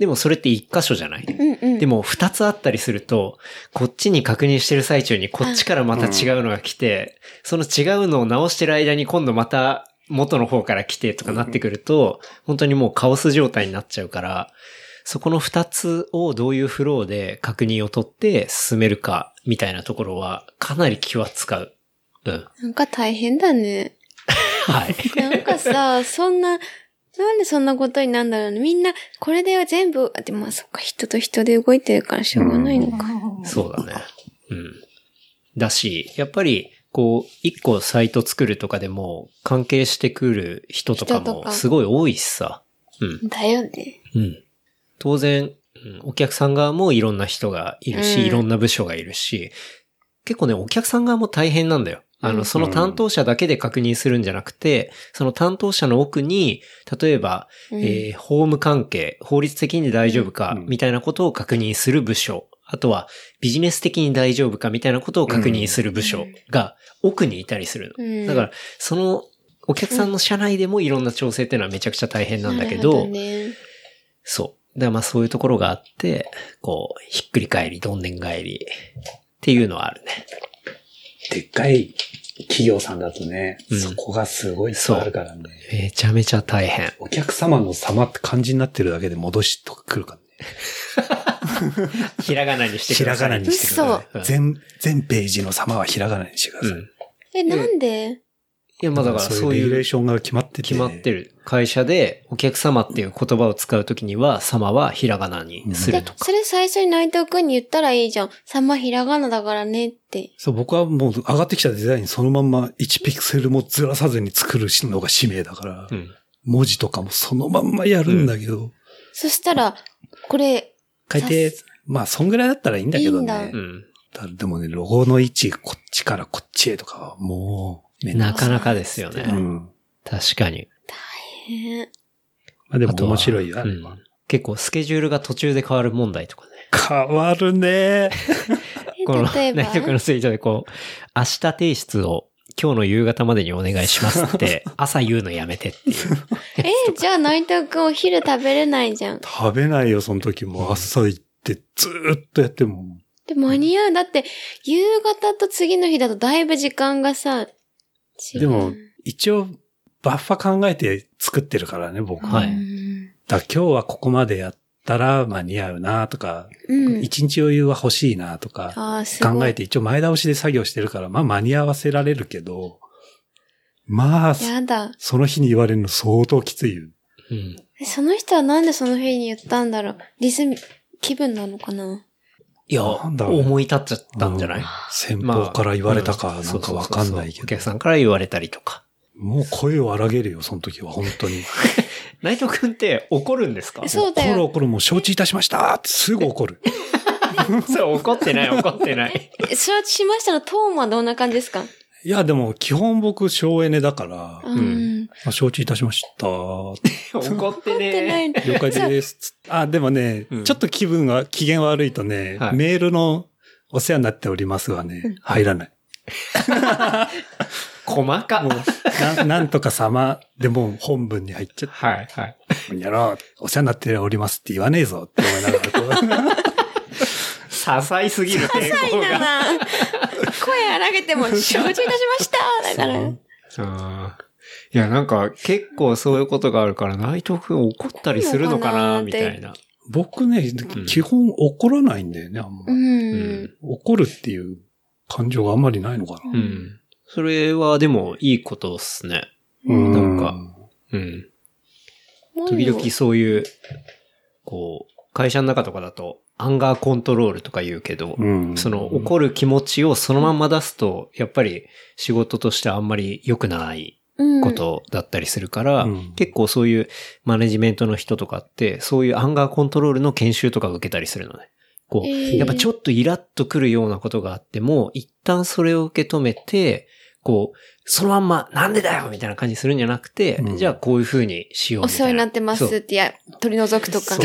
A: でもそれって一箇所じゃない、
B: うんうん。
A: でも二つあったりすると、こっちに確認してる最中にこっちからまた違うのが来て、その違うのを直してる間に今度また元の方から来てとかなってくると、本当にもうカオス状態になっちゃうから、そこの二つをどういうフローで確認を取って進めるかみたいなところはかなり気は使う。うん。
B: なんか大変だね。
A: はい。
B: なん かさ、そんな、なんでそんなことになんだろうね。みんな、これで全部、あでもまあそっか、人と人で動いてるからしょうがないのか。
A: そうだね。うん。だし、やっぱり、こう、一個サイト作るとかでも、関係してくる人とか
B: 人と
A: も
B: か
A: すごい多いしさ。うん。
B: だよね。
A: うん。当然、うんお客さん側もいろんな人がいるし、
B: うん
A: いろんな部署がいるし、結構ね、お客さん側も大変なんだよ。あ
B: う
A: の、
B: ん
A: その担当者だけで確認するんじゃなくて、その担当者の奥に、例えば、
B: うん
A: えー法務関係、法律的に大丈夫か
C: う、ん
A: みたいなことを確認する部署、あとはビジネス的に大丈夫か、みたいなことを確認する部署が奥にいたりするの。
B: うん
A: だから、その、お客さんの社内でもいろんな調整っていうのはめちゃくちゃ大変なんだけ
B: なる
A: ど、
B: ほね
A: そう。だからまあそういうところがあって、こう、ひっくり返り、どんでん返り、っていうのはあるね。
D: でっかい企業さんだとね、
A: うん
D: そこがすごいいっぱいあるからね。
A: めちゃめちゃ大変。
D: お客
C: 様
D: 様
C: の
D: の
C: 様って漢字になってるだけで戻しとくるからね。
A: ひらがなにして
C: ひ
A: く
C: ら
A: ださ
C: が
A: い。
C: なにしてくださ
A: 嘘
C: い。全、全ページの様はひらがなにしてください。
A: うん。い
B: え、なんで
A: や、まあだから
C: そ
A: そうう
C: いうレギュレ
A: い
C: ー
A: う
C: ションが決まってて。
A: 決まってる会社で、お客様っていう言葉を使うときには、様はひらがなにする
B: で
A: と、か。
B: それ最初に内藤くんに言ったらいいじゃん。さんまひらがなだからねって。
C: そう、僕はもう上がってきたデザインそのまんま1ピクセルもずらさずに作るのが使命だから、
A: うん。
C: 文字とかもそのまんまやるんだけど、
B: そしたら、これ、
C: 書いて、まあそんぐらいだったらいいんだけどね。
B: いいんだ
A: うん。
C: だでもね、ロゴの位置こっちからこっちへとかはもう、めんど
A: な
C: くさ
A: かなかですよね。
C: いうん。
A: 確かに。
B: えー
C: まあでも
A: あとは
C: 面白いよ。
A: うん結構スケジュールが途中で変わる問題とかね。
C: 変わるね。
A: この、
B: 例えば
A: 内藤君のツイートでこう、明日提出を今日の夕方までにお願いします って、朝言うのやめてっていう。
B: え、じゃあ内藤くんお昼食べれないじゃん。
C: 食べないよ、その時も。朝行ってずーっとやっても。
B: で、間に合う。だって、夕方と次の日だとだいぶ時間がさ、違う
C: でも、一応、バッファ考えて作ってるからね、僕
A: は
C: は。
A: い
B: うん
C: だから今日はここまでやったら間に合うなとか、
B: うん。
C: 一日余裕は欲しいなとか、
B: ああ、すごい。
C: 考えて一応前倒しで作業してるから、まあ間に合わせられるけど、まあ、
B: やだ。
C: その日に言われるの相当きついよ。
A: うん。
B: えその人はなんでその日に言ったんだろう。リズム、気分なのかない
A: や、
C: なんだろう
A: 思い立っちゃったんじゃない、
C: う先方から言われたか、なんかわかんない
A: そうそうそうそうお
C: け
A: 客
C: ど。
A: さんから言われたりとか。
C: もう声を荒げるよ、その時は、本当に。
A: 内藤君って怒るんですか
B: そうだよ
C: 怒る怒る、もう承知いたしましたってすぐ怒 る。
A: それ怒ってない、怒ってない。
B: えそれはしましたのトーンはどんな感じですか
C: いや、でも基本僕、省エネだから、
B: うん。
C: あ承知いたしました。了
A: 怒って
B: 怒ってな
A: ね。
B: いの。
C: 解です。つってあ、でもね、
A: うん
C: ちょっと気分が、機嫌悪いとね、
A: はい
C: メールのお世話になっておりますはね、入らない。
A: 細か。
C: もう、ななんとか様でもう本文に入っちゃっ
A: はい、はい。
C: て、やろう、お世話になっておりますって言わねえぞって思いながらこう。
A: 些細すぎる抵抗
B: だ
A: が。
B: な声荒げても承知いたしましただから。
A: あーいや、なんか結構そういうことがあるから、内藤君怒ったりするのかな、みたいな。
C: 僕ね、
A: ん
C: 基本怒らないんだよね、あんま
B: う。
A: うん
B: ん。
C: 怒るっていう感情があんまりないのかな。
A: うん。それはでもいいことっすね。
C: うん
A: なんかうん。時々そういう、こう、会社の中とかだと、アンガーコントロールとか言うけど、
C: うん
A: その怒る気持ちをそのまんま出すと、やっぱり仕事としてあんまり良くない
B: うん
A: ことだったりするから、
C: うん
A: 結構そういうマネジメントの人とかって、そういうアンガーコントロールの研修とか受けたりするのね。こう、
B: えー
A: やっぱちょっとイラッとくるようなことがあっても、一旦それを受け止めて、こう、そのまんま、なんでだよみたいな感じするんじゃなくて、
C: うん
A: じゃあこういう風にしよう
B: お
A: みたいな。
B: 世話になってま
A: そう
B: すってや、取り除くとか。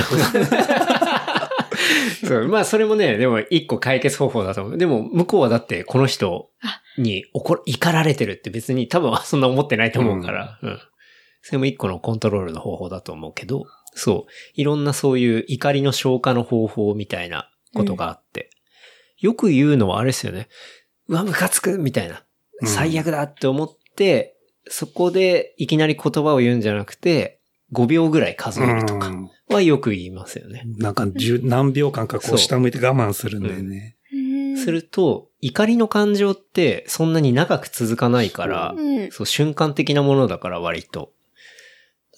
A: そう、まあそれもね、でも一個解決方法だと思う。でも向こうはだってこの 人に怒ら怒られてるって別に多分はそんな思ってないと思うから。うんそれも一個のコントロールの方法だと思うけど、そう。いろんなそういう怒りの消化の方法みたいなことがあって。よく言うのはあれですよね。うわ、ムカつくみたいな。
C: うん
A: 最悪だって思って、そこでいきなり言葉を言うんじゃなくて、5秒ぐらい数えるとか
C: うん
A: はよく言いますよね。
C: なんか十何秒間かこ
A: そう
C: う下向いて我慢するんだよね。
B: うん
A: すると、怒りの感情ってそんなに長く続かないから、
B: うん。
A: そう、瞬間的なものだから割と。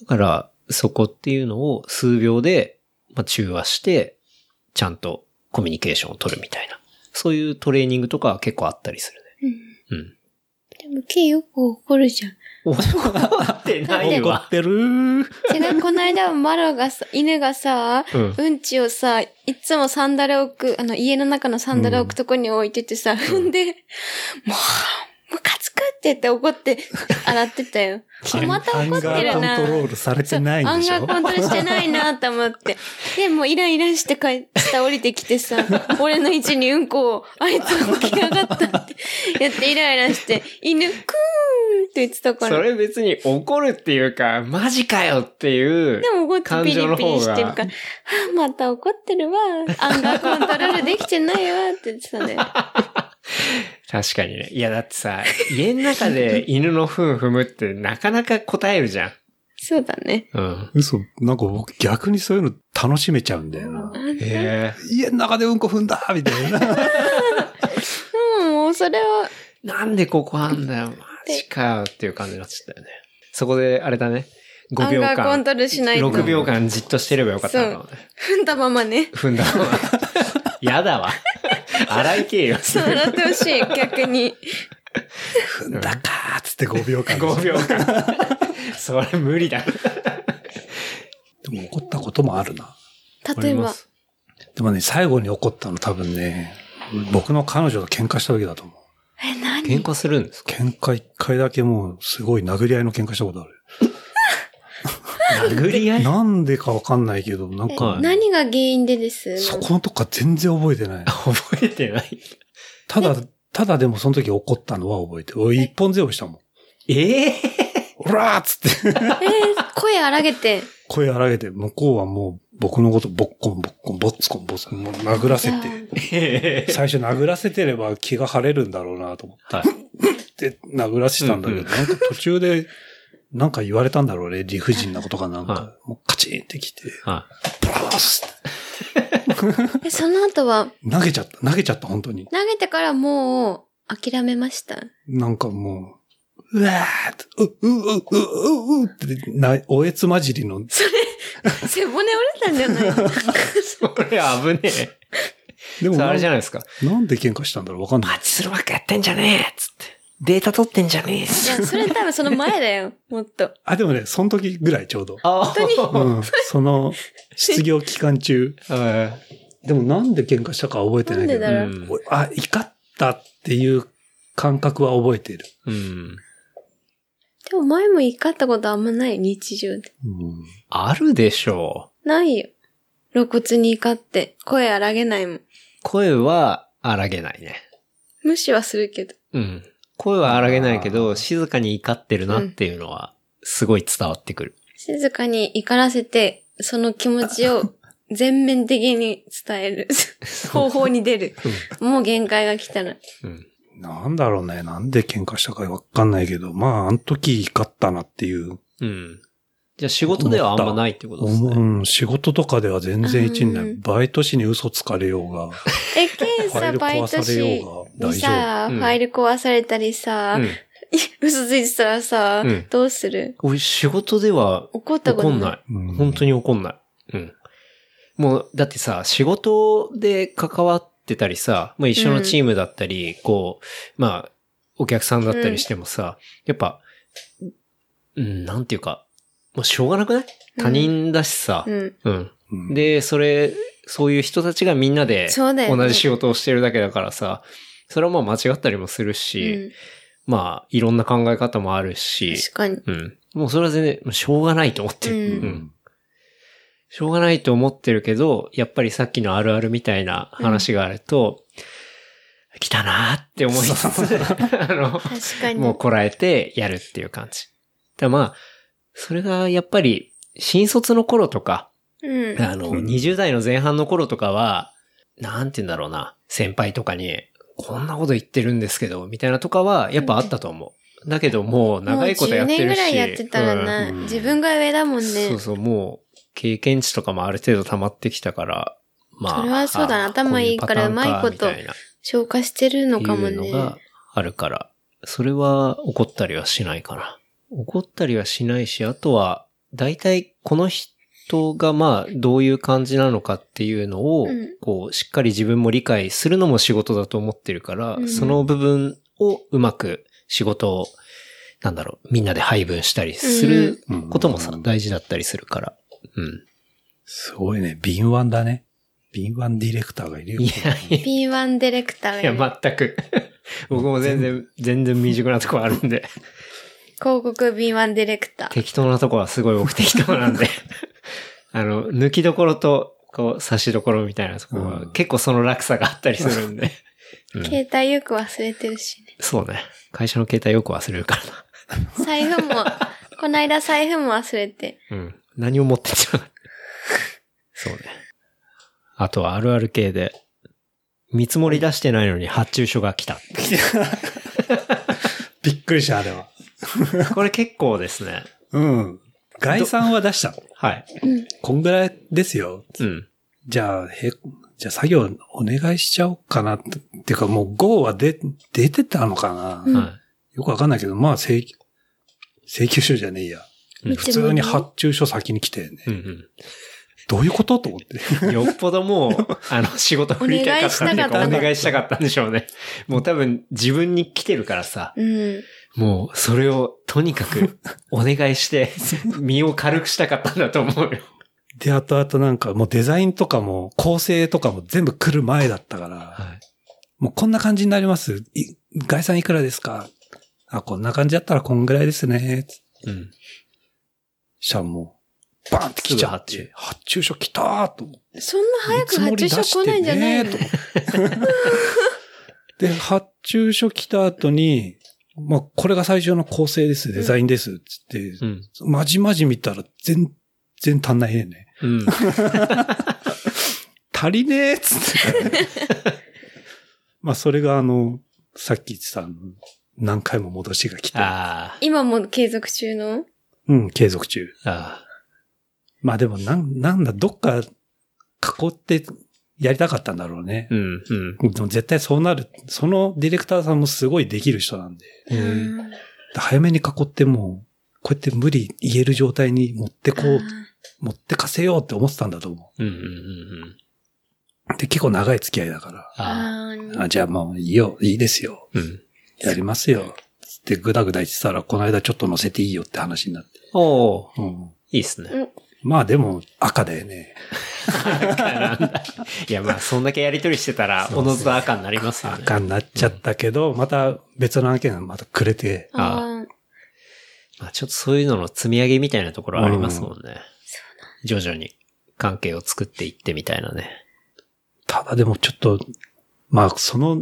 A: だから、そこっていうのを数秒で、まあ、中和して、ちゃんとコミュニケーションを取るみたいな。そういうトレーニングとかは結構あったりす
B: うん
A: るね。
B: でも、ケイよく怒るじゃん。
A: うん。 怒ってない
C: 怒
A: わ
C: っ。てるー。
B: 違う、この間、マロがさ、犬がさ、
A: うん。
B: うんちをさ、いつもサンダル置く、あの、家の中のサンダル置くとこに置いててさ、踏んで、もう、ムカつくって言って怒って、洗ってたよ。また怒ってる
C: アンガー
B: な
C: コント。ロールされ
B: そ
C: て
B: う、
C: な
B: アンガ
C: いんでしょ
B: ーコントロールしてないなと思って。で、もうイライラして帰下降りてきて さ、俺の位置にうんこを、あいつ起き上がったって、やってイライラして、犬、クーンって言ってたか
A: そ
B: ら。
A: れ別に怒るっていうか、マジかよっていう。
B: でも怒ってピリピリして
A: 感情
B: る
A: の方
B: から、
A: が
B: はあ、 また怒ってるわ。アンガーコントロールできてないわって言ってた ね。
A: 確かにね。いや、だってさ、家の中で犬の糞踏むってなかなか答えるじゃん。
B: そうだね。
A: うん。
C: 嘘。なんか僕逆にそういうの楽しめちゃうんだよな。
A: へえ。
C: 家の中でうんこ踏んだみたい な。
B: うん、もうそれは、
A: なんでここあんだよ、マジかよっていう感じになっちゃったよね。そこで、あれだね。
B: ア
A: 5
B: ン
A: 秒
B: ガーコン
A: 間。
B: トロールしないと。
A: 6秒間じっとしてればよかったのかもね。
B: 踏んだままね。
A: 踏んだのはやだ わ。洗い系よ。
B: そう、洗ってほ しい、逆に。
C: 踏んだかーっつって5秒間。
A: 5秒間。それ無理だ。
C: でも怒ったこともあるな。
B: 例え
A: 思い
B: ば
A: ま。す
C: でもね、最後に怒ったの多分ね、僕の彼女と喧嘩した時だと思う。
B: え、何
A: 喧嘩するんですか
C: 喧嘩一回だけもうすごい殴り合いの喧嘩したことある。
A: 殴り合い
C: なんでかわかんないけど、なん
A: は
C: か
A: い、
B: 何が原因でです
C: そこのとこは全然覚えてない。
A: 覚えてない。
C: ただ、ただでもその時怒ったのは覚えてる。俺一本背負いしたもん。
A: ええ
C: おらーっつって。
B: えー声荒げて。
C: 声荒げて、向こうはもう僕のことボッコンボッコン、ボッツコンボッツコン、もう殴らせ
B: じゃ
C: て。最初殴らせてれば気が晴れるんだろうなと思
A: はい。
C: って殴らせたんだけど、
A: うんうん
C: なんか途中で、なんか言われたんだろうね、理不尽なことがなん
A: は
C: か、もうカチンってきて、
A: は
C: ブラースって
B: え、その後は、
C: 投げちゃった、投げちゃった、本当に。
B: 投げてからもう、諦めました。
C: なんかもう、うわーって、う、う、う、う、う、うって、な、おえつ混じり の、
B: 背骨折れたんじゃないの
A: それ危ねえ。
C: でも
A: それ
C: な
A: あれ
C: ん
A: じゃないですか。
C: なんで喧嘩したんだろうわかんない。
A: チするばっかやってんじゃねえつって。データ取ってんじゃねえ
B: いや、それ多分その前だよ、もっと。
C: あ、でもね、その時ぐらいちょうど。
A: あ、 本
C: うん、その、失業期間中。
A: 当にうん
C: でもなんで喧嘩したかは覚えてないけど、
B: なんでだろ
A: う
C: おあ、怒ったっていう感覚は覚えてる。
A: うん。
B: でも前も怒ったことあんまない、日
C: う
B: 常で。
C: ん
A: あるでしょ
B: ないよ。露骨に怒って、声荒げないもん。
A: う。声は荒げないね。
B: 無視はするけど。
A: うん。声は荒げないけど、静かに怒ってるなっていうのは、すごい伝わってくる。
B: 静かに怒らせて、その気持 ちを全面的に伝える。方法に出る。もう限界が来たら。
A: うん。
C: なんだろうね。なんで喧嘩したかわかんないけど、まあ、あの時怒ったなっていう。
A: うん。じゃあ仕事ではあんまないってことです
C: う
A: ね。
C: ん、仕事とかでは全然一年ない。
B: うん
C: バイトしに嘘つかれようが、
B: え、ケイ
C: ファ
B: さ、
C: イル
B: バイト
C: 壊され
B: し
C: ようが
B: に
C: 大丈
B: さ、
A: うん
B: ファイル壊されたりさ、
A: うん。
B: 嘘ついてたらさ、
A: うん
B: どうする
A: 俺仕事では
B: 怒ったこと
A: 怒んない。
C: 夫。
A: 本当
C: に。
A: に怒んない。うん。もう、だってさ、仕事で関わってたりさ、まあ一緒のチームだったり、こう、まあ、お客さんだったりしてもさ、やっぱ、うん、なんていうか、もうしょうがなくない他人だしさ、
B: うん。
A: うん。
C: うん
A: で、それ、そういう人たちがみんなで、
B: そうだよね
A: 同じ仕事をしてるだけだからさ、それはまあ間違ったりもする
B: う
A: し、
B: ん。
A: まあ、いろんな考え方もあるし、
B: 確かに。
A: うん。もうそれは全然、もうしょうがないと思ってる。
B: うん
A: うんしょうがないと思ってるけど、やっぱりさっきのあるあるみたいな話があると、来たなーって思いつ つ、あの、
B: 確かに。
A: もうこらえてやるっていう感じ。だからまあ、それがやっぱり、新卒の頃とか、
B: うん。
A: あの、
C: うん
A: 20代の前半の頃とかは、なんて言うんだろうな、先輩とかに、こんなこと言ってるんですけど、みたいなとかは、やっぱあったと思う。だけどもう、長いことやって
B: も
A: る
B: う10年ぐ
A: し。
B: らいやってたらな、
C: うん
B: 自分が上だも
A: うんん
B: ね。
A: そうそう、もう、経験値とかもある程度溜まってきたから、まあ。
B: それはそうだな
A: あー
B: 頭いいか
A: こ
B: ら
A: ういうパターンか
B: うまいこと
A: みたいな
B: 消化してるのかも
A: ってい
B: ね
A: う。のがあるから、それは怒ったりはしないかな。怒ったりはしないし、あとは、大体この人がまあ、どういう感じなのかっていうのを、
B: うん
A: こう、しっかり自分も理解するのも仕事だと思ってるから、
B: うん
A: その部分をうまく仕事を、なんだろう、みんなで配分したりする
D: うん
A: こともさ、大事だったりするから。うん。
D: す
C: すごいね、敏腕だね。敏腕ディレクターがいるよ。
A: いやい
B: P1 ディレクターがい
A: や、い
B: る
A: や、全く。 僕も全然、全然未熟なとこあるんで。
B: 広告 B1 ディレクター。
A: 適当なとこはすごい僕適当なん で、あの、抜きどころと、こう、差しどころみたいなところは、
C: うん
A: 結構その落差があったりするんで。 うん
B: 携帯よく忘れてるしね。
A: そうね。会社の携帯よく忘れるから
B: 財布も、 こないだ財布も忘れて。
A: な。うん。 何を持ってっちゃう。そうね。あとはあるある系で、見積もり出してないのに発注書が来た。
C: びっくりした、あれは。
A: これ結構ですね。
C: うん。概算は出した。
A: はい。
C: こんぐらいですよ。
A: うん。
C: じゃあ、へ、じゃあ作業お願いしちゃおうかなって。っていうかもう Go は出、出てたのかな、
B: うん
A: は
C: よくわかんないけど、まあ請求、請求書じゃねえや。
A: うん
B: めっ
C: 普
B: ちゃ
C: 通に
B: 便利
C: 発注書先に来てね。
A: い。うん
C: どういうことと思って。
A: うん。 よっぽどもう、あの、仕事振りたかったっていうか、
B: お
A: お
B: 願
A: 願いしたかったんでしょうね。もう多分、自分に来てるからさ。
B: うん。
A: もう、それを、とにか く、お願いして、身を軽くしたかったんだと思うよ。
C: で、あとあとなんかもうデザインとかも構成とかも全部来る前だったから、
A: はい。
C: もうこんな感じになります。い概算いくらですかあ、こんな感じだったらこんぐらいですね。
A: うん。
C: したらもう、バンって来ちゃって
A: すぐ発注
C: 発注書来たーと思って。
B: そんな早く発注書来ないんじゃないの
C: 見積もり出してねーとで、発注書来た後に、まあ、これが最初の構成です、デザインです、つって、
A: うん。
C: まじまじ見たら全然足んないね。
A: うん。
C: 足りねえっつって。 まあ、それがあの、さっき言ってたあの、何回も戻しが来て、
A: あ
B: 今も継続中の
C: うん、継続中。
A: あ。あ
C: まあでも、なん、なんだ、どっか囲ってやりたかったんだろうね
A: ー。うん。うん。
C: でも絶対そうなる。そのディレクターさんもすごいできる人なんで。
A: うん。
C: 早めに囲ってもう、こうやって無理言える状態に持ってこう、持ってかせようって思ってたんだと思
A: うん。うん。うん。
C: う。で、結構長い付き合いだか
B: あ
A: ああ。
B: ー
C: ら。あ、じゃあもういいよ、いいですよ。
A: うん。
C: やりますよ。つってぐだぐだ言ってたら、この間ちょっと乗せていいよって話になって。
A: おお
C: うん。
A: いいっす ね。
C: まあでも、赤だよね。
A: いや、まあ、そんだけやりとりしてたら、おのずと赤になりますよね。
C: 赤になっちゃったけど、また別の案件がまたくれて。
B: あー
A: まあ、ちょっとそういうのの積み上げみたいなところありますもんね。徐々に関係を作っていってみたいなね。
C: ただでもちょっと、まあその、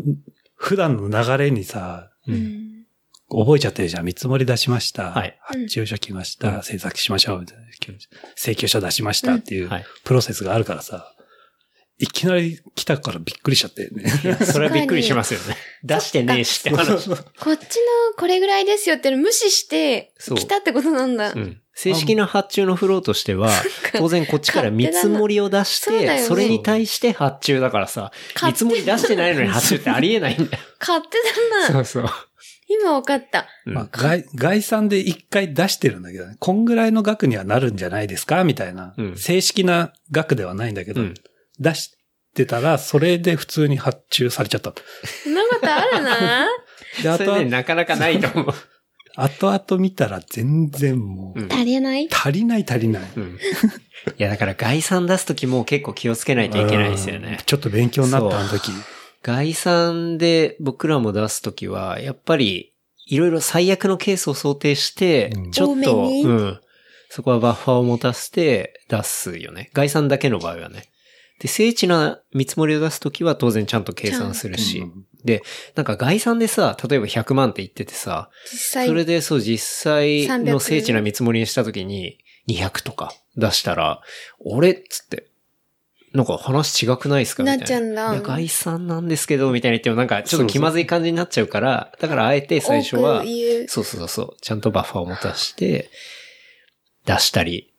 C: 普段の流れにさ、
A: う。
B: うんん
C: 覚えちゃってるじゃん。見積もり出しました。
A: はい
C: 発注書来ました。制作しましょう。請求書出しましたっていう
A: はい
C: プロセスがあるからさ。いきなり来たからびっくりしちゃってね。
A: いや、 それはびっくりしますよね。出してねえしって話。
B: こっちのこれぐらいですよっての無視して
A: そう
B: 来たってことなんだ。
A: うん正式な発注のフローとしては、当然こっちから見積もりを出し
B: 勝手だ
A: て、
B: な
A: それに対して発注だからさ、見
B: 勝手
A: 積もり出してないのに発注ってありえないんだよ。
B: 勝手だな。
A: うそう。
B: 今わかった。
C: まあ、概概算で一回出してるんだけどね。こんぐらいの額にはなるんじゃないですかみたいな、
A: うん
C: 正式な額ではないんだけど、
A: うん
C: 出してたら、それで普通に発注されちゃった。
B: そんなことあるな。
C: で、あ
A: そ
C: とは
A: れね、、なかなかないと思う。
C: 後々見たら全然もう、
A: うん
B: 足りない
C: 足りない足りない。
A: うんいや、だから概算出すときも結構気をつけないといけないですよね
C: うん。ちょっと勉強になったあの時。
A: 概算で僕らも出すときは、やっぱり、いろいろ最悪のケースを想定して
C: うん、
A: ちょ
B: 多
A: っ
B: め
A: と、
B: に
A: うん。そこはバッファーを持たせて出すよね。概算だけの場合はね。で、精緻な見積もりを出すときは当然ちゃんと計算するし、で、なんか概算でさ、例えば100万って言っててさ、
B: 実
A: それ
B: 際、
A: でそう実際の
B: 300
A: 精緻な見積もりにしたときに200とか出したら、俺っつって、なんか話違くないですかみたいな。
B: なっちゃうんだ
A: いや、概算なんですけど、みたいな言ってもなんかちょっと気まずい感じになっちゃうから、だからあえて最初
B: 多
A: は
B: く、言う。
A: そうそうそうそう。ちゃんとバッファーを持たして、出したり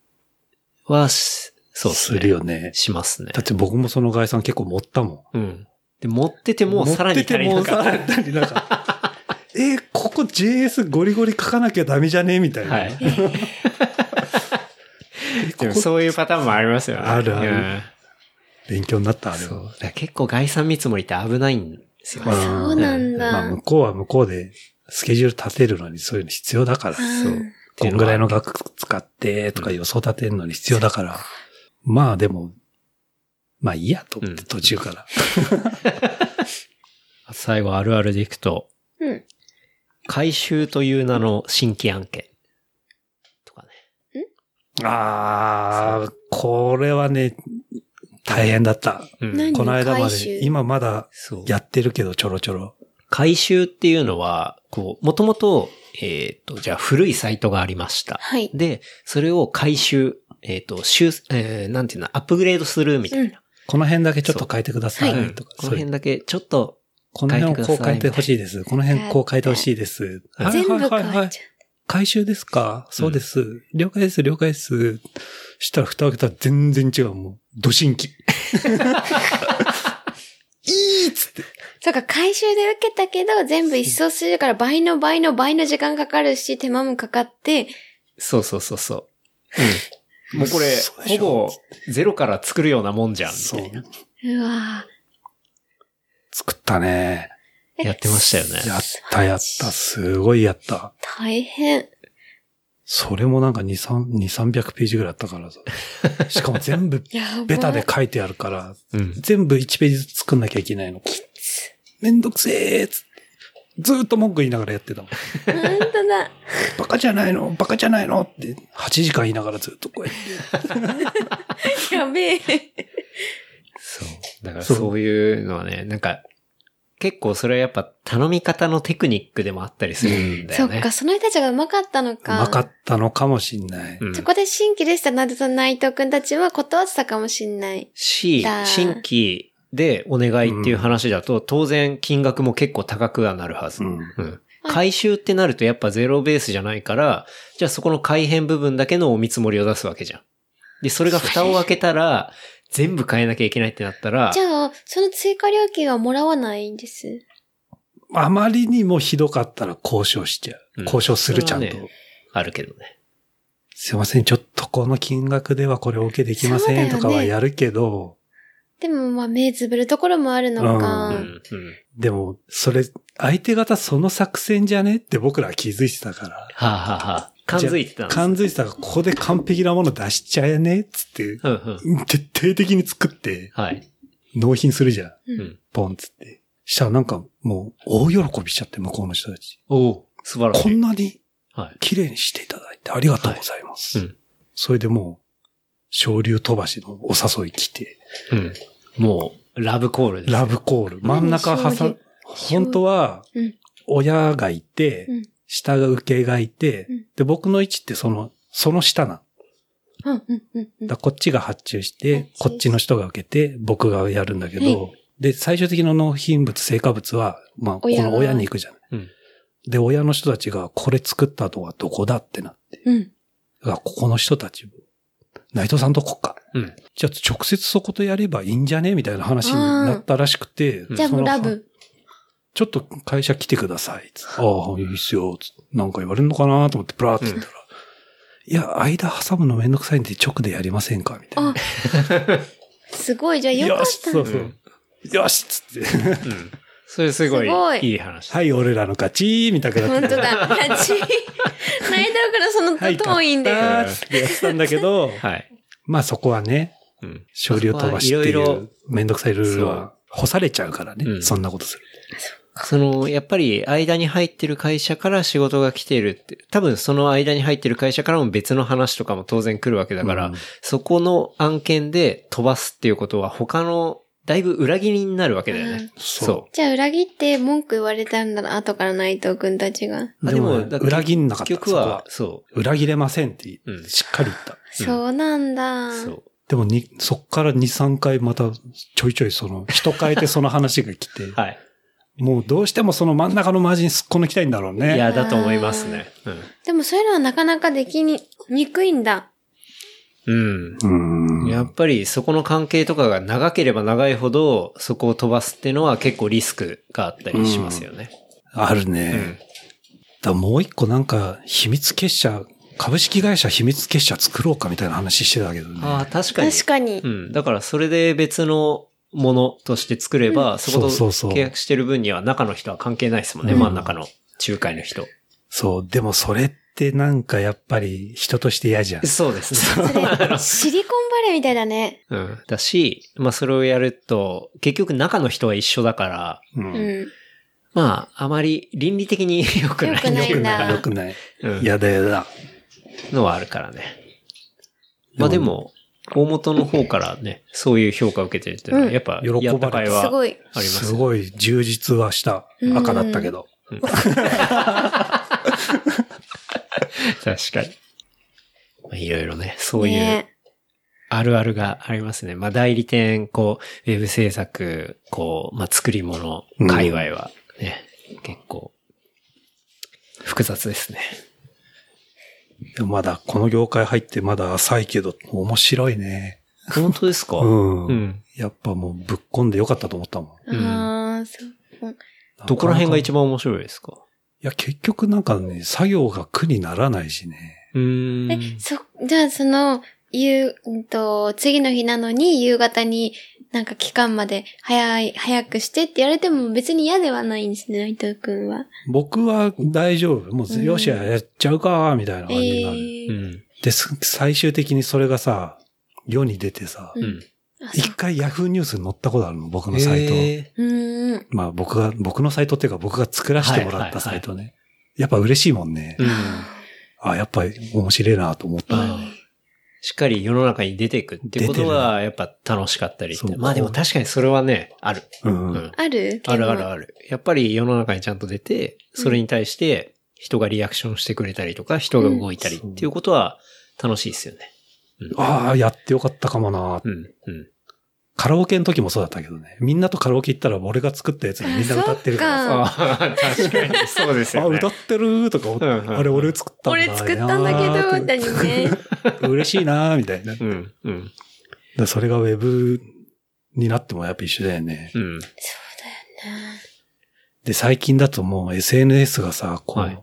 A: はし、そうです
D: す
A: ね。
D: るよね。
A: しますね
C: だ。って僕もその概算結構持ったも
A: うん。で、持ってて
C: ん。
A: もさらに
C: 持ってて
A: 足りな
C: もさ
A: かった
C: らに足りなかった。 えー、ここ JS ゴリゴリ書かなきゃダメじゃねみたいな。
A: はい。でもそういうパターンもありますよね。
C: あるある
A: うん
C: 勉強になった、あれ
A: そう。
C: は。
A: だから結構概算見積もりって危ないんですよね。
C: そ
B: そうなんだ。
C: まあ、向こうは向こうでスケジュール立てるのにそういうの必要だから。
B: うん
A: そう
C: こんぐらいの額使ってとか予想立てるのに必要だから。まあでも、まあいいやと思って
A: うん
C: 途中から。
A: 最後あるあるでいくと、
B: うん。
A: 回収という名の新規案件。とかね。
C: ああ、これはね、大変だった。
A: うん
B: 何
C: この間ま
B: 回収
C: で、今まだ
A: そう。
C: やってるけどちょろちょろ。
A: 回収っていうのは、こう、もともと、えっ、と、じゃあ古いサイトがありました。
B: はい。
A: で、それを回収、えっ、と、修、えーなんていうの、アップグレードするみたいな。
C: この辺だけちょっと変えてくださ
A: うん
C: いとか、
A: この
C: そういう
A: 辺だけ、ちょっと、
C: この辺をこう変えてほしいです。この辺こう変えてほしいです。はい
B: 全部
C: は
B: 変わ
C: い
B: っ
C: はいはい
B: ちゃ
C: 回収ですかそうです、了解です、了解です。したら蓋を開けたら全然違う。もう、ドシンキ。
B: う。そうか、回収で受けたけど、全部一掃するから倍の倍の倍の時間かかるし、手間もかかって、
A: そうそうそうそう。うん。もうこれ
C: 嘘、で
A: ほ
C: しょ
A: ぼ、ゼロから作るようなもんじゃん、みたいな。
B: うわ
C: 作ったね。
B: ーえ
A: やってましたよね。
C: やったやった。すごいやった。
B: 大変。
C: それもなんか2、3、2、300ページぐらいあったから さ。しかも全部
B: やばい
C: ベタで書いてあるから、
A: うん。
C: 全部1ページずつ作んなきゃいけないの。めんどくせえつってずーっと文句言いながらやってたもん。
B: 本当だ。
C: バカじゃないのバカじゃないのって8時間言いながらずっとこうやって。
B: やべえ。
A: そう。だから
C: そう
A: そういうのはね、なんか、結構それはやっぱ頼み方のテクニックでもあったりするんだ
B: そ
A: よ
B: っ
A: ね。
B: か、その人たちが上手かったの
C: う
B: か。
C: まかったのかもしんない。
A: うん
B: そこで新規でしたなると内藤くんたちは断ってたかもしんない。
A: し
B: だ、
A: 新規でお願いっていう話だと、当然金額も結構高くはなるはず。
C: うん
A: うん回収ってなるとやっぱゼロベースじゃないから、じゃあそこの改変部分だけのお見積もりを出すわけじゃん。で、それが蓋を開けたら、全部変えなきゃいけないってなったら
B: じ、ゃあ、その追加料金はもらわないんです。
C: あまりにもひどかったら交渉しちゃう。
A: うん
C: 交渉するちゃんと。
A: それはねあるけどね。
C: すいません、ちょっとこの金額ではこれお受けできま
B: そうだ
C: せ
B: よ
C: ん
B: ね
C: とかはやるけど、
B: でもまあ目つぶるところもあるのか。
C: う
A: うん。
C: でも、それ、相手方その作戦じゃねって僕らは気づいてたから。
A: はあ、はあはあ、感づいてたんです
C: 感づいてたから、ここで完璧なもの出しちゃえねっつって、
A: うんうん。
C: 徹底的に作って、
A: はい。
C: 納品するじゃん。
A: うん。
C: ポンっつって。したらなんか、もう、大喜びしちゃって、向こうの人たち。
A: おう素晴らし
C: こん
A: い。
C: なに
A: はい。
C: 綺麗にしていただいてありがとうございます。
A: はいうん
C: それでもう、昇竜飛ばしのお誘い来て、
A: うん。もう、ラブコールです。
C: ラブコール。真ん中
B: 昇
C: 挟
B: 竜、
C: 本当は
B: うん、
C: 親がいて、
B: うん
C: 下が受けがいて、
B: うん
C: で、僕の位置ってその、その下な
B: うんうんうんうん
C: ん。だからこっちが発注して、
B: 発注
C: こっちの人が受けて、僕がやるんだけど、
B: は
C: で、最終的な納品物、成果物は、まあ、こ
B: 親が
C: の親に行くじゃない。
A: うん
C: で、親の人たちが、これ作ったとはどこだってなって。
B: うん。
C: だからここの人たちも、内藤さんとこっか。
A: うん。
C: じゃあ直接そことやればいいんじゃねみたいな話になったらしくて。
A: ん
B: じゃあもうラ
C: その。
B: ブ。
C: ちょっと会社来てください。つってああ、いいっすよ。つってなんか言われるのかなと思って、プラーって言ったら、いや、間挟むのめんどくさいんで直でやりませんかみたいな
B: あ。すごい。じゃあよか
C: よ
B: っ
C: し、
B: た
C: そう
B: ね。
C: そう。よしっつって。
A: うん。それすごい、
B: すごい
A: いい 話。
C: はい、俺らの勝ちみたいな
B: 本
C: 感じ
B: 当
C: で。
B: だ。ラジ。内藤くんのその
C: はい、
B: 遠いんで。
C: 勝ったーってやってたんだけど、
A: はい。
C: まあそこはね、
A: うん。
C: 勝利を飛ばしって
A: いろい
C: い
A: ろ
C: う、めんどくさいルールは干されちゃうから
A: う
C: ね。
A: ん
C: そんなことすると。
A: その、やっぱり間に入ってる会社から仕事が来てるって、多分その間に入ってる会社からも別の話とかも当然来るわけだから、
C: うん
A: そこの案件で飛ばすっていうことは他の、だいぶ裏切りになるわけだよね。
B: うん
C: そう
B: じゃあ裏切って文句言われたんだな、後から内藤くんたちが。
A: あ
C: でもね、
A: だって
C: 裏切んなかった。
A: 結局は、そ
C: そこは裏切れませんって、
A: うん
C: しっかり言った。
B: そうなんだ。
A: う。そう。
C: でもに、そっから2、3回またちょいちょいその、人変えてその話が来て、
A: はい。
C: もうどうしてもその真ん中のマージンすっこ抜きたいんだろう
A: い
C: ね。
A: や、だと思いますね。
B: でもそういうのはなかなかできに、にくいんだ。
A: うん。うん。
C: うーん。
A: やっぱりそこの関係とかが長ければ長いほど、そこを飛ばすっていうのは結構リスクがあったりしますよね。
C: ある
A: うん。
C: ね。だからもう一個なんか、秘密結社、株式会社秘密結社作ろうかみたいな話してたけどね。
A: ああ、確かに。
B: 確かに
A: う。ん。だからそれで別のものとして作れば、そこと
C: そうそうそう
A: 契約してる分には中の人は関係ないですもんね。
C: うん
A: 真ん中の仲介の人。
C: そう、でもそれってなんかやっぱり人として嫌じゃん。
A: そうですね。
B: それ、シリコンバレーみたいだね。
A: うん。だし、まあそれをやると、結局中の人は一緒だから、
C: う
B: うんん。
A: まあ、あまり倫理的に良くない。
B: 良くない
C: 良く
B: な
C: ない、良くない。
A: うん
C: 嫌だ嫌だ。
A: のはあるからね。まあでも、大元の方からね、そういう評価を受けてるっていうの
B: う
A: は、
B: ん
A: やっぱ、
C: 喜ばれた
A: やった甲斐は
B: すごい。
A: ありますす。
C: ごい充実はした
B: うん
C: 赤だったけど。
A: 確かに。まあいろいろね、そういう
B: ね
A: あるあるがありますね。まあ、代理店、こう、ウェブ制作、こう、まあ、作り物、界隈はね、結構、複雑ですね。
C: でもまだこの業界入ってまだ浅いけど、面白いね。
A: 本当ですか
C: うん。
A: うん。
C: やっぱもうぶっこんでよかったと思ったもん。
A: うん
B: ああ、そう。
A: どこら辺が一
C: 番
A: 番面白いですか
C: いや、結局なんかね、作業が苦にならないしね。
A: うーん。
B: え、そ、じゃあその、夕、うんと、次の日なのに夕方になんか期間まで早い、早くしてって言われても別に嫌ではないんですね、内藤くんは。
C: 僕は大丈夫。も
B: う
C: う、
B: ん
C: よっしゃ、やっちゃうか、みたいな
B: え
C: 感じになる。
A: う
B: ー。
A: ん。
C: です、最終的にそれがさ、世に出てさ、
A: うん。
B: あそ
C: 一回ヤフーニュースに載ったことあるの、僕のサイト。
A: へ
B: ううーん。
C: まあ僕が、僕のサイトっていうか僕が作らせてもらったサイトね。やっぱ嬉しいもんね
A: ー。うん。
C: あ、やっぱり面白いなと思ったね。
A: あーしっかり世の中に出ていくってことは、やっぱ楽しかったりって
C: そう
A: まあでも確かにそれはね、ある。
C: うん
A: うん
B: ある
A: あるある
B: る。
A: ある。やっぱり世の中にちゃんと出て、それに対して人がリアクションしてくれたりとか、人が動いたりっていうことは楽しいですよね。
C: ああ、やってよかったかもな、
A: うん、うん。
C: カラオケの時もそうだったけどね。みんなとカラオケ行ったら俺が作ったやつにみんな歌ってるから
B: あ
C: さ。
B: そ
A: ああ、確かにそうです
C: あ、
A: よね。
C: 歌ってるとか思って、
A: うんうんうん
C: あれ俺作ったんだ。
B: 俺作ったんだ けど、みたいにね。
C: ど。嬉しいなみたいな。だか
A: うん、うん、
C: らそれがウェブになってもやっぱ一緒だよね。
A: うん。
C: で、最近だともう SNS がさ、こう、
A: はい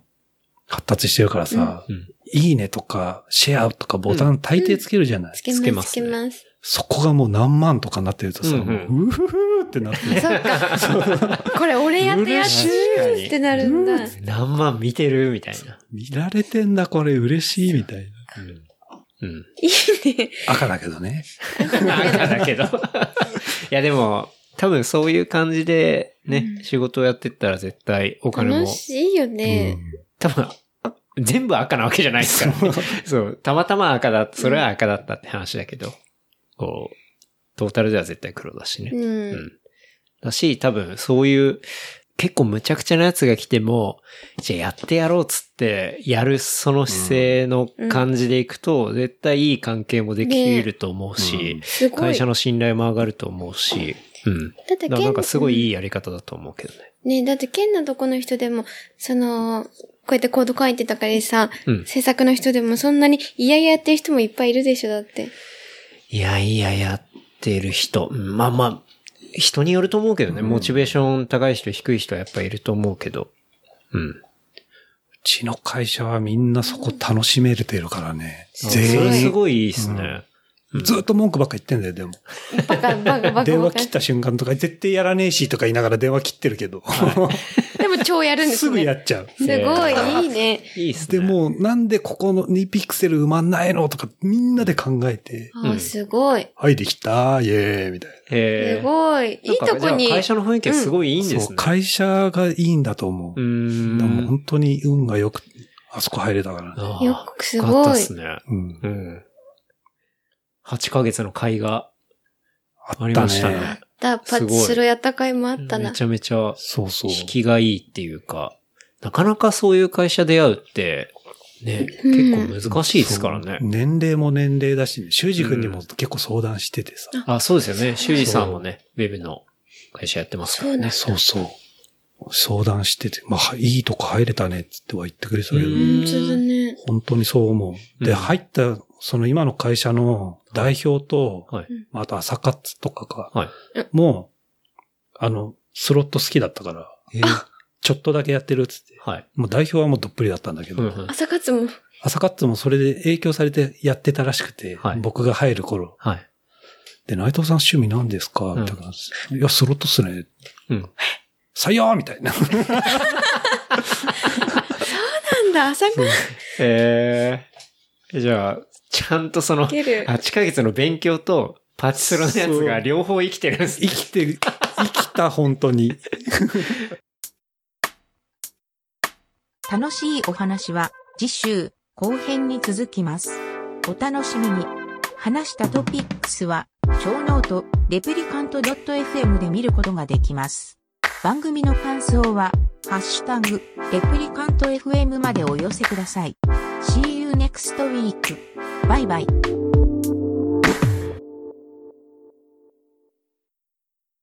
C: 発達してるからさ、
A: うんうん
C: いいねとか、シェアとかボタン大抵つけるじゃない、
B: つけ
A: つけ
B: ま、
A: ますす
B: つけます。
C: そこがもう何万とかになってるとさ、う
A: う
C: ん
A: うん
C: うふふってなって る。
B: そっか。これ俺やったやつってなるんだ。
A: 何万見てるみたいな。
C: 見られてんだ、これ嬉しいみたいな。
A: うん。うん。
C: 赤だけどね。
A: 赤だけど。いや、でも、多分そういう感じでね、仕事をやってったら絶対お金
B: 楽
A: も
B: しいよね。
A: 多分、あ全部赤なわけじゃないですから、ね。そう。たまたま赤だ、それは赤だったって話だけど、こう、トータルでは絶対黒だし
B: う。
A: ね。うんだし、多分そういう、結構むちゃくちゃなやつが来ても、じゃあやってやろうっつって、やるその姿勢の感じでいくと、絶対いい関係もできると思うし、
B: すごい。
A: 会社
B: だ
A: の信頼も上がると思うし、うん。
B: って
A: だからなんかすごい
B: い。
A: いいやり方だと思うけどね。
B: ねだって県のとこの人でも、その、こうやってコード書いてたからさ、
A: うん
B: 制作の人でもそんなに嫌々やってる人もいっぱいいるでしょ、だって。
A: いやいややってる人。うんまあまあ、人によると思うけどね。モチベーション高い人、低い人はやっぱいると思うけど。うん。
C: うちの会社はみんなそこ楽しめれてるからね。
B: ごい
A: それ
C: 全
A: す
C: 員、
A: ごいいいですね。
C: ずっと文句ばっか言ってんだよ、でも。
B: バカ、バ カ、バカ。
C: 電
B: バ
C: 話
B: カ
C: 切った瞬間とか、絶対やらねえしとか言いながら電話切ってるけど。
B: でも超やるんですね。
C: すぐやっちゃう。
B: すごい、いいね。
A: いいっすね。
C: で、もう、なんでここの2ピクセル埋まんないのとか、みんなで考えて、
B: あーすごい。
C: はい、できた、イエーイ、みたいな。
A: へ
B: す
A: ー
B: ごい。いいとこ
A: なんかじゃ
B: に。
A: あ会社の雰囲気はすごいいいんです
C: そう、
A: ね。
C: 会社がいいんだと思う。
A: うーん。
C: だからもう本当に運がよく、あそこ入れたからね。
A: ああ
B: よくす
A: よかった
B: ご
A: っ
B: い。
A: すね。
C: うん。
A: うん。8ヶ月の会が
C: あ
A: あり
C: った
A: ましたね。
C: ね。
B: だ、パチスロやったかいもあった
A: め
B: な。
A: ちゃめちゃ
C: そうそう。
A: 引きがいいっていうか、なかなかそういう会社出会うって、ね、
B: うん
A: 結構難しいですからね
C: そう。年齢も年齢だし、修二君にも結構相談しててさ。
A: あ、そうですよね。修二さんもね、ウェブの会社やってますからね。
C: そうそう。相談してて、まあ、いいとこ入れたねっつっては言ってくれてたけど、
A: う
B: 本当だね。
C: 本当にそう思う。で、
A: うん
C: 入った、その今の会社の代表と、
A: はい
C: まああと朝活とかか、
A: はい
C: もう、あの、スロット好きだったから、 ちょっとだけやってるっつって、
A: はい。
C: もう代表はもうどっぷりだったんだけ
A: う
C: ど、
A: んうん
B: 朝活も。
C: 朝活もそれで影響されてやってたらしくて、
A: はい
C: 僕が入る頃。
A: はい。
C: で、内藤さん趣味何ですか
A: ん
C: みたいな、いや、スロットっすね。
A: うん。
C: 採用みたいな。
B: なんだ、朝活
A: えー、じゃあ、ちゃんとその、
B: ける。
A: 8ヶ月の勉強と、パチスロのやつが両方生きてるんです
C: 生きてる、生きた、本当に。
E: 楽しいお話は次週後編に続きます。お楽しみに。話したトピックスは、小ノート、レプリカント .fm で見ることができます。番組の感想は、ハッシュタグ、レプリカント fm までお寄せください。See you next week. バイバイ。